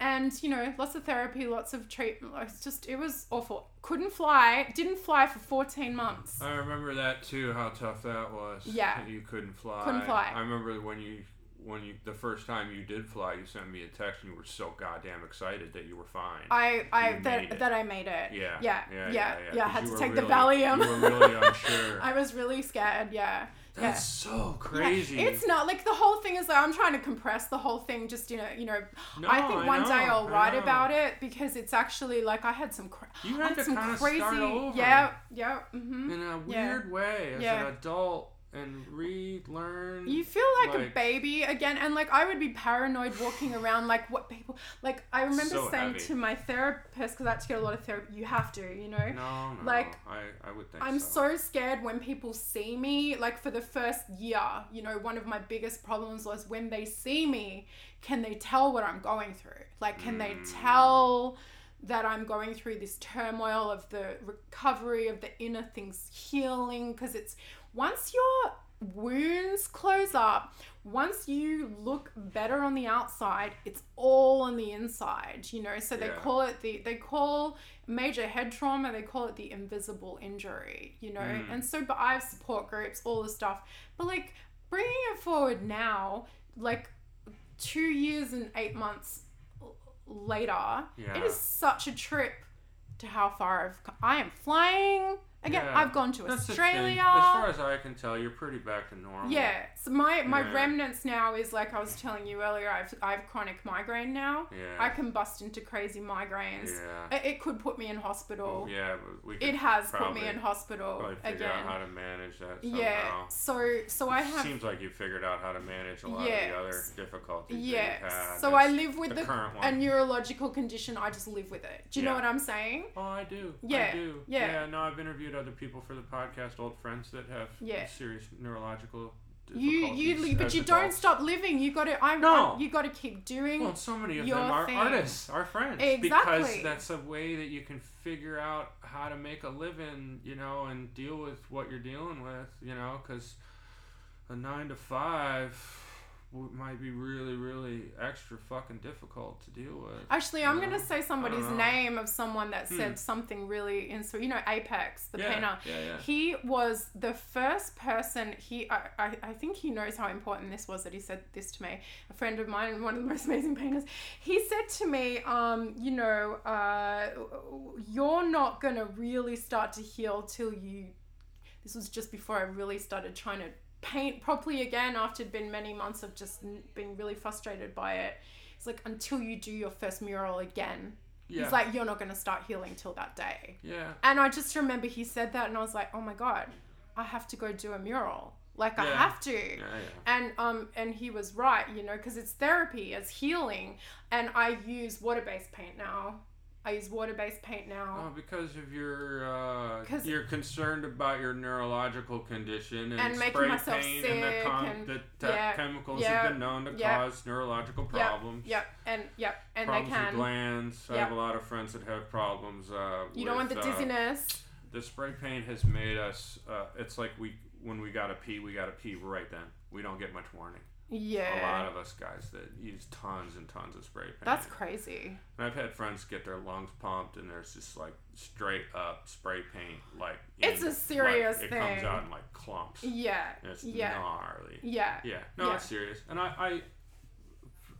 [SPEAKER 2] and you know lots of therapy lots of treatment it's just it was awful couldn't fly didn't fly for 14 months
[SPEAKER 1] I remember that too. How tough that was.
[SPEAKER 2] Yeah.
[SPEAKER 1] You couldn't fly.
[SPEAKER 2] Couldn't fly.
[SPEAKER 1] I remember when you when you the first time you did fly, you sent me a text and you were so goddamn excited that you were fine.
[SPEAKER 2] i i
[SPEAKER 1] You made
[SPEAKER 2] that,
[SPEAKER 1] it.
[SPEAKER 2] that i made it
[SPEAKER 1] yeah.
[SPEAKER 2] yeah yeah yeah, i
[SPEAKER 1] 'Cause
[SPEAKER 2] had
[SPEAKER 1] you
[SPEAKER 2] to
[SPEAKER 1] were
[SPEAKER 2] take the
[SPEAKER 1] really-
[SPEAKER 2] valium
[SPEAKER 1] You were really unsure.
[SPEAKER 2] <laughs> I was really scared. Yeah.
[SPEAKER 1] That's so
[SPEAKER 2] yeah.
[SPEAKER 1] crazy.
[SPEAKER 2] It's not like the whole thing is like I'm trying to compress the whole thing. Just you know, you know.
[SPEAKER 1] No,
[SPEAKER 2] I think
[SPEAKER 1] I
[SPEAKER 2] one day
[SPEAKER 1] know,
[SPEAKER 2] I'll
[SPEAKER 1] I
[SPEAKER 2] write
[SPEAKER 1] know.
[SPEAKER 2] about it because it's actually like I had some. Cra-
[SPEAKER 1] You
[SPEAKER 2] I
[SPEAKER 1] had to
[SPEAKER 2] some
[SPEAKER 1] kinda start
[SPEAKER 2] crazy.
[SPEAKER 1] over.
[SPEAKER 2] Yeah. Yeah. hmm
[SPEAKER 1] in a
[SPEAKER 2] Yeah.
[SPEAKER 1] weird way as
[SPEAKER 2] Yeah.
[SPEAKER 1] an adult and relearn.
[SPEAKER 2] You feel like,
[SPEAKER 1] Like-
[SPEAKER 2] a baby again, and like I would be paranoid walking around, like what people like. I remember
[SPEAKER 1] So
[SPEAKER 2] saying
[SPEAKER 1] heavy.
[SPEAKER 2] to my therapist because I had to get a lot of therapy. You have to, you know.
[SPEAKER 1] no, no,
[SPEAKER 2] like,
[SPEAKER 1] I, I would think
[SPEAKER 2] I'm
[SPEAKER 1] so.
[SPEAKER 2] so scared when people see me. Like for the first year, you know, one of my biggest problems was when they see me, can they tell what I'm going through? Like, can they
[SPEAKER 1] Mm.
[SPEAKER 2] tell that I'm going through this turmoil of the recovery, of the inner things healing? Because it's once your wounds close up, once you look better on the outside, it's all on the inside, you know. So they
[SPEAKER 1] Yeah.
[SPEAKER 2] call it the they call major head trauma, they call it the invisible injury, you know.
[SPEAKER 1] Mm.
[SPEAKER 2] And so but I have support groups, all the stuff. But like bringing it forward now, like 2 years and 8 months l- later,
[SPEAKER 1] Yeah.
[SPEAKER 2] it is such a trip to how far I've come. I am flying again.
[SPEAKER 1] Yeah.
[SPEAKER 2] I've gone to
[SPEAKER 1] That's the thing.
[SPEAKER 2] Australia.
[SPEAKER 1] As far as I can tell, you're pretty back to normal.
[SPEAKER 2] Yeah. So my, my
[SPEAKER 1] Yeah.
[SPEAKER 2] remnants now is like I was telling you earlier, I've I have chronic migraine now.
[SPEAKER 1] Yeah.
[SPEAKER 2] I can bust into crazy migraines.
[SPEAKER 1] Yeah.
[SPEAKER 2] It, it could put me in hospital.
[SPEAKER 1] Yeah, but we could
[SPEAKER 2] It has put
[SPEAKER 1] probably-
[SPEAKER 2] me in hospital
[SPEAKER 1] probably figure out how
[SPEAKER 2] again.
[SPEAKER 1] to manage that somehow.
[SPEAKER 2] Yeah. So so I
[SPEAKER 1] It
[SPEAKER 2] have
[SPEAKER 1] Seems like you figured out how to manage a lot
[SPEAKER 2] Yeah.
[SPEAKER 1] of the other difficulties. That you've
[SPEAKER 2] yeah.
[SPEAKER 1] had.
[SPEAKER 2] So I
[SPEAKER 1] That's
[SPEAKER 2] live with
[SPEAKER 1] the,
[SPEAKER 2] the,
[SPEAKER 1] current one.
[SPEAKER 2] a neurological condition. I just live with it. Do you know
[SPEAKER 1] Yeah.
[SPEAKER 2] what I'm saying?
[SPEAKER 1] oh, I do. I
[SPEAKER 2] Yeah,
[SPEAKER 1] do.
[SPEAKER 2] yeah.
[SPEAKER 1] No, I've interviewed other people for the podcast, old friends that have
[SPEAKER 2] Yeah.
[SPEAKER 1] serious neurological
[SPEAKER 2] You you
[SPEAKER 1] difficulties
[SPEAKER 2] li- but
[SPEAKER 1] as
[SPEAKER 2] you don't
[SPEAKER 1] adults.
[SPEAKER 2] stop living. You got to I
[SPEAKER 1] No.
[SPEAKER 2] I- you got to keep doing.
[SPEAKER 1] Well, and so many of
[SPEAKER 2] your
[SPEAKER 1] them are
[SPEAKER 2] thing.
[SPEAKER 1] artists, are friends, because
[SPEAKER 2] Exactly.
[SPEAKER 1] that's a way that you can figure out how to make a living, you know, and deal with what you're dealing with, you know, because a nine to five w- might be really, really extra fucking difficult to deal with.
[SPEAKER 2] Actually, I'm
[SPEAKER 1] Yeah.
[SPEAKER 2] gonna say somebody's
[SPEAKER 1] know.
[SPEAKER 2] name of someone that
[SPEAKER 1] Hmm.
[SPEAKER 2] said something really inspiring. You know, Apex, the
[SPEAKER 1] yeah,
[SPEAKER 2] painter.
[SPEAKER 1] yeah, yeah.
[SPEAKER 2] He was the first person. He, I, I, I think he knows how important this was that he said this to me. A friend of mine, and one of the most amazing painters. He said to me, um, you know, uh, you're not gonna really start to heal till you. This was just before I really started trying to paint properly again after it'd been many months of just n- being really frustrated by it. It's like until you do your first mural again.
[SPEAKER 1] yeah.
[SPEAKER 2] It's like you're not gonna start healing till that day.
[SPEAKER 1] yeah.
[SPEAKER 2] And I just remember he said that, and I was like, oh my god, I have to go do a mural. Like I
[SPEAKER 1] Yeah.
[SPEAKER 2] have to.
[SPEAKER 1] Yeah, yeah.
[SPEAKER 2] And um and he was right, you know, because it's therapy, it's healing, and I use water based paint now. I use water based paint now,
[SPEAKER 1] Oh, because of your, uh,
[SPEAKER 2] 'Cause-
[SPEAKER 1] you're concerned about your neurological condition and,
[SPEAKER 2] And making
[SPEAKER 1] spray
[SPEAKER 2] myself
[SPEAKER 1] paint and the,
[SPEAKER 2] sick
[SPEAKER 1] com-
[SPEAKER 2] and-
[SPEAKER 1] the te-
[SPEAKER 2] yeah,
[SPEAKER 1] chemicals
[SPEAKER 2] yeah,
[SPEAKER 1] have been known to
[SPEAKER 2] yeah.
[SPEAKER 1] cause neurological problems.
[SPEAKER 2] yep, and yep, and
[SPEAKER 1] problems
[SPEAKER 2] they
[SPEAKER 1] with
[SPEAKER 2] can.
[SPEAKER 1] glands. I
[SPEAKER 2] Yeah.
[SPEAKER 1] have a lot of friends that have problems. Uh,
[SPEAKER 2] You don't want the
[SPEAKER 1] with, uh,
[SPEAKER 2] dizziness.
[SPEAKER 1] the spray paint has made us uh, it's like we when we gotta pee we gotta pee right then we don't get much warning a lot
[SPEAKER 2] Yeah,
[SPEAKER 1] of us guys that use tons and tons of spray paint
[SPEAKER 2] that's crazy.
[SPEAKER 1] and i've had friends get their lungs pumped and there's just like straight up spray paint like in-
[SPEAKER 2] It's a serious
[SPEAKER 1] like, it comes
[SPEAKER 2] thing.
[SPEAKER 1] out in like clumps and
[SPEAKER 2] Yeah,
[SPEAKER 1] it's
[SPEAKER 2] yeah,
[SPEAKER 1] gnarly
[SPEAKER 2] yeah,
[SPEAKER 1] yeah, no,
[SPEAKER 2] Yeah.
[SPEAKER 1] it's serious. And I,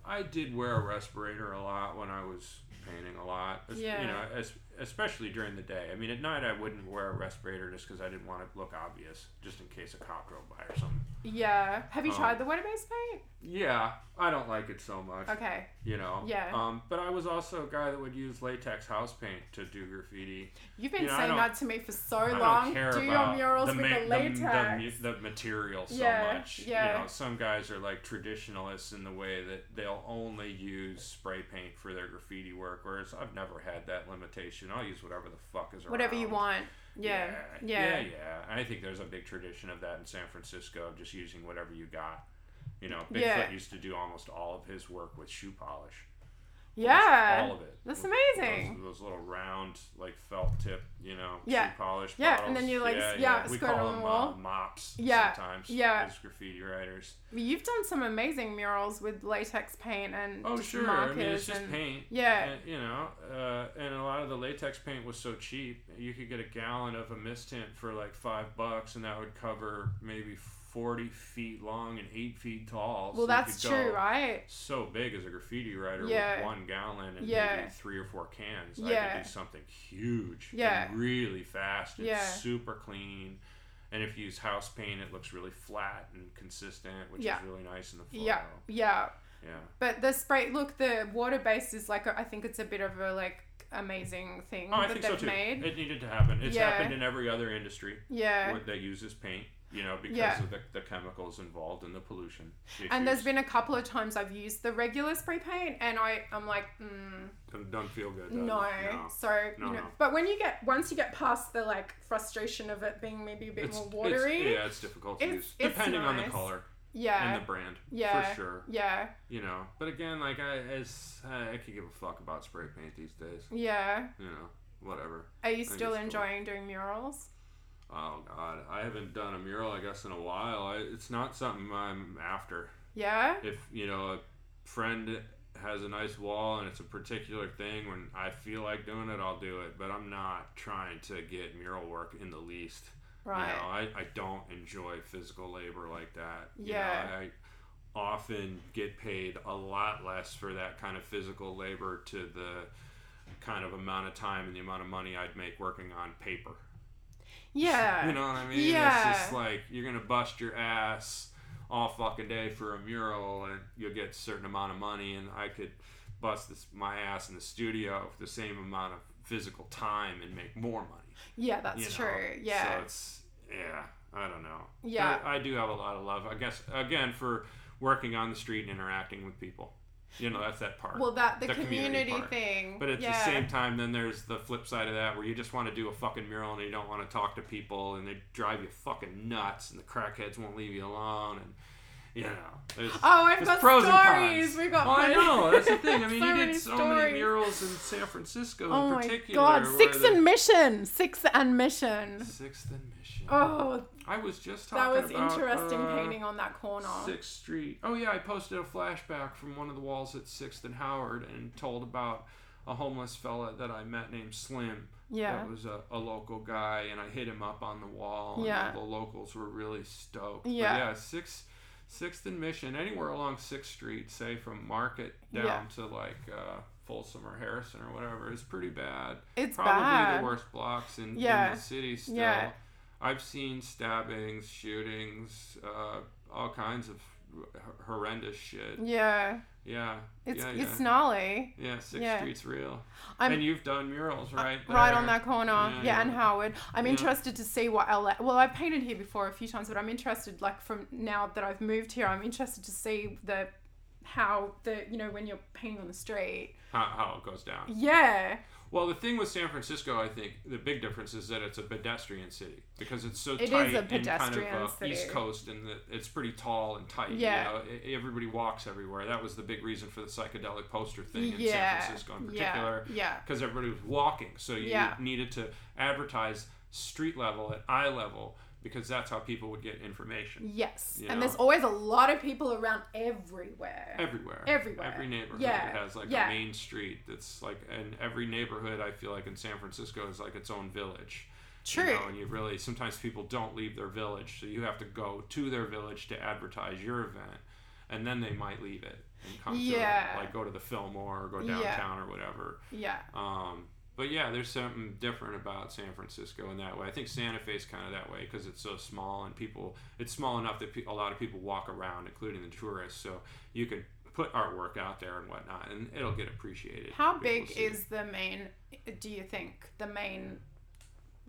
[SPEAKER 1] I, I did wear a respirator a lot when I was painting a lot. Es-
[SPEAKER 2] Yeah.
[SPEAKER 1] You know, es- especially during the day. I mean, at night I wouldn't wear a respirator just because I didn't want it to look obvious, just in case a cop drove by or something.
[SPEAKER 2] yeah. Have you
[SPEAKER 1] Um,
[SPEAKER 2] tried the water based paint?
[SPEAKER 1] Yeah, I don't like it so much.
[SPEAKER 2] Okay.
[SPEAKER 1] You know.
[SPEAKER 2] Yeah.
[SPEAKER 1] Um, but I was also a guy that would use latex house paint to do graffiti.
[SPEAKER 2] You've been
[SPEAKER 1] You know, I
[SPEAKER 2] saying
[SPEAKER 1] don't-
[SPEAKER 2] that to me for so
[SPEAKER 1] I
[SPEAKER 2] long.
[SPEAKER 1] don't care
[SPEAKER 2] Do
[SPEAKER 1] about
[SPEAKER 2] your murals
[SPEAKER 1] the,
[SPEAKER 2] with
[SPEAKER 1] ma-
[SPEAKER 2] the
[SPEAKER 1] the-
[SPEAKER 2] latex.
[SPEAKER 1] the mu- the material so
[SPEAKER 2] Yeah,
[SPEAKER 1] much.
[SPEAKER 2] yeah.
[SPEAKER 1] You know, some guys are like traditionalists in the way that they'll only use spray paint for their graffiti work, whereas I've never had that limitation. I'll use whatever the fuck is around.
[SPEAKER 2] whatever you want. Yeah.
[SPEAKER 1] Yeah,
[SPEAKER 2] Yeah.
[SPEAKER 1] yeah. I think there's a big tradition of that in San Francisco of just using whatever you got. You know, Bigfoot
[SPEAKER 2] Yeah.
[SPEAKER 1] used to do almost all of his work with shoe polish.
[SPEAKER 2] Yeah.
[SPEAKER 1] Almost all of it.
[SPEAKER 2] That's
[SPEAKER 1] With
[SPEAKER 2] amazing.
[SPEAKER 1] Those, those little round, like felt tip, you know,
[SPEAKER 2] Yeah.
[SPEAKER 1] shoe polish.
[SPEAKER 2] Yeah,
[SPEAKER 1] bottles.
[SPEAKER 2] and then you, like,
[SPEAKER 1] yeah,
[SPEAKER 2] s- yeah,
[SPEAKER 1] we
[SPEAKER 2] squirt
[SPEAKER 1] call
[SPEAKER 2] on the
[SPEAKER 1] them
[SPEAKER 2] wall.
[SPEAKER 1] Uh, mops.
[SPEAKER 2] Yeah,
[SPEAKER 1] sometimes.
[SPEAKER 2] yeah.
[SPEAKER 1] as graffiti writers.
[SPEAKER 2] You've done some amazing murals with latex paint and
[SPEAKER 1] Oh
[SPEAKER 2] just
[SPEAKER 1] sure, I
[SPEAKER 2] markers
[SPEAKER 1] mean it's just
[SPEAKER 2] and
[SPEAKER 1] paint.
[SPEAKER 2] Yeah.
[SPEAKER 1] And, you know, uh, and a lot of the latex paint was so cheap, you could get a gallon of a mist tint for like five bucks, and that would cover maybe forty feet long and eight feet tall. so
[SPEAKER 2] well,
[SPEAKER 1] you
[SPEAKER 2] that's
[SPEAKER 1] could
[SPEAKER 2] true,
[SPEAKER 1] go
[SPEAKER 2] right?
[SPEAKER 1] so big as a graffiti writer
[SPEAKER 2] Yeah.
[SPEAKER 1] with one gallon and
[SPEAKER 2] Yeah.
[SPEAKER 1] maybe three or four cans. I
[SPEAKER 2] Yeah.
[SPEAKER 1] could do something huge. and
[SPEAKER 2] Yeah.
[SPEAKER 1] really fast. It's
[SPEAKER 2] Yeah.
[SPEAKER 1] super clean. And if you use house paint, it looks really flat and consistent, which
[SPEAKER 2] Yeah.
[SPEAKER 1] is really nice in the photo.
[SPEAKER 2] Yeah, yeah.
[SPEAKER 1] Yeah.
[SPEAKER 2] But the spray, look, the water base is like, a, I think it's a bit of a like amazing thing
[SPEAKER 1] Oh, I
[SPEAKER 2] that
[SPEAKER 1] think
[SPEAKER 2] they've
[SPEAKER 1] so too.
[SPEAKER 2] made.
[SPEAKER 1] It needed to happen. It's
[SPEAKER 2] Yeah.
[SPEAKER 1] happened in every other industry
[SPEAKER 2] yeah.
[SPEAKER 1] where that uses paint, you know, because
[SPEAKER 2] Yeah.
[SPEAKER 1] of the, the chemicals involved and the pollution.
[SPEAKER 2] and there's
[SPEAKER 1] issues.
[SPEAKER 2] been a couple of times I've used the regular spray paint, and I, I'm like, mm,
[SPEAKER 1] Don't feel good. does it?
[SPEAKER 2] No. So
[SPEAKER 1] No,
[SPEAKER 2] you know,
[SPEAKER 1] no.
[SPEAKER 2] but when you get once you get past the like frustration of it being maybe a bit more watery,
[SPEAKER 1] yeah, it's difficult to
[SPEAKER 2] It's-
[SPEAKER 1] use.
[SPEAKER 2] it's
[SPEAKER 1] Depending on the
[SPEAKER 2] nice.
[SPEAKER 1] color.
[SPEAKER 2] yeah,
[SPEAKER 1] and the brand
[SPEAKER 2] yeah,
[SPEAKER 1] for sure
[SPEAKER 2] yeah,
[SPEAKER 1] you know but again like i as i could give a fuck about spray paint these days
[SPEAKER 2] yeah.
[SPEAKER 1] you know whatever
[SPEAKER 2] Are you
[SPEAKER 1] think
[SPEAKER 2] still
[SPEAKER 1] it's cool.
[SPEAKER 2] enjoying doing murals?
[SPEAKER 1] oh god i haven't done a mural i guess in a while I, it's not something i'm after
[SPEAKER 2] Yeah,
[SPEAKER 1] if you know a friend has a nice wall and it's a particular thing when i feel like doing it i'll do it but i'm not trying to get mural work in the least
[SPEAKER 2] right.
[SPEAKER 1] You know, I, I don't enjoy physical labor like that. You
[SPEAKER 2] Yeah.
[SPEAKER 1] Know, I often get paid a lot less for that kind of physical labor to the kind of amount of time and the amount of money I'd make working on paper. <laughs>
[SPEAKER 2] Yeah,
[SPEAKER 1] You know what I mean?
[SPEAKER 2] Yeah.
[SPEAKER 1] It's just like you're gonna bust your ass all fucking day for a mural, and you'll get a certain amount of money. And I could bust this, my ass in the studio for the same amount of physical time and make more money.
[SPEAKER 2] yeah,
[SPEAKER 1] you
[SPEAKER 2] that's
[SPEAKER 1] know?
[SPEAKER 2] true. Yeah,
[SPEAKER 1] So it's yeah. I don't know.
[SPEAKER 2] Yeah.
[SPEAKER 1] I, I do have a lot of love. I guess again for working on the street and interacting with people. You know, that's that part.
[SPEAKER 2] well, that the,
[SPEAKER 1] the community
[SPEAKER 2] community,
[SPEAKER 1] part.
[SPEAKER 2] thing,
[SPEAKER 1] but at
[SPEAKER 2] yeah.
[SPEAKER 1] the same time, then there's the flip side of that where you just want to do a fucking mural and you don't want to talk to people and they drive you fucking nuts and the crackheads won't leave you alone and you know. There's,
[SPEAKER 2] Oh, I've
[SPEAKER 1] there's
[SPEAKER 2] got
[SPEAKER 1] pros and
[SPEAKER 2] stories.
[SPEAKER 1] cons.
[SPEAKER 2] We got.
[SPEAKER 1] Well, I
[SPEAKER 2] plenty- <laughs>
[SPEAKER 1] know that's the thing. I mean, you
[SPEAKER 2] many
[SPEAKER 1] did so
[SPEAKER 2] stories.
[SPEAKER 1] many murals in San Francisco
[SPEAKER 2] Oh
[SPEAKER 1] in
[SPEAKER 2] my
[SPEAKER 1] particular.
[SPEAKER 2] god,
[SPEAKER 1] where
[SPEAKER 2] sixth
[SPEAKER 1] the-
[SPEAKER 2] and mission, sixth and mission.
[SPEAKER 1] Sixth and Mission. condition.
[SPEAKER 2] Oh,
[SPEAKER 1] I was just
[SPEAKER 2] that
[SPEAKER 1] talking
[SPEAKER 2] was
[SPEAKER 1] about,
[SPEAKER 2] interesting
[SPEAKER 1] uh,
[SPEAKER 2] painting on that corner.
[SPEAKER 1] Sixth Street. Oh yeah, I posted a flashback from one of the walls at Sixth and Howard and told about a homeless fella that I met named Slim.
[SPEAKER 2] Yeah.
[SPEAKER 1] That was a, a local guy and I hit him up on the wall and
[SPEAKER 2] Yeah.
[SPEAKER 1] the locals were really stoked.
[SPEAKER 2] Yeah.
[SPEAKER 1] But yeah, sixth sixth and mission, anywhere along Sixth Street, say from Market down
[SPEAKER 2] Yeah.
[SPEAKER 1] to like uh Folsom or Harrison or whatever is pretty bad.
[SPEAKER 2] It's
[SPEAKER 1] Probably
[SPEAKER 2] bad.
[SPEAKER 1] the worst blocks in,
[SPEAKER 2] Yeah.
[SPEAKER 1] in the city still.
[SPEAKER 2] Yeah.
[SPEAKER 1] I've seen stabbings, shootings, uh, all kinds of h- horrendous shit.
[SPEAKER 2] Yeah.
[SPEAKER 1] Yeah.
[SPEAKER 2] It's
[SPEAKER 1] yeah,
[SPEAKER 2] it's
[SPEAKER 1] yeah.
[SPEAKER 2] gnarly.
[SPEAKER 1] yeah, Sixth
[SPEAKER 2] yeah.
[SPEAKER 1] Street's real.
[SPEAKER 2] I'm- Uh,
[SPEAKER 1] and you've done murals, right?
[SPEAKER 2] Right on
[SPEAKER 1] there.
[SPEAKER 2] that corner, yeah,
[SPEAKER 1] Yeah,
[SPEAKER 2] and
[SPEAKER 1] yeah.
[SPEAKER 2] Howard. I'm
[SPEAKER 1] Yeah.
[SPEAKER 2] interested to see what LA. Well, I've painted here before a few times, but I'm interested, like from now that I've moved here, I'm interested to see the how the you know when you're painting on the street.
[SPEAKER 1] How, how it goes down.
[SPEAKER 2] Yeah,
[SPEAKER 1] Well, the thing with San Francisco, I think the big difference is that it's a pedestrian city because it's so
[SPEAKER 2] It is
[SPEAKER 1] tight
[SPEAKER 2] a
[SPEAKER 1] and kind
[SPEAKER 2] pedestrian
[SPEAKER 1] of uh, East
[SPEAKER 2] city.
[SPEAKER 1] Coast, and the, it's pretty tall and tight. you
[SPEAKER 2] Yeah.
[SPEAKER 1] know, e- everybody walks everywhere. That was the big reason for the psychedelic poster thing in
[SPEAKER 2] yeah,
[SPEAKER 1] San Francisco in
[SPEAKER 2] yeah,
[SPEAKER 1] particular.
[SPEAKER 2] Yeah,
[SPEAKER 1] because everybody was walking. So you
[SPEAKER 2] Yeah.
[SPEAKER 1] needed to advertise street level at eye level because that's how people would get information
[SPEAKER 2] yes,
[SPEAKER 1] You
[SPEAKER 2] and
[SPEAKER 1] know?
[SPEAKER 2] there's always a lot of people around everywhere.
[SPEAKER 1] everywhere.
[SPEAKER 2] Everywhere.
[SPEAKER 1] Every neighborhood
[SPEAKER 2] Yeah.
[SPEAKER 1] has like
[SPEAKER 2] Yeah.
[SPEAKER 1] a main street that's like, and every neighborhood I feel like in San Francisco is like its own village. you
[SPEAKER 2] True.
[SPEAKER 1] know, and you really sometimes people don't leave their village, so you have to go to their village to advertise your event, and then they might leave it and come
[SPEAKER 2] Yeah.
[SPEAKER 1] to like go to the Fillmore or go
[SPEAKER 2] Yeah.
[SPEAKER 1] downtown or whatever.
[SPEAKER 2] yeah,
[SPEAKER 1] Um, but yeah, there's something different about San Francisco in that way. I think Santa Fe's kind of that way because it's so small and people, it's small enough that pe- a lot of people walk around, including the tourists. So you can put artwork out there and whatnot, and it'll get appreciated.
[SPEAKER 2] how
[SPEAKER 1] People
[SPEAKER 2] big
[SPEAKER 1] see it.
[SPEAKER 2] is the main? Do you think the main,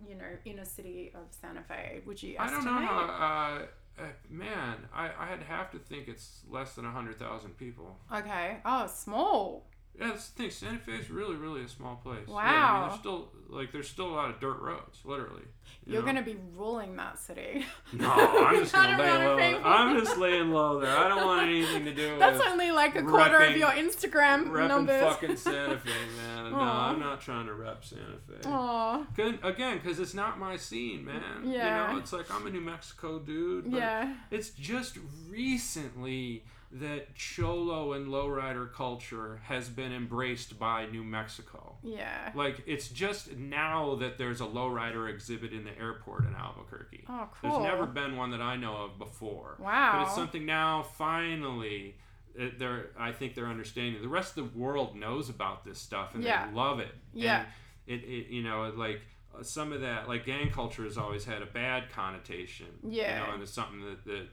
[SPEAKER 2] you know, inner city of Santa Fe? Would you?
[SPEAKER 1] I don't
[SPEAKER 2] Estimate?
[SPEAKER 1] know. How, uh, uh, man, I, I'd have to think it's less than 100,000 people.
[SPEAKER 2] Okay. Oh, small.
[SPEAKER 1] Yeah, that's the thing. Santa Fe is really, really a small place. Yeah, I
[SPEAKER 2] Wow.
[SPEAKER 1] mean, there's still like there's still a lot of dirt roads, literally. you
[SPEAKER 2] You're
[SPEAKER 1] know?
[SPEAKER 2] gonna be ruling that city. <laughs>
[SPEAKER 1] No, I'm just
[SPEAKER 2] Not
[SPEAKER 1] gonna
[SPEAKER 2] around
[SPEAKER 1] lay
[SPEAKER 2] a
[SPEAKER 1] low.
[SPEAKER 2] table.
[SPEAKER 1] I'm just laying low there. I don't want anything to do
[SPEAKER 2] <laughs> That's
[SPEAKER 1] with
[SPEAKER 2] only like a quarter of
[SPEAKER 1] repping-
[SPEAKER 2] your Instagram
[SPEAKER 1] repping
[SPEAKER 2] numbers. <laughs>
[SPEAKER 1] fucking Santa Fe, man. No,
[SPEAKER 2] Aw.
[SPEAKER 1] I'm not trying to rep Santa Fe.
[SPEAKER 2] Aw,
[SPEAKER 1] Good, again, because it's not my scene, man.
[SPEAKER 2] Yeah.
[SPEAKER 1] You know, it's like I'm a New Mexico dude. <laughs> But
[SPEAKER 2] yeah.
[SPEAKER 1] It's just recently that cholo and lowrider culture has been embraced by New Mexico.
[SPEAKER 2] Yeah.
[SPEAKER 1] Like it's just now that there's a lowrider exhibit in the airport in Albuquerque.
[SPEAKER 2] Oh, cool.
[SPEAKER 1] There's never been one that I know of before.
[SPEAKER 2] Wow.
[SPEAKER 1] But it's something now, finally, it- they're, I think they're understanding. The rest of the world knows about this stuff and
[SPEAKER 2] Yeah.
[SPEAKER 1] they love it.
[SPEAKER 2] Yeah.
[SPEAKER 1] And it, it, you know, like uh, some of that, like gang culture has always had a bad connotation.
[SPEAKER 2] Yeah.
[SPEAKER 1] You know, and it's something that, that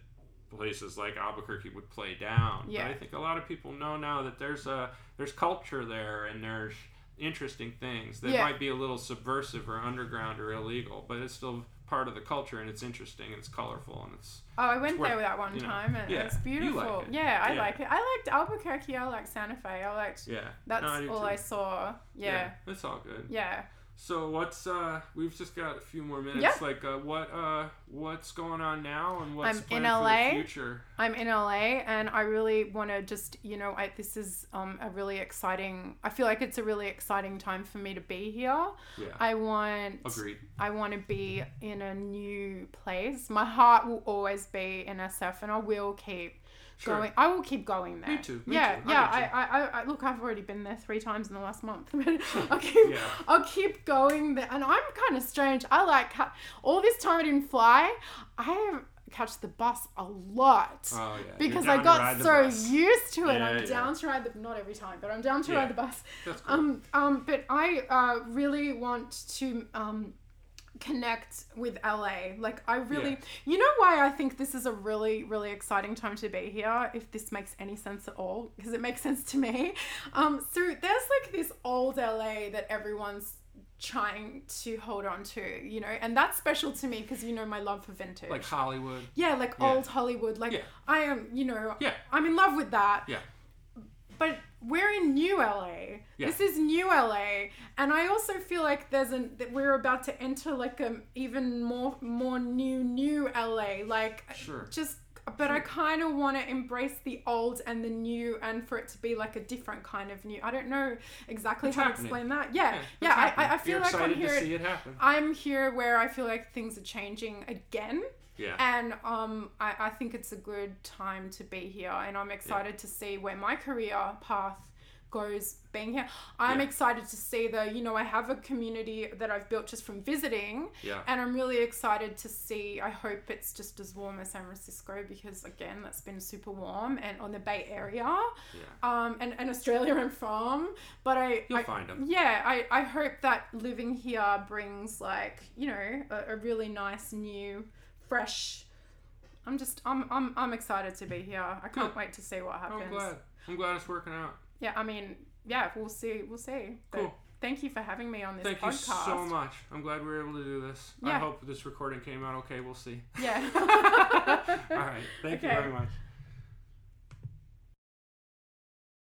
[SPEAKER 1] places like Albuquerque would play down.
[SPEAKER 2] Yeah.
[SPEAKER 1] But I think a lot of people know now that there's a, there's culture there and there's interesting things that
[SPEAKER 2] Yeah.
[SPEAKER 1] might be a little subversive or underground or illegal, but it's still part of the culture and it's interesting and it's colorful and it's
[SPEAKER 2] Oh, I went
[SPEAKER 1] It's worth-
[SPEAKER 2] there that one
[SPEAKER 1] you know,
[SPEAKER 2] time and
[SPEAKER 1] yeah,
[SPEAKER 2] it's
[SPEAKER 1] you like
[SPEAKER 2] beautiful.
[SPEAKER 1] it.
[SPEAKER 2] Yeah, I
[SPEAKER 1] Yeah.
[SPEAKER 2] like it. I liked Albuquerque. I liked Santa Fe. I liked.
[SPEAKER 1] yeah.
[SPEAKER 2] That's
[SPEAKER 1] No, I do
[SPEAKER 2] all
[SPEAKER 1] too.
[SPEAKER 2] I saw. Yeah.
[SPEAKER 1] That's all good.
[SPEAKER 2] Yeah.
[SPEAKER 1] So what's uh we've just got a few more minutes.
[SPEAKER 2] Yeah.
[SPEAKER 1] Like uh what uh what's going on now and what's
[SPEAKER 2] I'm
[SPEAKER 1] planned
[SPEAKER 2] in LA.
[SPEAKER 1] for the future?
[SPEAKER 2] I'm in LA and I really want to just, you know, I, this is um, a really exciting, I feel like it's a really exciting time for me to be here.
[SPEAKER 1] Yeah.
[SPEAKER 2] I want.
[SPEAKER 1] Agreed.
[SPEAKER 2] I want to be in a new place. My heart will always be in SF, and I will keep
[SPEAKER 1] Sure.
[SPEAKER 2] going. I will keep going there.
[SPEAKER 1] too, me
[SPEAKER 2] yeah,
[SPEAKER 1] too, I
[SPEAKER 2] yeah.
[SPEAKER 1] get you.
[SPEAKER 2] I, I, I, I, look, I've already been there three times in the last month. <laughs> But
[SPEAKER 1] <laughs>
[SPEAKER 2] I'll keep,
[SPEAKER 1] Yeah.
[SPEAKER 2] I'll keep going there. And I'm kind of strange. I like ca- all this time I didn't fly. I have catch the bus a lot
[SPEAKER 1] Oh yeah. You're
[SPEAKER 2] because
[SPEAKER 1] down
[SPEAKER 2] I
[SPEAKER 1] to ride
[SPEAKER 2] got
[SPEAKER 1] the
[SPEAKER 2] so
[SPEAKER 1] bus.
[SPEAKER 2] used to it.
[SPEAKER 1] Yeah,
[SPEAKER 2] I'm
[SPEAKER 1] yeah.
[SPEAKER 2] down to ride the not every time, but I'm down to
[SPEAKER 1] Yeah.
[SPEAKER 2] ride the bus.
[SPEAKER 1] That's cool.
[SPEAKER 2] Um, um, but I uh, really want to um, connect with LA. Like, I really,
[SPEAKER 1] Yeah.
[SPEAKER 2] you know, why I think this is a really, really exciting time to be here, if this makes any sense at all, because it makes sense to me. <laughs> Um, so there's like this old LA that everyone's trying to hold on to, you know, and that's special to me because you know my love for vintage.
[SPEAKER 1] like Hollywood.
[SPEAKER 2] yeah, like
[SPEAKER 1] Yeah.
[SPEAKER 2] old Hollywood. Like
[SPEAKER 1] Yeah.
[SPEAKER 2] I am, you know,
[SPEAKER 1] Yeah.
[SPEAKER 2] I'm in love with that
[SPEAKER 1] Yeah.
[SPEAKER 2] but we're in new LA.
[SPEAKER 1] Yeah.
[SPEAKER 2] This is new LA, and I also feel like there's an that we're about to enter like a even more more new new LA. Like
[SPEAKER 1] Sure.
[SPEAKER 2] just but I kind of want to embrace the old and the new, and for it to be like a different kind of new. I don't know exactly
[SPEAKER 1] It's
[SPEAKER 2] how
[SPEAKER 1] happening.
[SPEAKER 2] to explain that. Yeah,
[SPEAKER 1] it's
[SPEAKER 2] yeah. I
[SPEAKER 1] happening.
[SPEAKER 2] I, I feel
[SPEAKER 1] You're
[SPEAKER 2] like I'm
[SPEAKER 1] excited
[SPEAKER 2] here.
[SPEAKER 1] to see it happen.
[SPEAKER 2] I'm here where I feel like things are changing again,
[SPEAKER 1] Yeah,
[SPEAKER 2] and um, I, I think it's a good time to be here, and I'm excited to see where my career path goes being here. I'm
[SPEAKER 1] Yeah.
[SPEAKER 2] excited to see the, you know, I have a community that I've built just from visiting,
[SPEAKER 1] yeah.
[SPEAKER 2] and I'm really excited to see. I hope it's just as warm as San Francisco because again, that's been super warm and on the Bay Area, um, and, and Australia I'm from. But I,
[SPEAKER 1] You'll
[SPEAKER 2] I-
[SPEAKER 1] find 'em.
[SPEAKER 2] Yeah, I, I hope that living here brings like you know a, a really nice new, fresh. I'm just I'm I'm I'm excited to be here. I can't
[SPEAKER 1] Good.
[SPEAKER 2] wait to see what happens.
[SPEAKER 1] I'm glad. I'm glad it's working out.
[SPEAKER 2] Yeah, I mean, yeah, we'll see. We'll see. But
[SPEAKER 1] Cool.
[SPEAKER 2] Thank you for having me on this
[SPEAKER 1] Thank you
[SPEAKER 2] podcast.
[SPEAKER 1] so much. I'm glad we were able to do this. I
[SPEAKER 2] Yeah.
[SPEAKER 1] hope this recording came out okay. We'll see. <laughs>
[SPEAKER 2] Yeah. <laughs>
[SPEAKER 1] All right. Thank you
[SPEAKER 2] Okay.
[SPEAKER 1] very much.